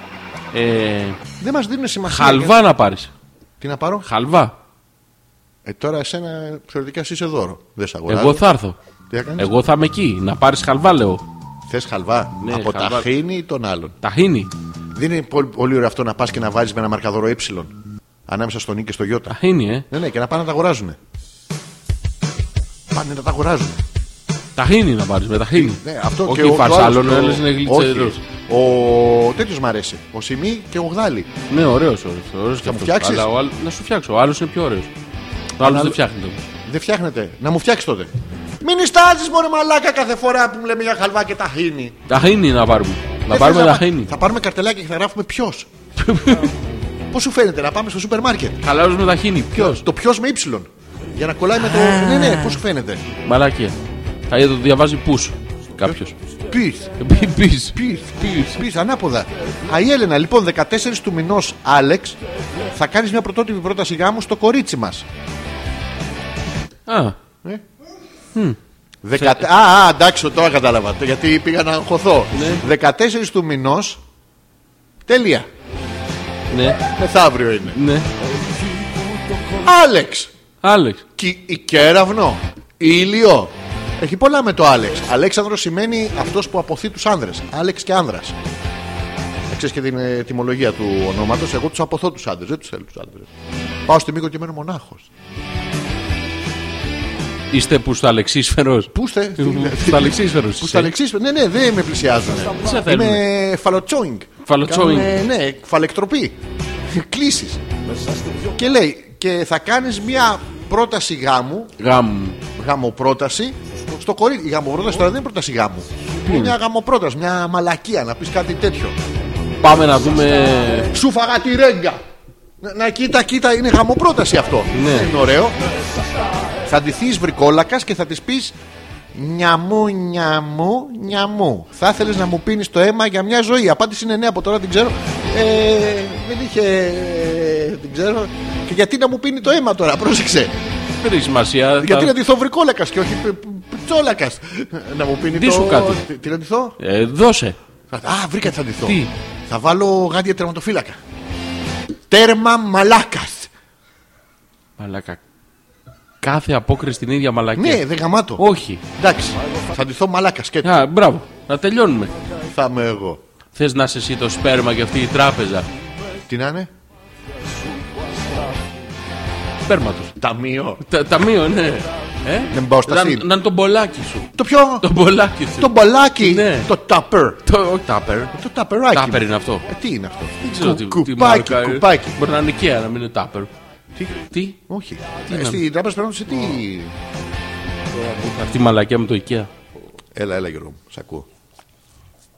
S3: Ε,
S2: Δεν μας δίνουν σημασία.
S3: χαλβά να πάρεις.
S2: Τι να πάρω.
S3: Χαλβά.
S2: Ε, τώρα εσένα θεωρητικά εσύ είσαι δώρο. Δεν σε αγοράζω.
S3: Εγώ θα έρθω.
S2: Τι θα κάνεις?
S3: Εγώ θα είμαι εκεί. Να πάρεις χαλβά, λέω.
S2: Θες χαλβά.
S3: Ναι,
S2: από
S3: χαλβά.
S2: τα χίνη ή των άλλων.
S3: Ταχύνη.
S2: Δεν είναι πολύ, πολύ ωραίο αυτό να πας και να βάζεις με ένα μαρκαδόρο ε. Ανάμεσα στον Ι και στο Ι.
S3: Ταχύνη, ε.
S2: Ναι, ναι, και να πάνε να τα αγοράζουν. Πάνε να τα αγοράζουν.
S3: Ταχύνη να πάρεις με ταχύνη.
S2: Ναι, αυτό
S3: Όχι
S2: και ο-
S3: η
S2: το άλλο
S3: φασάλων,
S2: στο-
S3: ο άλλο είναι γλυτσερό.
S2: Όχι. Ο τέτοιος μ' αρέσει. Ο Σιμή και ο Γδάλη.
S3: Ναι, ωραίος ωραίος. Θα
S2: μου φτιάξεις?
S3: Αλλά ο άλλ- να σου φτιάξω. Ο άλλος είναι πιο ωραίος. Ο άλλος δεν φτιάχνει το.
S2: Δεν φτιάχνετε. Να μου φτιάξεις τότε. Μην ιστάζει μόνο μαλάκα κάθε φορά που μου λέμε για χαλβά και ταχύνη.
S3: Ταχύνη να πάρουμε. Να
S2: Δεν
S3: πάρουμε
S2: θες
S3: ταχύνη.
S2: Θα πάρουμε καρτελάκι και θα γράφουμε ποιος. Πώς Πώ σου φαίνεται να πάμε στο σούπερ μάρκετ.
S3: Χαλάρος με ταχύνη. Ποιο.
S2: Το ποιος με ύψιλον. Για να κολλάει με το. Ναι, ναι, πώς σου φαίνεται.
S3: Μαλάκια. Θα είδε το διαβάζει πού. Κάποιος.
S2: Πει,
S3: Πεις.
S2: πει, πει, ανάποδα. Α, η Έλενα, λοιπόν, 14 του μηνός, Άλεξ, θα κάνεις μια πρωτότυπη πρόταση γάμου στο κορίτσι μας.
S3: Α,
S2: Δεκα... Α, α, εντάξει, τώρα κατάλαβα. το- Γιατί πήγα να αγχωθώ. 14 του μηνός. Τέλεια.
S3: ναι,
S2: Μεθαύριο είναι.
S3: ναι.
S2: Άλεξ.
S3: Άλεξ.
S2: Κι, η κέραυνο. Ήλιο. Έχει πολλά με το Άλεξ. Αλέξανδρος σημαίνει αυτός που αποθεί τους άνδρες. Άλεξ και άνδρας. Ξέρεις και την ε, τιμολογία του ονόματος. Εγώ τους αποθώ τους άντρε. Δεν τους θέλω τους άντρε. Πάω στη Μήκο και μένω μονάχος.
S3: Είστε που στο Αλεξίσφαιρο.
S2: Πού είστε,
S3: Στο Αλεξίσφαιρο.
S2: Πού στα αλεξή. Ναι, ναι, δεν με πλησιάζουν.
S3: Τι σε θέλουν.
S2: Είμαι φαλοτσόινγκ.
S3: Φαλοτσόινγκ.
S2: Κάνουμε, Ναι, φαλεκτροπή. Κλήσεις. Και λέει, και θα κάνεις μια πρόταση γάμου
S3: Γάμ.
S2: γαμοπρόταση στο κορίτσι. Η γαμοπρόταση τώρα δεν είναι πρόταση γάμου. Είναι μια γαμοπρόταση, μια μαλακία να πεις κάτι τέτοιο.
S3: Πάμε να δούμε.
S2: Σου φαγά τη ρέγγα. Να, να κοίτα, κοίτα, είναι γαμοπρόταση αυτό.
S3: Ναι.
S2: Είναι ωραίο. Θα ντυθεί βρικόλακας και θα της πεις νιαμού, νιαμού, νιαμού. Θα ήθελες να μου πίνεις το αίμα για μια ζωή. Η απάντηση είναι ναι, από τώρα την ξέρω. Ε, δεν είχε. ε, την ξέρω. Και γιατί να μου πίνει το αίμα τώρα, πρόσεξε.
S3: Δεν έχει σημασία.
S2: Γιατί να
S3: θα-
S2: ντυθώ βρικόλακας και όχι π- π- πτσόλακα. Να μου πίνει
S3: Τι
S2: το...
S3: σου κάτι.
S2: Τι- Τι να ντυθώ.
S3: Ε, δώσε.
S2: Α, βρήκα τι θα ντυθώ.
S3: Τι?
S2: Θα βάλω γάντια τερματοφύλακα. Τέρμα μαλάκας.
S3: Μαλάκα. Κάθε απόκριση στην ίδια μαλακία.
S2: Ναι, δεν γαμάτο.
S3: Όχι.
S2: Εντάξει. Θα ντυθώ μαλάκας και
S3: Α, μπράβο. Να τελειώνουμε.
S2: θα είμαι εγώ.
S3: Θες να είσαι εσύ το σπέρμα και αυτή η τράπεζα.
S2: Τι να είναι.
S3: Σπέρμα του.
S2: Ταμείο.
S3: Τα, ταμείο, ναι. Ε?
S2: Δεν πάω στα
S3: να,
S2: συν.
S3: να είναι το μπολάκι σου.
S2: Το πιο.
S3: Το μπολάκι σου.
S2: Το μπαλάκι.
S3: Ναι.
S2: Το ταπερ.
S3: Το- όχι τάπερ.
S2: Το ταπεράκι.
S3: Τάπερ είναι αυτό.
S2: Ε, τι είναι αυτό.
S3: Δεν ξέρω τι, τι
S2: κουπάκι,
S3: μάρκα είναι.
S2: κουπάκι.
S3: Μπορεί να είναι IKEA, να μην είναι τάπερ.
S2: Τι.
S3: Τι,
S2: Όχι. Ε,
S3: είναι?
S2: Στην τράπεζα περνάω σε τι.
S3: αυτή η μαλακιά με το IKEA.
S2: Έλα, έλα Γιώργο μου, σ' ακούω.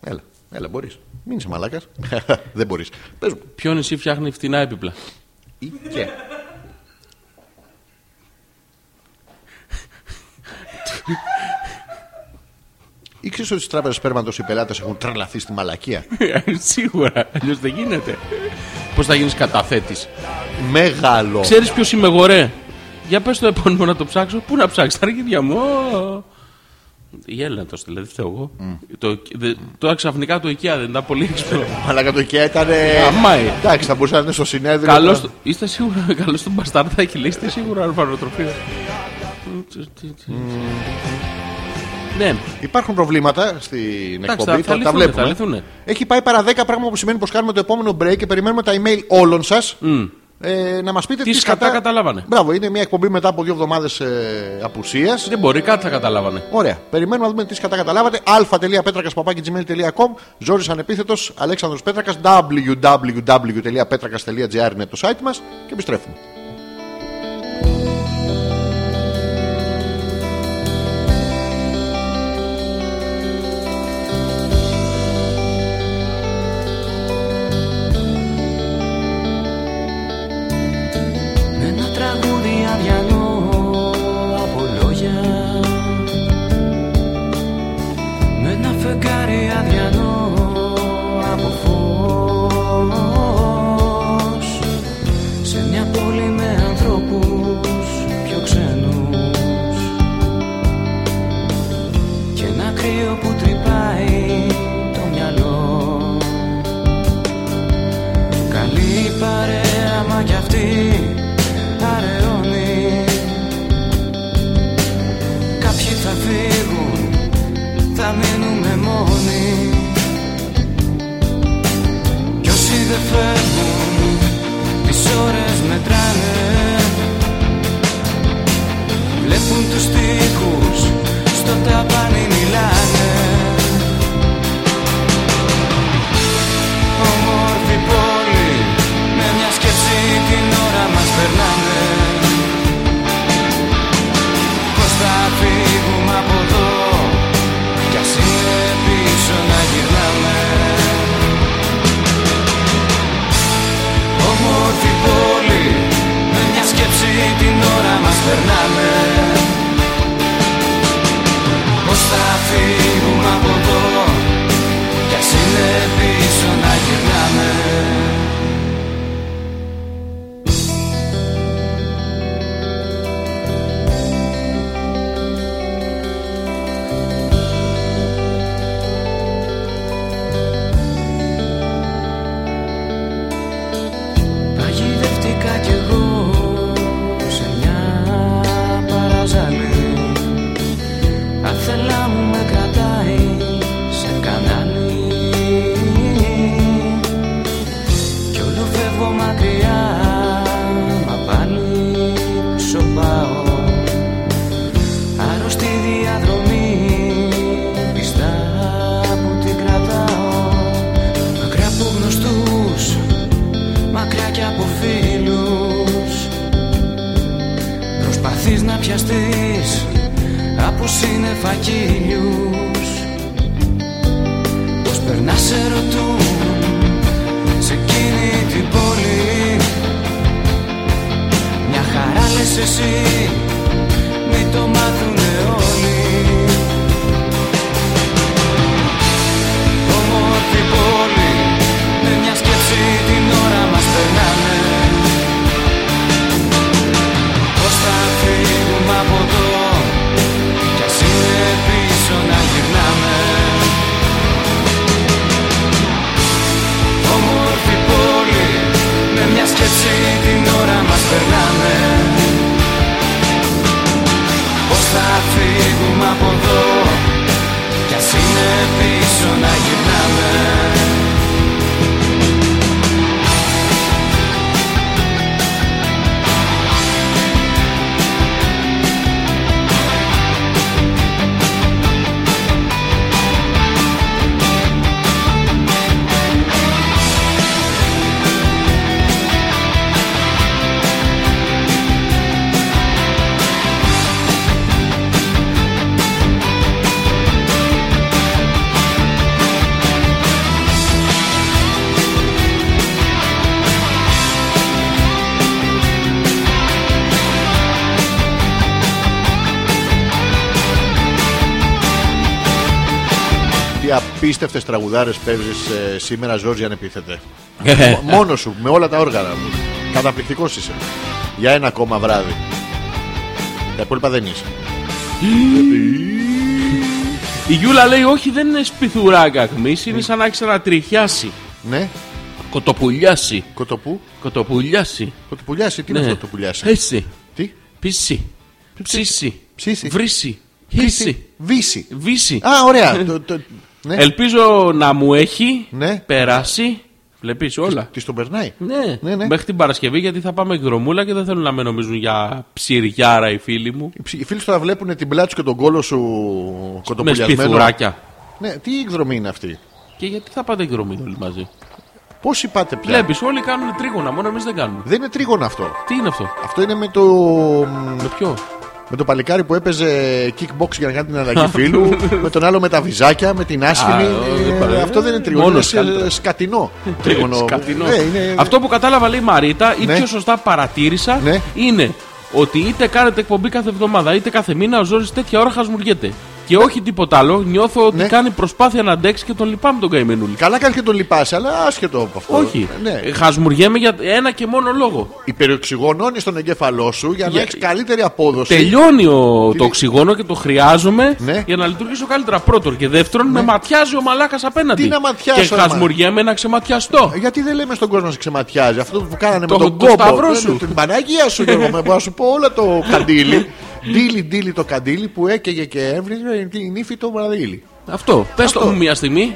S2: Έλα, έλα μπορείς. Μην είσαι μαλάκας. Δεν μπορείς. Πες μου.
S3: Ποιον εσύ φτιάχνει φτηνά έπιπλα.
S2: Ή και. Ήξερες ότι στις τράπεζες σπέρματος οι πελάτες έχουν τρελαθεί στη μαλακία.
S3: Σίγουρα, αλλιώς δεν γίνεται. Πώς θα γίνεις καταθέτης.
S2: Μεγάλο.
S3: Ξέρεις ποιος είμαι εγώ, ρε. Για πες το επώνυμο να το ψάξω. Πού να ψάξεις, τα αρχίδια μου. Ω. Η Έλληνα το στείλε, δεν φταίω εγώ. Το, δε, τώρα ξαφνικά το IKEA δεν ήταν πολύ έξυπνο.
S2: Μαλάκα το IKEA ήταν... ε,
S3: Αμάι.
S2: Εντάξει, θα μπορούσε να είναι στο συνέδριο.
S3: Καλώς το- Είστε σίγουρα καλός στον μπασταρδάκι, λέει. Είστε σίγουρα αλφανοτροφείο. Ναι,
S2: Υπάρχουν προβλήματα στην
S3: εντάξει,
S2: εκπομπή.
S3: θα,
S2: Θα,
S3: θα,
S2: τα
S3: λυθούνε, θα
S2: βλέπουμε.
S3: λυθούνε.
S2: Έχει πάει παρά 10 πράγμα που σημαίνει πως κάνουμε το επόμενο break και περιμένουμε τα email όλων σας. Ε, να μας πείτε
S3: Τι σκατά καταλάβανε.
S2: Μπράβο, είναι μια εκπομπή μετά από δύο εβδομάδες ε, απουσίας.
S3: Δεν μπορεί, κάτι θα καταλάβανε.
S2: Ωραία. Περιμένουμε να δούμε τι σκατά καταλάβατε. αλφα.πέτρακα.gmail.com Ζόρις ανεπίθετος Αλέξανδρος Πέτρακας. www.πέτρακα.gr είναι το site μας και επιστρέφουμε.
S5: Ένα τραγούδι αδιανό από λόγια Με ένα φεγγάρι αδιανό από φως Σε μια πόλη με ανθρώπους πιο ξένους Και ένα κρύο που τρυπάει το μυαλό Καλή παρέα μα κι αυτή αραιώνει Κάποιοι θα φύγουν, θα μείνουμε μόνοι Κι όσοι δεν φεύγουν, τις ώρες μετράνε Βλέπουν τους τοίχους, στο ταπάνι μιλάνε όμορφη πόλη Με μια σκέψη την ώρα μας περνάμε Πώς θα φύγουμε από εδώ Κι ας είναι πίσω να γυρνάμε Όμορφη πιαστείς από σύννεφα κι ήλιους Πώς περνάς σε ρωτούν σε εκείνη την πόλη Μια χαρά λες εσύ μη το μάθουνε όλοι Όμορφη πόλη με μια σκέψη την ώρα μας περνάνε Πώς θα φύγουμε από εδώ κι ας είναι πίσω να γυρνάμε Όμορφη πόλη με μια σκέψη την ώρα μας περνάμε Πώς θα φύγουμε από εδώ κι ας είναι πίσω να γυρνάμε
S2: Τι απίστευτες τραγουδάρες παίζεις ε, σήμερα, Ζόρζι, αν επίθετε. Μόνος σου, με όλα τα όργανα μου. Καταπληκτικός είσαι. Για ένα ακόμα βράδυ. Τα υπόλοιπα δεν είσαι.
S3: Η Γιούλα λέει: Όχι, δεν είναι σπιθουράγκα ακμή, είναι σαν να έχει ανατριχιάσει.
S2: Ναι,
S3: Κοτοπουλιάσει.
S2: κοτοπού.
S3: Κοτοπουλιάσει.
S2: Κοτοπουλιάσει, τι είναι αυτό το πουλιάσει.
S3: Έτσι.
S2: Τι,
S3: Πίση. Ψήσει.
S2: Ψήσει.
S3: Βρύση. Χύση.
S2: βύση.
S3: Βύση.
S2: Α, ωραία. Το- το- ναι.
S3: Ελπίζω να μου έχει
S2: Ναι.
S3: περάσει. Βλέπεις όλα.
S2: Της τον περνάει.
S3: Ναι.
S2: Ναι, ναι.
S3: μέχρι την Παρασκευή γιατί θα πάμε εκδρομούλα και δεν θέλουν να με νομίζουν για ψυριάρα οι φίλοι μου.
S2: Οι ψι- Οι φίλοι σου θα βλέπουν την πλάτη σου και τον κόλο σου
S3: Με
S2: κοτοπουλιασμένο.
S3: σπιθουράκια.
S2: Ναι, τι εκδρομή είναι αυτή.
S3: Και γιατί θα πάτε εκδρομή όλοι μαζί.
S2: Πόσοι πάτε πια.
S3: Βλέπεις, όλοι κάνουν τρίγωνα, μόνο εμείς δεν κάνουμε.
S2: Δεν είναι τρίγωνο αυτό.
S3: Τι είναι αυτό,
S2: Αυτό είναι με το,
S3: με ποιο.
S2: με το παλικάρι που έπαιζε kickbox για να κάνει την αλλαγή φίλου. με τον άλλο με τα βυζάκια, με την άσχημη.
S3: Α, ε,
S2: Ε,
S3: δεν παρα-
S2: αυτό δεν είναι τρίγωνο.
S3: Μόνο
S2: είναι
S3: σκάτω.
S2: σε- σκατεινό. τρίγωνο.
S3: Σκατεινό.
S2: Ναι, είναι-
S3: Ε, Αυτό που κατάλαβα λέει η Μαρίτα ή
S2: Ναι.
S3: πιο σωστά παρατήρησα
S2: Ναι.
S3: είναι ότι είτε κάνετε εκπομπή κάθε εβδομάδα είτε κάθε μήνα ο Ζόρι τέτοια ώρα χασμουριέται. Και όχι τίποτα άλλο, νιώθω ότι
S2: Ναι.
S3: κάνει προσπάθεια να αντέξει και τον λυπάμαι τον καημενούλη.
S2: Καλά κάνει και τον λυπάσαι, αλλά άσχετο από αυτό.
S3: Όχι.
S2: Ναι.
S3: Ε, Χασμουριέμαι για ένα και μόνο λόγο.
S2: Υπεροξυγονώνει τον εγκέφαλό σου για να
S3: Για-
S2: έχεις καλύτερη απόδοση.
S3: Τελειώνει ο, το
S2: λέει?
S3: οξυγόνο και το χρειάζομαι
S2: Ναι.
S3: για να λειτουργήσω καλύτερα. Πρώτον και δεύτερον, με ματιάζει ο μαλάκας απέναντι.
S2: Τι να ματιάσω,
S3: και
S2: ρε, Ε,
S3: χασμουριέμαι να ξεματιαστώ.
S2: Γιατί δεν λέμε στον κόσμο να σε ξεματιάζει αυτό που κάνανε
S3: Το-
S2: με τον
S3: το
S2: κόμπο.
S3: σταυρό
S2: το-
S3: σου.
S2: Την Παναγία σου, Γιώργο, με μπορώ να σου πω όλο το καντήλι. Ντίλι, ντίλι το καντήλι που έκαιγε και έβριζε την νύφη το μαραδίλι.
S3: Αυτό. Πες το μου μια στιγμή.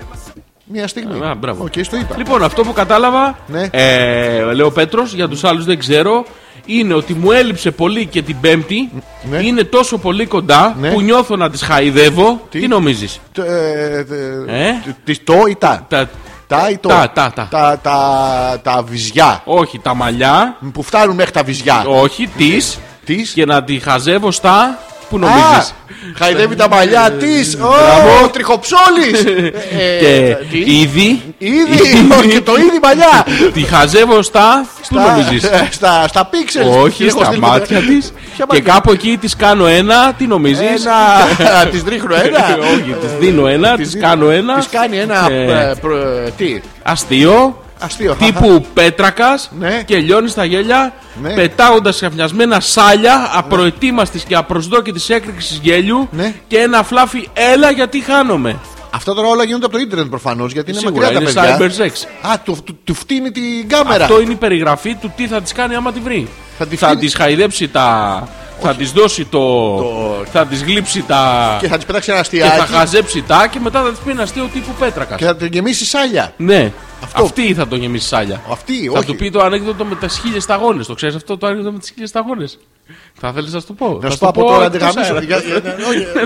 S2: Μια στιγμή.
S3: Α, μπράβο.
S2: Οκ, στο είπα.
S3: Λοιπόν, αυτό που κατάλαβα,
S2: Ναι.
S3: ε, λέω Πέτρος, για τους άλλους δεν ξέρω, είναι ότι μου έλειψε πολύ και την Πέμπτη.
S2: Ναι.
S3: Είναι τόσο πολύ κοντά
S2: Ναι.
S3: που νιώθω να τις χαϊδεύω. Τι,
S2: Τι?
S3: νομίζεις.
S2: Τ- ε, ε,
S3: Ε?
S2: τ- τις Το ή τα.
S3: Τα...
S2: Τα ή το.
S3: Τα, τα, τα.
S2: Τα- τα- τα βυζιά.
S3: Όχι, τα μαλλιά.
S2: Που φτάνουν μέχρι τα βυζιά.
S3: Όχι, τη.
S2: Τη.
S3: Και να τη χαζεύω στα. Που νομίζεις.
S2: Χαϊδεύει τα μαλλιά τη. Ο τριχοψόλη. ε,
S3: και ήδη.
S2: Ήδη. όχι, το ήδη μαλλιά.
S3: τη χαζεύω στα. Πού
S2: Στα-
S3: νομίζει.
S2: Στα, στα πίξελ.
S3: Όχι, στα μάτια τη. Και κάπου εκεί τη κάνω ένα. Τι νομίζει.
S2: Ένα, της ρίχνω ένα.
S3: Όχι, τη δίνω ένα, τη κάνω ένα.
S2: Της κάνει ένα,
S3: ε,
S2: ε, προ- ε, τι,
S3: αστείο.
S2: αστείο.
S3: Τύπου πέτρακας
S2: Ναι.
S3: και λιώνεις στα γέλια
S2: Ναι.
S3: πετάγοντας καφνιασμένα σάλια απροετοίμαστης και απροσδόκητης έκρηξης γέλιου
S2: Ναι.
S3: και ένα φλάφι έλα γιατί χάνομαι.
S2: Αυτά τώρα όλα γίνονται από το ίντερνετ προφανώς, γιατί είναι
S3: Σίγουρα
S2: μακριά τα
S3: είναι
S2: παιδιά.
S3: cyber sex.
S2: Α, του, του, του φτύνει την κάμερα.
S3: Αυτό είναι η περιγραφή του τι θα της κάνει άμα τη βρει.
S2: Θα τη
S3: θα
S2: φτύνει.
S3: της χαϊδέψει τα. Θα της δώσει το. Θα της γλύψει τα.
S2: Και θα της πετάξει ένα
S3: και θα
S2: αστείακι
S3: χαζέψει τα και μετά θα της πει ένα αστείο τύπου πέτρακας.
S2: και θα την γεμίσει σάλια.
S3: Ναι.
S2: Αυτό.
S3: Αυτή θα το γεμίσει σάλια.
S2: Αυτή,
S3: θα
S2: όχι.
S3: του πει το ανέκδοτο με τις χίλιε σταγόνες. Το ξέρεις αυτό το ανέκδοτο με τις χίλιε σταγόνες. Θα θέλεις να σου το πω.
S2: Να
S3: Θα
S2: σου πω από τώρα
S3: εκτός αέρα. Ναι,
S2: αντιγραμμίσω.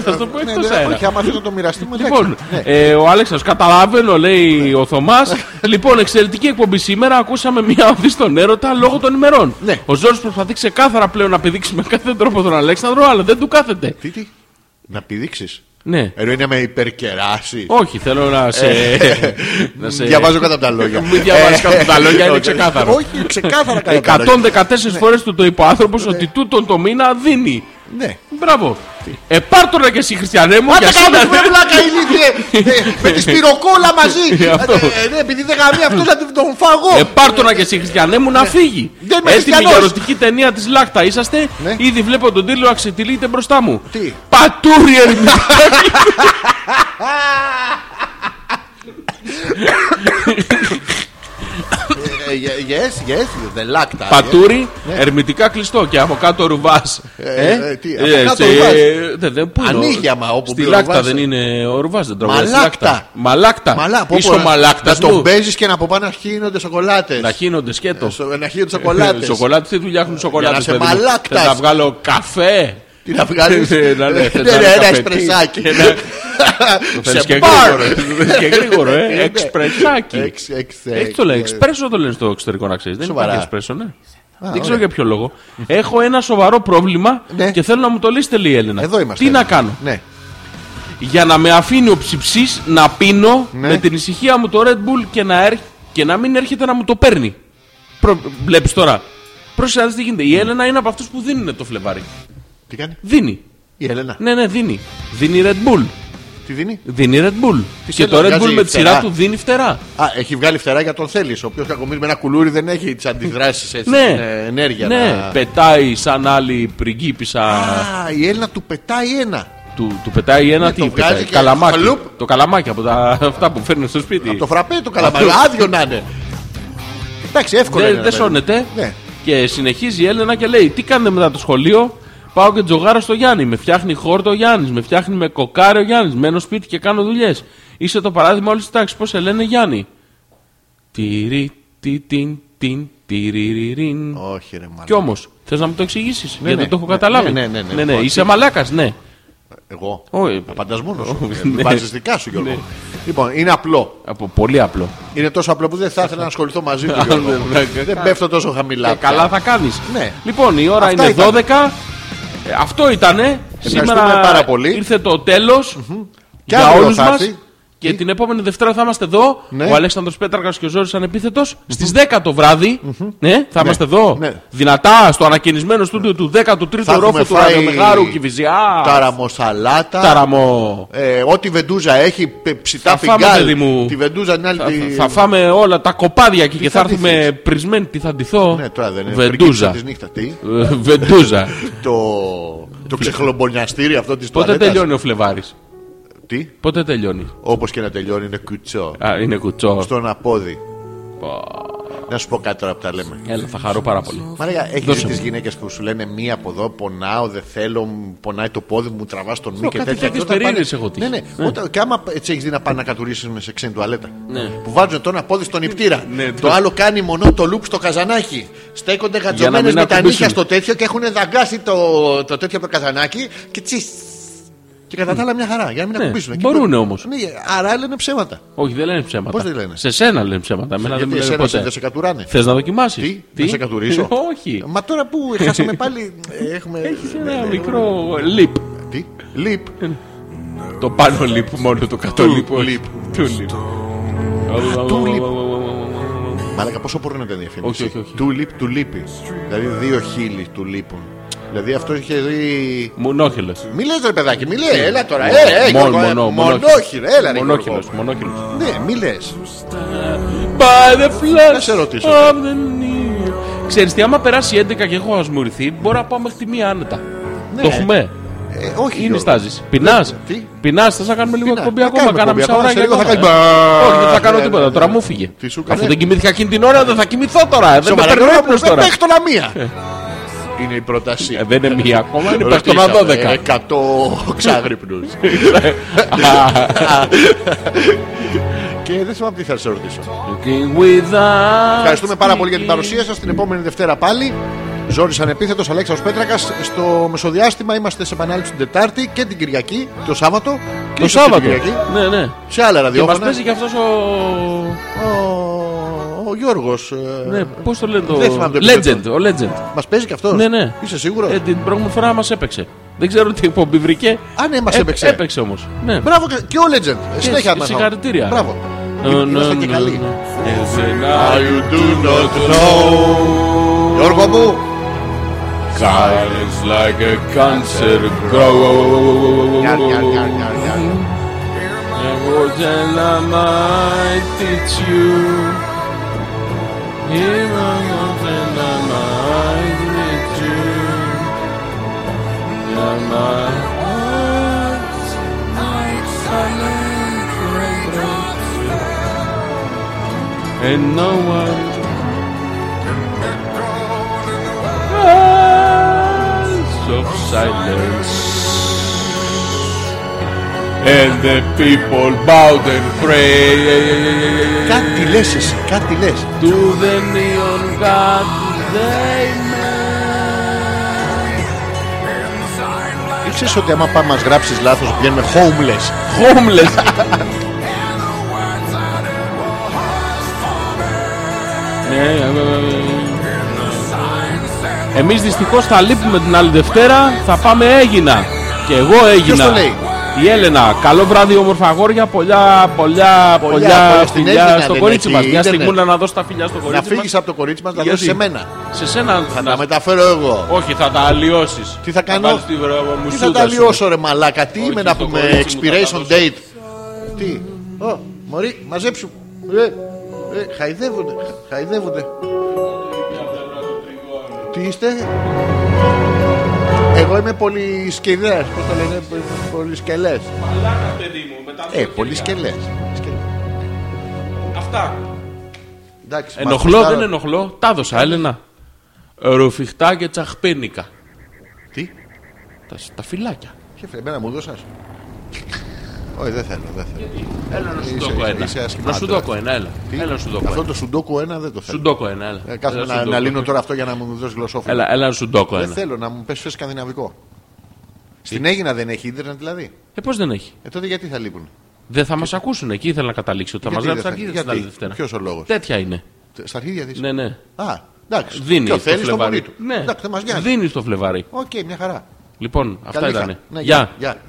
S3: Θα σου το πω εκτός αέρα.
S2: ε, ναι, Όχι, άμα θες να το μοιραστούμε. εντάξει.
S3: Λοιπόν,
S2: Ναι.
S3: ε, ο Αλέξανδρος, καταλαβαίνω, λέει ο Θωμάς. λοιπόν, εξαιρετική εκπομπή σήμερα. Ακούσαμε μια οδύ στον έρωτα λόγω των ημερών.
S2: Ναι.
S3: Ο Ζόρι προσπαθεί ξεκάθαρα πλέον να πηδήξει με κάθε τρόπο τον Αλέξανδρο, αλλά δεν του κάθεται.
S2: Τι, τι. Να πηδήξεις.
S3: Ναι.
S2: Ενώ είναι να με υπερκεράσει.
S3: Όχι, θέλω να σε.
S2: ε,
S3: ε, να σε...
S2: Διαβάζω κατά τα λόγια.
S3: Μην διαβάζεις κάτω τα λόγια, είναι
S2: όχι.
S3: ξεκάθαρο.
S2: ε, Όχι, ε, ξεκάθαρα κατά
S3: Ε,
S2: τα λόγια.
S3: 114 φορές του το είπε ο άνθρωπος
S2: ε,
S3: ότι τούτον το μήνα δίνει.
S2: Ναι.
S3: Μπράβο. Ε, πάρ' τώρα και εσύ, Χριστιανέ μου,
S2: Μα
S3: για
S2: τα
S3: σένα ναι.
S2: κάνουμε με
S3: δεν-
S2: πλάκα ηλίθιε! Ε, Με τη σπυροκόλα μαζί!
S3: Ε, αυτό.
S2: Ε, ναι, Επειδή δεν γαμεί αυτός θα την- τον
S3: Ε,
S2: φαγώ!
S3: πάρ' τώρα και εσύ, Χριστιανέ μου, να φύγει.
S2: Ναι. Δεν είμαι
S3: Έτοιμη
S2: χριστιανός.
S3: για ερωτική ταινία της Λάχτα είσαστε.
S2: Ναι.
S3: Ήδη βλέπω τον τίτλο Αξιτηλείτε μπροστά μου.
S2: Τι?
S3: Πατούρι Ερμητάκη.
S2: Ε, Yes, yes, the lacta.
S3: Πατούρι, ερμητικά κλειστό και από κάτω ρουβάς.
S2: Ναι. ε, ε, τι, από κάτω ρουβάς. Ανοίγει άμα όπου
S3: Στη
S2: μπει ο
S3: λάκτα
S2: ρουβάς.
S3: δεν είναι ο ρουβάς, δεν τρώγεται. στη
S2: Μαλάκτα.
S3: λάκτα. Μαλάκτα.
S2: Μαλά, πω,
S3: Είσαι
S2: πω, ε,
S3: ο μαλάκτας.
S2: Να τον Ε, παίζει και να από πάνω να χύνονται σοκολάτες.
S3: Να χύνονται Ε, σκέτο.
S2: Να χύνονται σοκολάτες.
S3: Σοκολάτε, τι δουλειά έχουν σοκολάτε.
S2: Ε, σε μαλάκτας.
S3: Να βγάλω καφέ.
S2: Τι να βγάλεις.
S3: Ε, να λέει, θες να λέει
S2: ναι, Ένα
S3: καφέ, τι.
S2: εσπρεσάκι.
S3: Ένα- Το θέλεις και γρήγορο. ε. Το θέλεις και γρήγορο,
S2: Ε,
S3: ε.
S2: ναι.
S3: Εξπρεσάκι.
S2: Εξ- εξ-
S3: Έτσι το λέει.
S2: ε,
S3: Εξπρέσο το λένε στο εξωτερικό να ξέρεις. Δεν
S2: Σοβαρά.
S3: υπάρχει εξπρέσο, ναι. Δεν
S2: ωραία.
S3: ξέρω για ποιο λόγο. Έχω ένα σοβαρό πρόβλημα
S2: Ναι.
S3: και θέλω να μου το λύσετε, λέει η Έλενα.
S2: Εδώ είμαστε.
S3: Τι να κάνω.
S2: Ναι.
S3: Για να με αφήνει ο ψυψής να πίνω
S2: Ναι.
S3: με την ησυχία μου το Red Bull και να, έρ- και να μην έρχεται να μου το παίρνει. Προ... Βλέπεις τώρα. Πρόσεχε να δεις τι γίνεται. Η Έλενα είναι από αυτούς που δίνουν το Φλεβάρι.
S2: Τι κάνει.
S3: Δίνει.
S2: Η Ελένα.
S3: Ναι, ναι, δίνει. Δίνει Red Bull.
S2: Τι δίνει.
S3: Δίνει Red Bull.
S2: Της
S3: και το
S2: Έλενα
S3: Red Bull
S2: βγάζει
S3: με τη σειρά
S2: φτερά.
S3: του δίνει φτερά.
S2: Α, έχει βγάλει φτερά για τον θέλεις. Ο οποίος κακομίζει με ένα κουλούρι δεν έχει τις αντιδράσεις έτσι.
S3: Ναι.
S2: την, ε, Ενέργεια.
S3: ναι.
S2: να-
S3: Πετάει σαν άλλη πριγκίπισσα.
S2: Α, η Έλληνα του πετάει ένα.
S3: Του, του πετάει ένα
S2: Ναι,
S3: τι
S2: το βγάζει
S3: πετάει,
S2: και
S3: καλαμάκι.
S2: χαλούπ.
S3: Το καλαμάκι από τα, αυτά που φέρνει στο σπίτι.
S2: Το φραπέ το καλαμάκι.
S3: Αυτό.
S2: Άδειο να είναι. Εντάξει, εύκολο.
S3: Δεν
S2: είναι,
S3: δεν
S2: ρε παιδί.
S3: σώνεται.
S2: Ναι.
S3: Και συνεχίζει η Έλενα και λέει: Τι κάνετε μετά το σχολείο. Πάω και τζογάρα στο Γιάννη. Με φτιάχνει χόρτο ο Γιάννης. Με φτιάχνει με κοκάρι ο Γιάννης. Μένω σπίτι και κάνω δουλειές. Είσαι το παράδειγμα όλης της τάξης. Πώς σε λένε Γιάννη. Τυρι, τι, τιν, τιν, τυριριρίν.
S2: Όχι, ρε μάλλον.
S3: Κι όμως, θες να μου το εξηγήσεις, γιατί
S2: ναι.
S3: δεν το έχω
S2: Ναι,
S3: καταλάβει.
S2: ναι, ναι, ναι, ναι. Λοιπόν,
S3: Είσαι μαλάκας, ναι.
S2: Εγώ.
S3: Όχι.
S2: Απαντά μόνο σου.
S3: Όχι, ναι.
S2: Ε, Βάζεις δικά σου, Γιώργο. Λοιπόν, είναι απλό.
S3: Από πολύ απλό.
S2: Είναι τόσο απλό που δεν θα ήθελα να ασχοληθώ μαζί του.
S3: Αν
S2: Γιώργο.
S3: δεν- δεν-
S2: Δεν πέφτω τόσο χαμηλά.
S3: Και
S2: πια.
S3: ναι, Ε, καλά θα κάνεις.
S2: Ναι.
S3: Λοιπόν, η ώρα
S2: Αυτά
S3: είναι
S2: ήταν.
S3: 12. Ε, αυτό ήτανε.
S2: Ευχαριστούμε πάρα πολύ.
S3: ήρθε το τελο
S2: Και
S3: για
S2: αύριο
S3: όλους
S2: θα
S3: μας.
S2: έρθει.
S3: Και την επόμενη Δευτέρα θα είμαστε εδώ.
S2: Ναι.
S3: Ο Αλέξανδρος Πέτρακας και ο Ζόρις ανεπίθετος Στις 10 το βραδυ Ναι, θα είμαστε εδώ.
S2: Ναι.
S3: Δυνατά στο ανακαινισμένο στούντιο του 13ου
S2: Θα έχουμε
S3: ρόφου του
S2: φάει
S3: Ραδιομεγάρου Κιβιζιά.
S2: Ταραμοσαλάτα.
S3: Ταραμό.
S2: Ε, ό,τι βεντούζα έχει, πε- ψητά
S3: Θα φάμε,
S2: φιγκάλ.
S3: παιδί μου.
S2: Τη βεντούζα την άλλη.
S3: Θα,
S2: τη-
S3: θα φάμε όλα τα κοπάδια εκεί και θα
S2: θα
S3: έρθουμε
S2: ντυθείς?
S3: πρισμένοι. Τι θα ντυθώ.
S2: Ναι, τώρα δεν είναι.
S3: Βεντούζα.
S2: Τη νύχτα. Τι.
S3: Ε, Βεντούζα.
S2: Το, το ξεχλομπονιαστήρι αυτό της
S3: Πότε τελειώνει ο Φλεβάρης.
S2: Τι.
S3: Πότε τελειώνει.
S2: Όπως και να τελειώνει, είναι κουτσό.
S3: Α, είναι κουτσό.
S2: Στον απόδι. Να σου πω κάτι τώρα που τα λέμε.
S3: Έλα, θα χαρώ πάρα πολύ.
S2: Μαρία, έχεις
S3: Δώσε
S2: δει τις
S3: μου.
S2: γυναίκες που σου λένε μία από εδώ, πονάω, δεν θέλω, μου πονάει το πόδι μου, τραβάς τον μη και
S3: κάτι
S2: τέτοια.
S3: τέτοιες
S2: Και όταν πάνε-
S3: περίεργες έχω τύχει.
S2: Ναι, ναι. Όταν- Και άμα έτσι έχεις δει να πάνε να κατουρίσει με σε ξένη τουαλέτα.
S3: Ναι.
S2: Που βάζουν το ένα πόδι στον υπτήρα.
S3: Ναι,
S2: το
S3: το-
S2: άλλο κάνει μονό το λουπ στο καζανάκι. Στέκονται γατζωμένες
S3: μην
S2: με τα
S3: ακουμπήσουν.
S2: νύχια στο τέτοιο και έχουν δαγκάσει το, το τέτοιο από το καζανάκι και τσί. Και κατά τα άλλα μια χαρά για να μην
S3: Ναι,
S2: ακουμπήσουν. Εκεί
S3: μπορούνε
S2: μπορεί-
S3: όμως.
S2: Ναι, άρα λένε ψέματα.
S3: Όχι, δεν λένε ψέματα.
S2: Πώς δεν λένε?
S3: Σε σένα λένε ψέματα. Εμένα δεν
S2: Γιατί
S3: μου λένε
S2: εσένα
S3: ποτέ.
S2: δεν σε κατουράνε.
S3: Θες να δοκιμάσεις.
S2: Τι, να σε κατουρίσω.
S3: Όχι.
S2: Μα τώρα που χάσαμε πάλι. ε, Έχουμε.
S3: Έχεις ένα μικρό λιπ.
S2: Τι. Λιπ.
S3: Το πάνω λιπ μόνο το κάτω
S2: Του
S3: λιπ. όχι.
S2: λιπ.
S3: Του λιπ.
S2: του λιπ. Μαλάκα, πόσο πορνό ήταν η διαφήμιση.
S3: Όχι, όχι, όχι.
S2: Του λείπει, του λείπει. Δηλαδή δύο χείλη του λείπουν. Δηλαδή αυτό είχε δει.
S3: Μονόχελο.
S2: Μη λες ρε παιδάκι, μη λες, έλα τώρα. Ε, ε, Γιώργο, ε, μονόχειρο, έλα ρε
S3: Μονόχελο.
S2: Γιώργο. Ναι, μη λες.
S3: By the flash
S2: Να σε ρωτήσω.
S3: of the new. Ξέρεις τι, άμα περάσει 11 και έχω ασμουρηθεί, μπορώ να πάω μέχρι τη μία άνετα.
S2: Ναι.
S3: Το έχουμε.
S2: Ε, όχι.
S3: Είναι
S2: Γιώργο.
S3: στάζεις. Πεινάς.
S2: τι?
S3: Πεινάς, θες να κάνουμε λίγο
S2: Πεινά.
S3: εκπομπή
S2: Να
S3: ακόμα.
S2: κάνουμε
S3: Κάνα
S2: εκπομπή
S3: μισά
S2: ακόμα,
S3: ώρα
S2: σε
S3: και
S2: λίγο θα
S3: ακόμα.
S2: κάνει μπα.
S3: Όχι, δεν θα κάνω
S2: Ναι, ναι,
S3: τίποτα.
S2: ναι.
S3: Τώρα μου φύγε.
S2: Τι σου
S3: Αφού
S2: έκανε?
S3: δεν κοιμήθηκα εκείνη την ώρα, δεν θα κοιμηθώ τώρα. Ε, Δεν με
S2: Σοβαρά,
S3: παίρνει
S2: Γιώργο,
S3: ύπνος
S2: πρέπει
S3: τώρα.
S2: να έχει τον αμία. Είναι η πρόταση.
S3: Ε, Δεν είναι μία ακόμα, είναι παίχτονα
S2: ε.
S3: 12.
S2: 100 ξάγρυπνους. Και δεν θυμάμαι τι θα σε ρωτήσω.
S3: Okay, without
S2: Ευχαριστούμε πάρα πολύ για την
S3: me.
S2: παρουσία σας. Την επόμενη Δευτέρα πάλι. Ζόρις Ανεπίθετος, Αλέξανδρος Πέτρακας Στο μεσοδιάστημα είμαστε σε επανάληψη την Τετάρτη και την Κυριακή, το Σάββατο. και
S3: Το
S2: την
S3: Σάββατο.
S2: Κυριακή,
S3: Ναι, ναι.
S2: σε άλλα
S3: Και μας
S2: ραδιόφωνα.
S3: παίζει και αυτός ο.
S2: Ο, ο Γιώργος. ε,
S3: Ναι, πώς το λένε το.
S2: Δεν θυμάμαι το
S3: Legend,
S2: επίθετο.
S3: ο Legend.
S2: Μας παίζει και αυτός.
S3: Ναι, ναι.
S2: Είσαι σίγουρος.
S3: Ε, την προηγούμενη φορά μας έπαιξε. Δεν ξέρω τι εκπομπή βρήκε.
S2: Α, ναι, μας
S3: Έ-
S2: έπαιξε.
S3: Έπαιξε όμως. Ναι.
S2: Μπράβο και- και ο Legend. Συνέχεια
S3: συ-
S2: μας.
S3: συγχαρητήρια.
S2: Μπράβο.
S3: Ε,
S2: Είμαστε
S3: ναι,
S2: και
S3: ναι,
S2: καλοί.
S3: ναι. How you do not
S2: Γιώργο μου,
S3: Silence like a cancer
S2: Νιάρ, νιάρ, νιάρ, νιάρ, νιάρ.
S3: And what can I might teach you? Even what can I might teach you? And my heart might silent raindrops flow. And no one Eyes of silence And the people bowed and prayed
S2: κάτι λες εσύ, κάτι λες.
S3: to the neon god they made.
S2: Ξέρεις ότι άμα πάμε μας γράψεις λάθος βγαίνουμε homeless.
S3: Homeless. Ναι, ε, ε, ε. Εμείς δυστυχώς θα λείπουμε την άλλη Δευτέρα Θα πάμε Έγινα Και εγώ έγινα
S2: το λέει?
S3: Η Έλενα Καλό βράδυ όμορφα αγόρια Πολλά,
S2: Πολλά,
S3: πολλά, πολλά
S2: πολλά. Στην Έγινα
S3: φιλιά στο
S2: δεν
S3: κορίτσι
S2: έχει
S3: μας Μια
S2: ίντερνετ.
S3: στιγμούλα να δώσω τα φιλιά στο
S2: Να
S3: κορίτσι μας
S2: φύγεις από το κορίτσι μας να
S3: Γιατί?
S2: δώσεις σε μένα.
S3: Σε σένα
S2: Θα
S3: να-
S2: τα μεταφέρω εγώ.
S3: Όχι, θα τα αλλοιώσεις
S2: Τι θα κάνω?
S3: βάλεις τη βρα- μου
S2: Τι θα
S3: σούτα
S2: τα
S3: σου.
S2: λιώσω ρε μαλάκα, τι
S3: Όχι,
S2: είμαι να
S3: στο
S2: πούμε
S3: κορίτσι μου θα τα
S2: expiration
S3: δώσω.
S2: date. Τι, ω, μωρή, μαζέψου. Ε, ε, χαϊδεύονται, χα- χαϊδεύονται. Τι είστε? Εγώ είμαι πολυσκελές, πώς το λένε, πο- πολυσκελές.
S3: Μαλάκα, παιδί μου, μετά τα
S2: Ε,
S3: χέρια.
S2: πολυσκελές. Σκελές.
S3: Αυτά.
S2: Εντάξει, μας
S3: Ε, Ενοχλώ,
S2: κουστάρω.
S3: δεν ενοχλώ. Τα έδωσα, Έλενα. Ρουφιχτά και τσαχπίνικα.
S2: Τι,
S3: Τα, τα φυλάκια.
S2: και φίλε, εμένα μου δώσας. Όχι, δεν θέλω, δεν θέλω.
S3: Έλα να σου
S2: Είσαι-
S3: δώκω ένα.
S2: είσαι ασχημά
S3: Να σου
S2: τώρα.
S3: δώκω ένα, έλα.
S2: Τι,
S3: Έλα να σου δώκω
S2: Αυτό
S3: ένα.
S2: το σουντόκο ένα δεν το
S3: Σου
S2: θέλω.
S3: δώκω ένα, έλα.
S2: Ε, Κάθομαι
S3: Έλα,
S2: να,
S3: σου
S2: να
S3: δώκω.
S2: λύνω τώρα αυτό για να μου δώσεις γλωσσόφωνο.
S3: Έλα, έλα να σου δώκω
S2: Δεν
S3: ένα.
S2: θέλω να μου πες σε σκανδιναβικό. Στην Έγινα δεν έχει ίντερνετ δηλαδή.
S3: Ε, πώς δεν έχει.
S2: Ε, τότε γιατί θα λείπουν.
S3: Δεν θα μας ακούσουν. Εκεί ήθελα να καταλήξω. ότι Θα μας
S2: Γιατί
S3: γράψουν
S2: δεν θα-
S3: στα αρχίδια
S2: γιατί?
S3: στην άλλη Δευτέρα.
S2: Ποιος ο λόγος?
S3: Τέτοια είναι.
S2: Τε- Στα αρχίδια της.
S3: Ναι, ναι.
S2: Α, εντάξει.
S3: Δίνει
S2: Ποιο
S3: το
S2: θέλει το
S3: φλεβάρι.
S2: πολύ του.
S3: Ναι,
S2: Εντάξει, δεν μας νοιάζει.
S3: δίνει το φλεβάρι.
S2: Οκ, μια χαρά.
S3: Λοιπόν, αυτά
S2: Καλή
S3: ήταν.
S2: χα- Ναι,
S3: Γεια.
S2: γεια.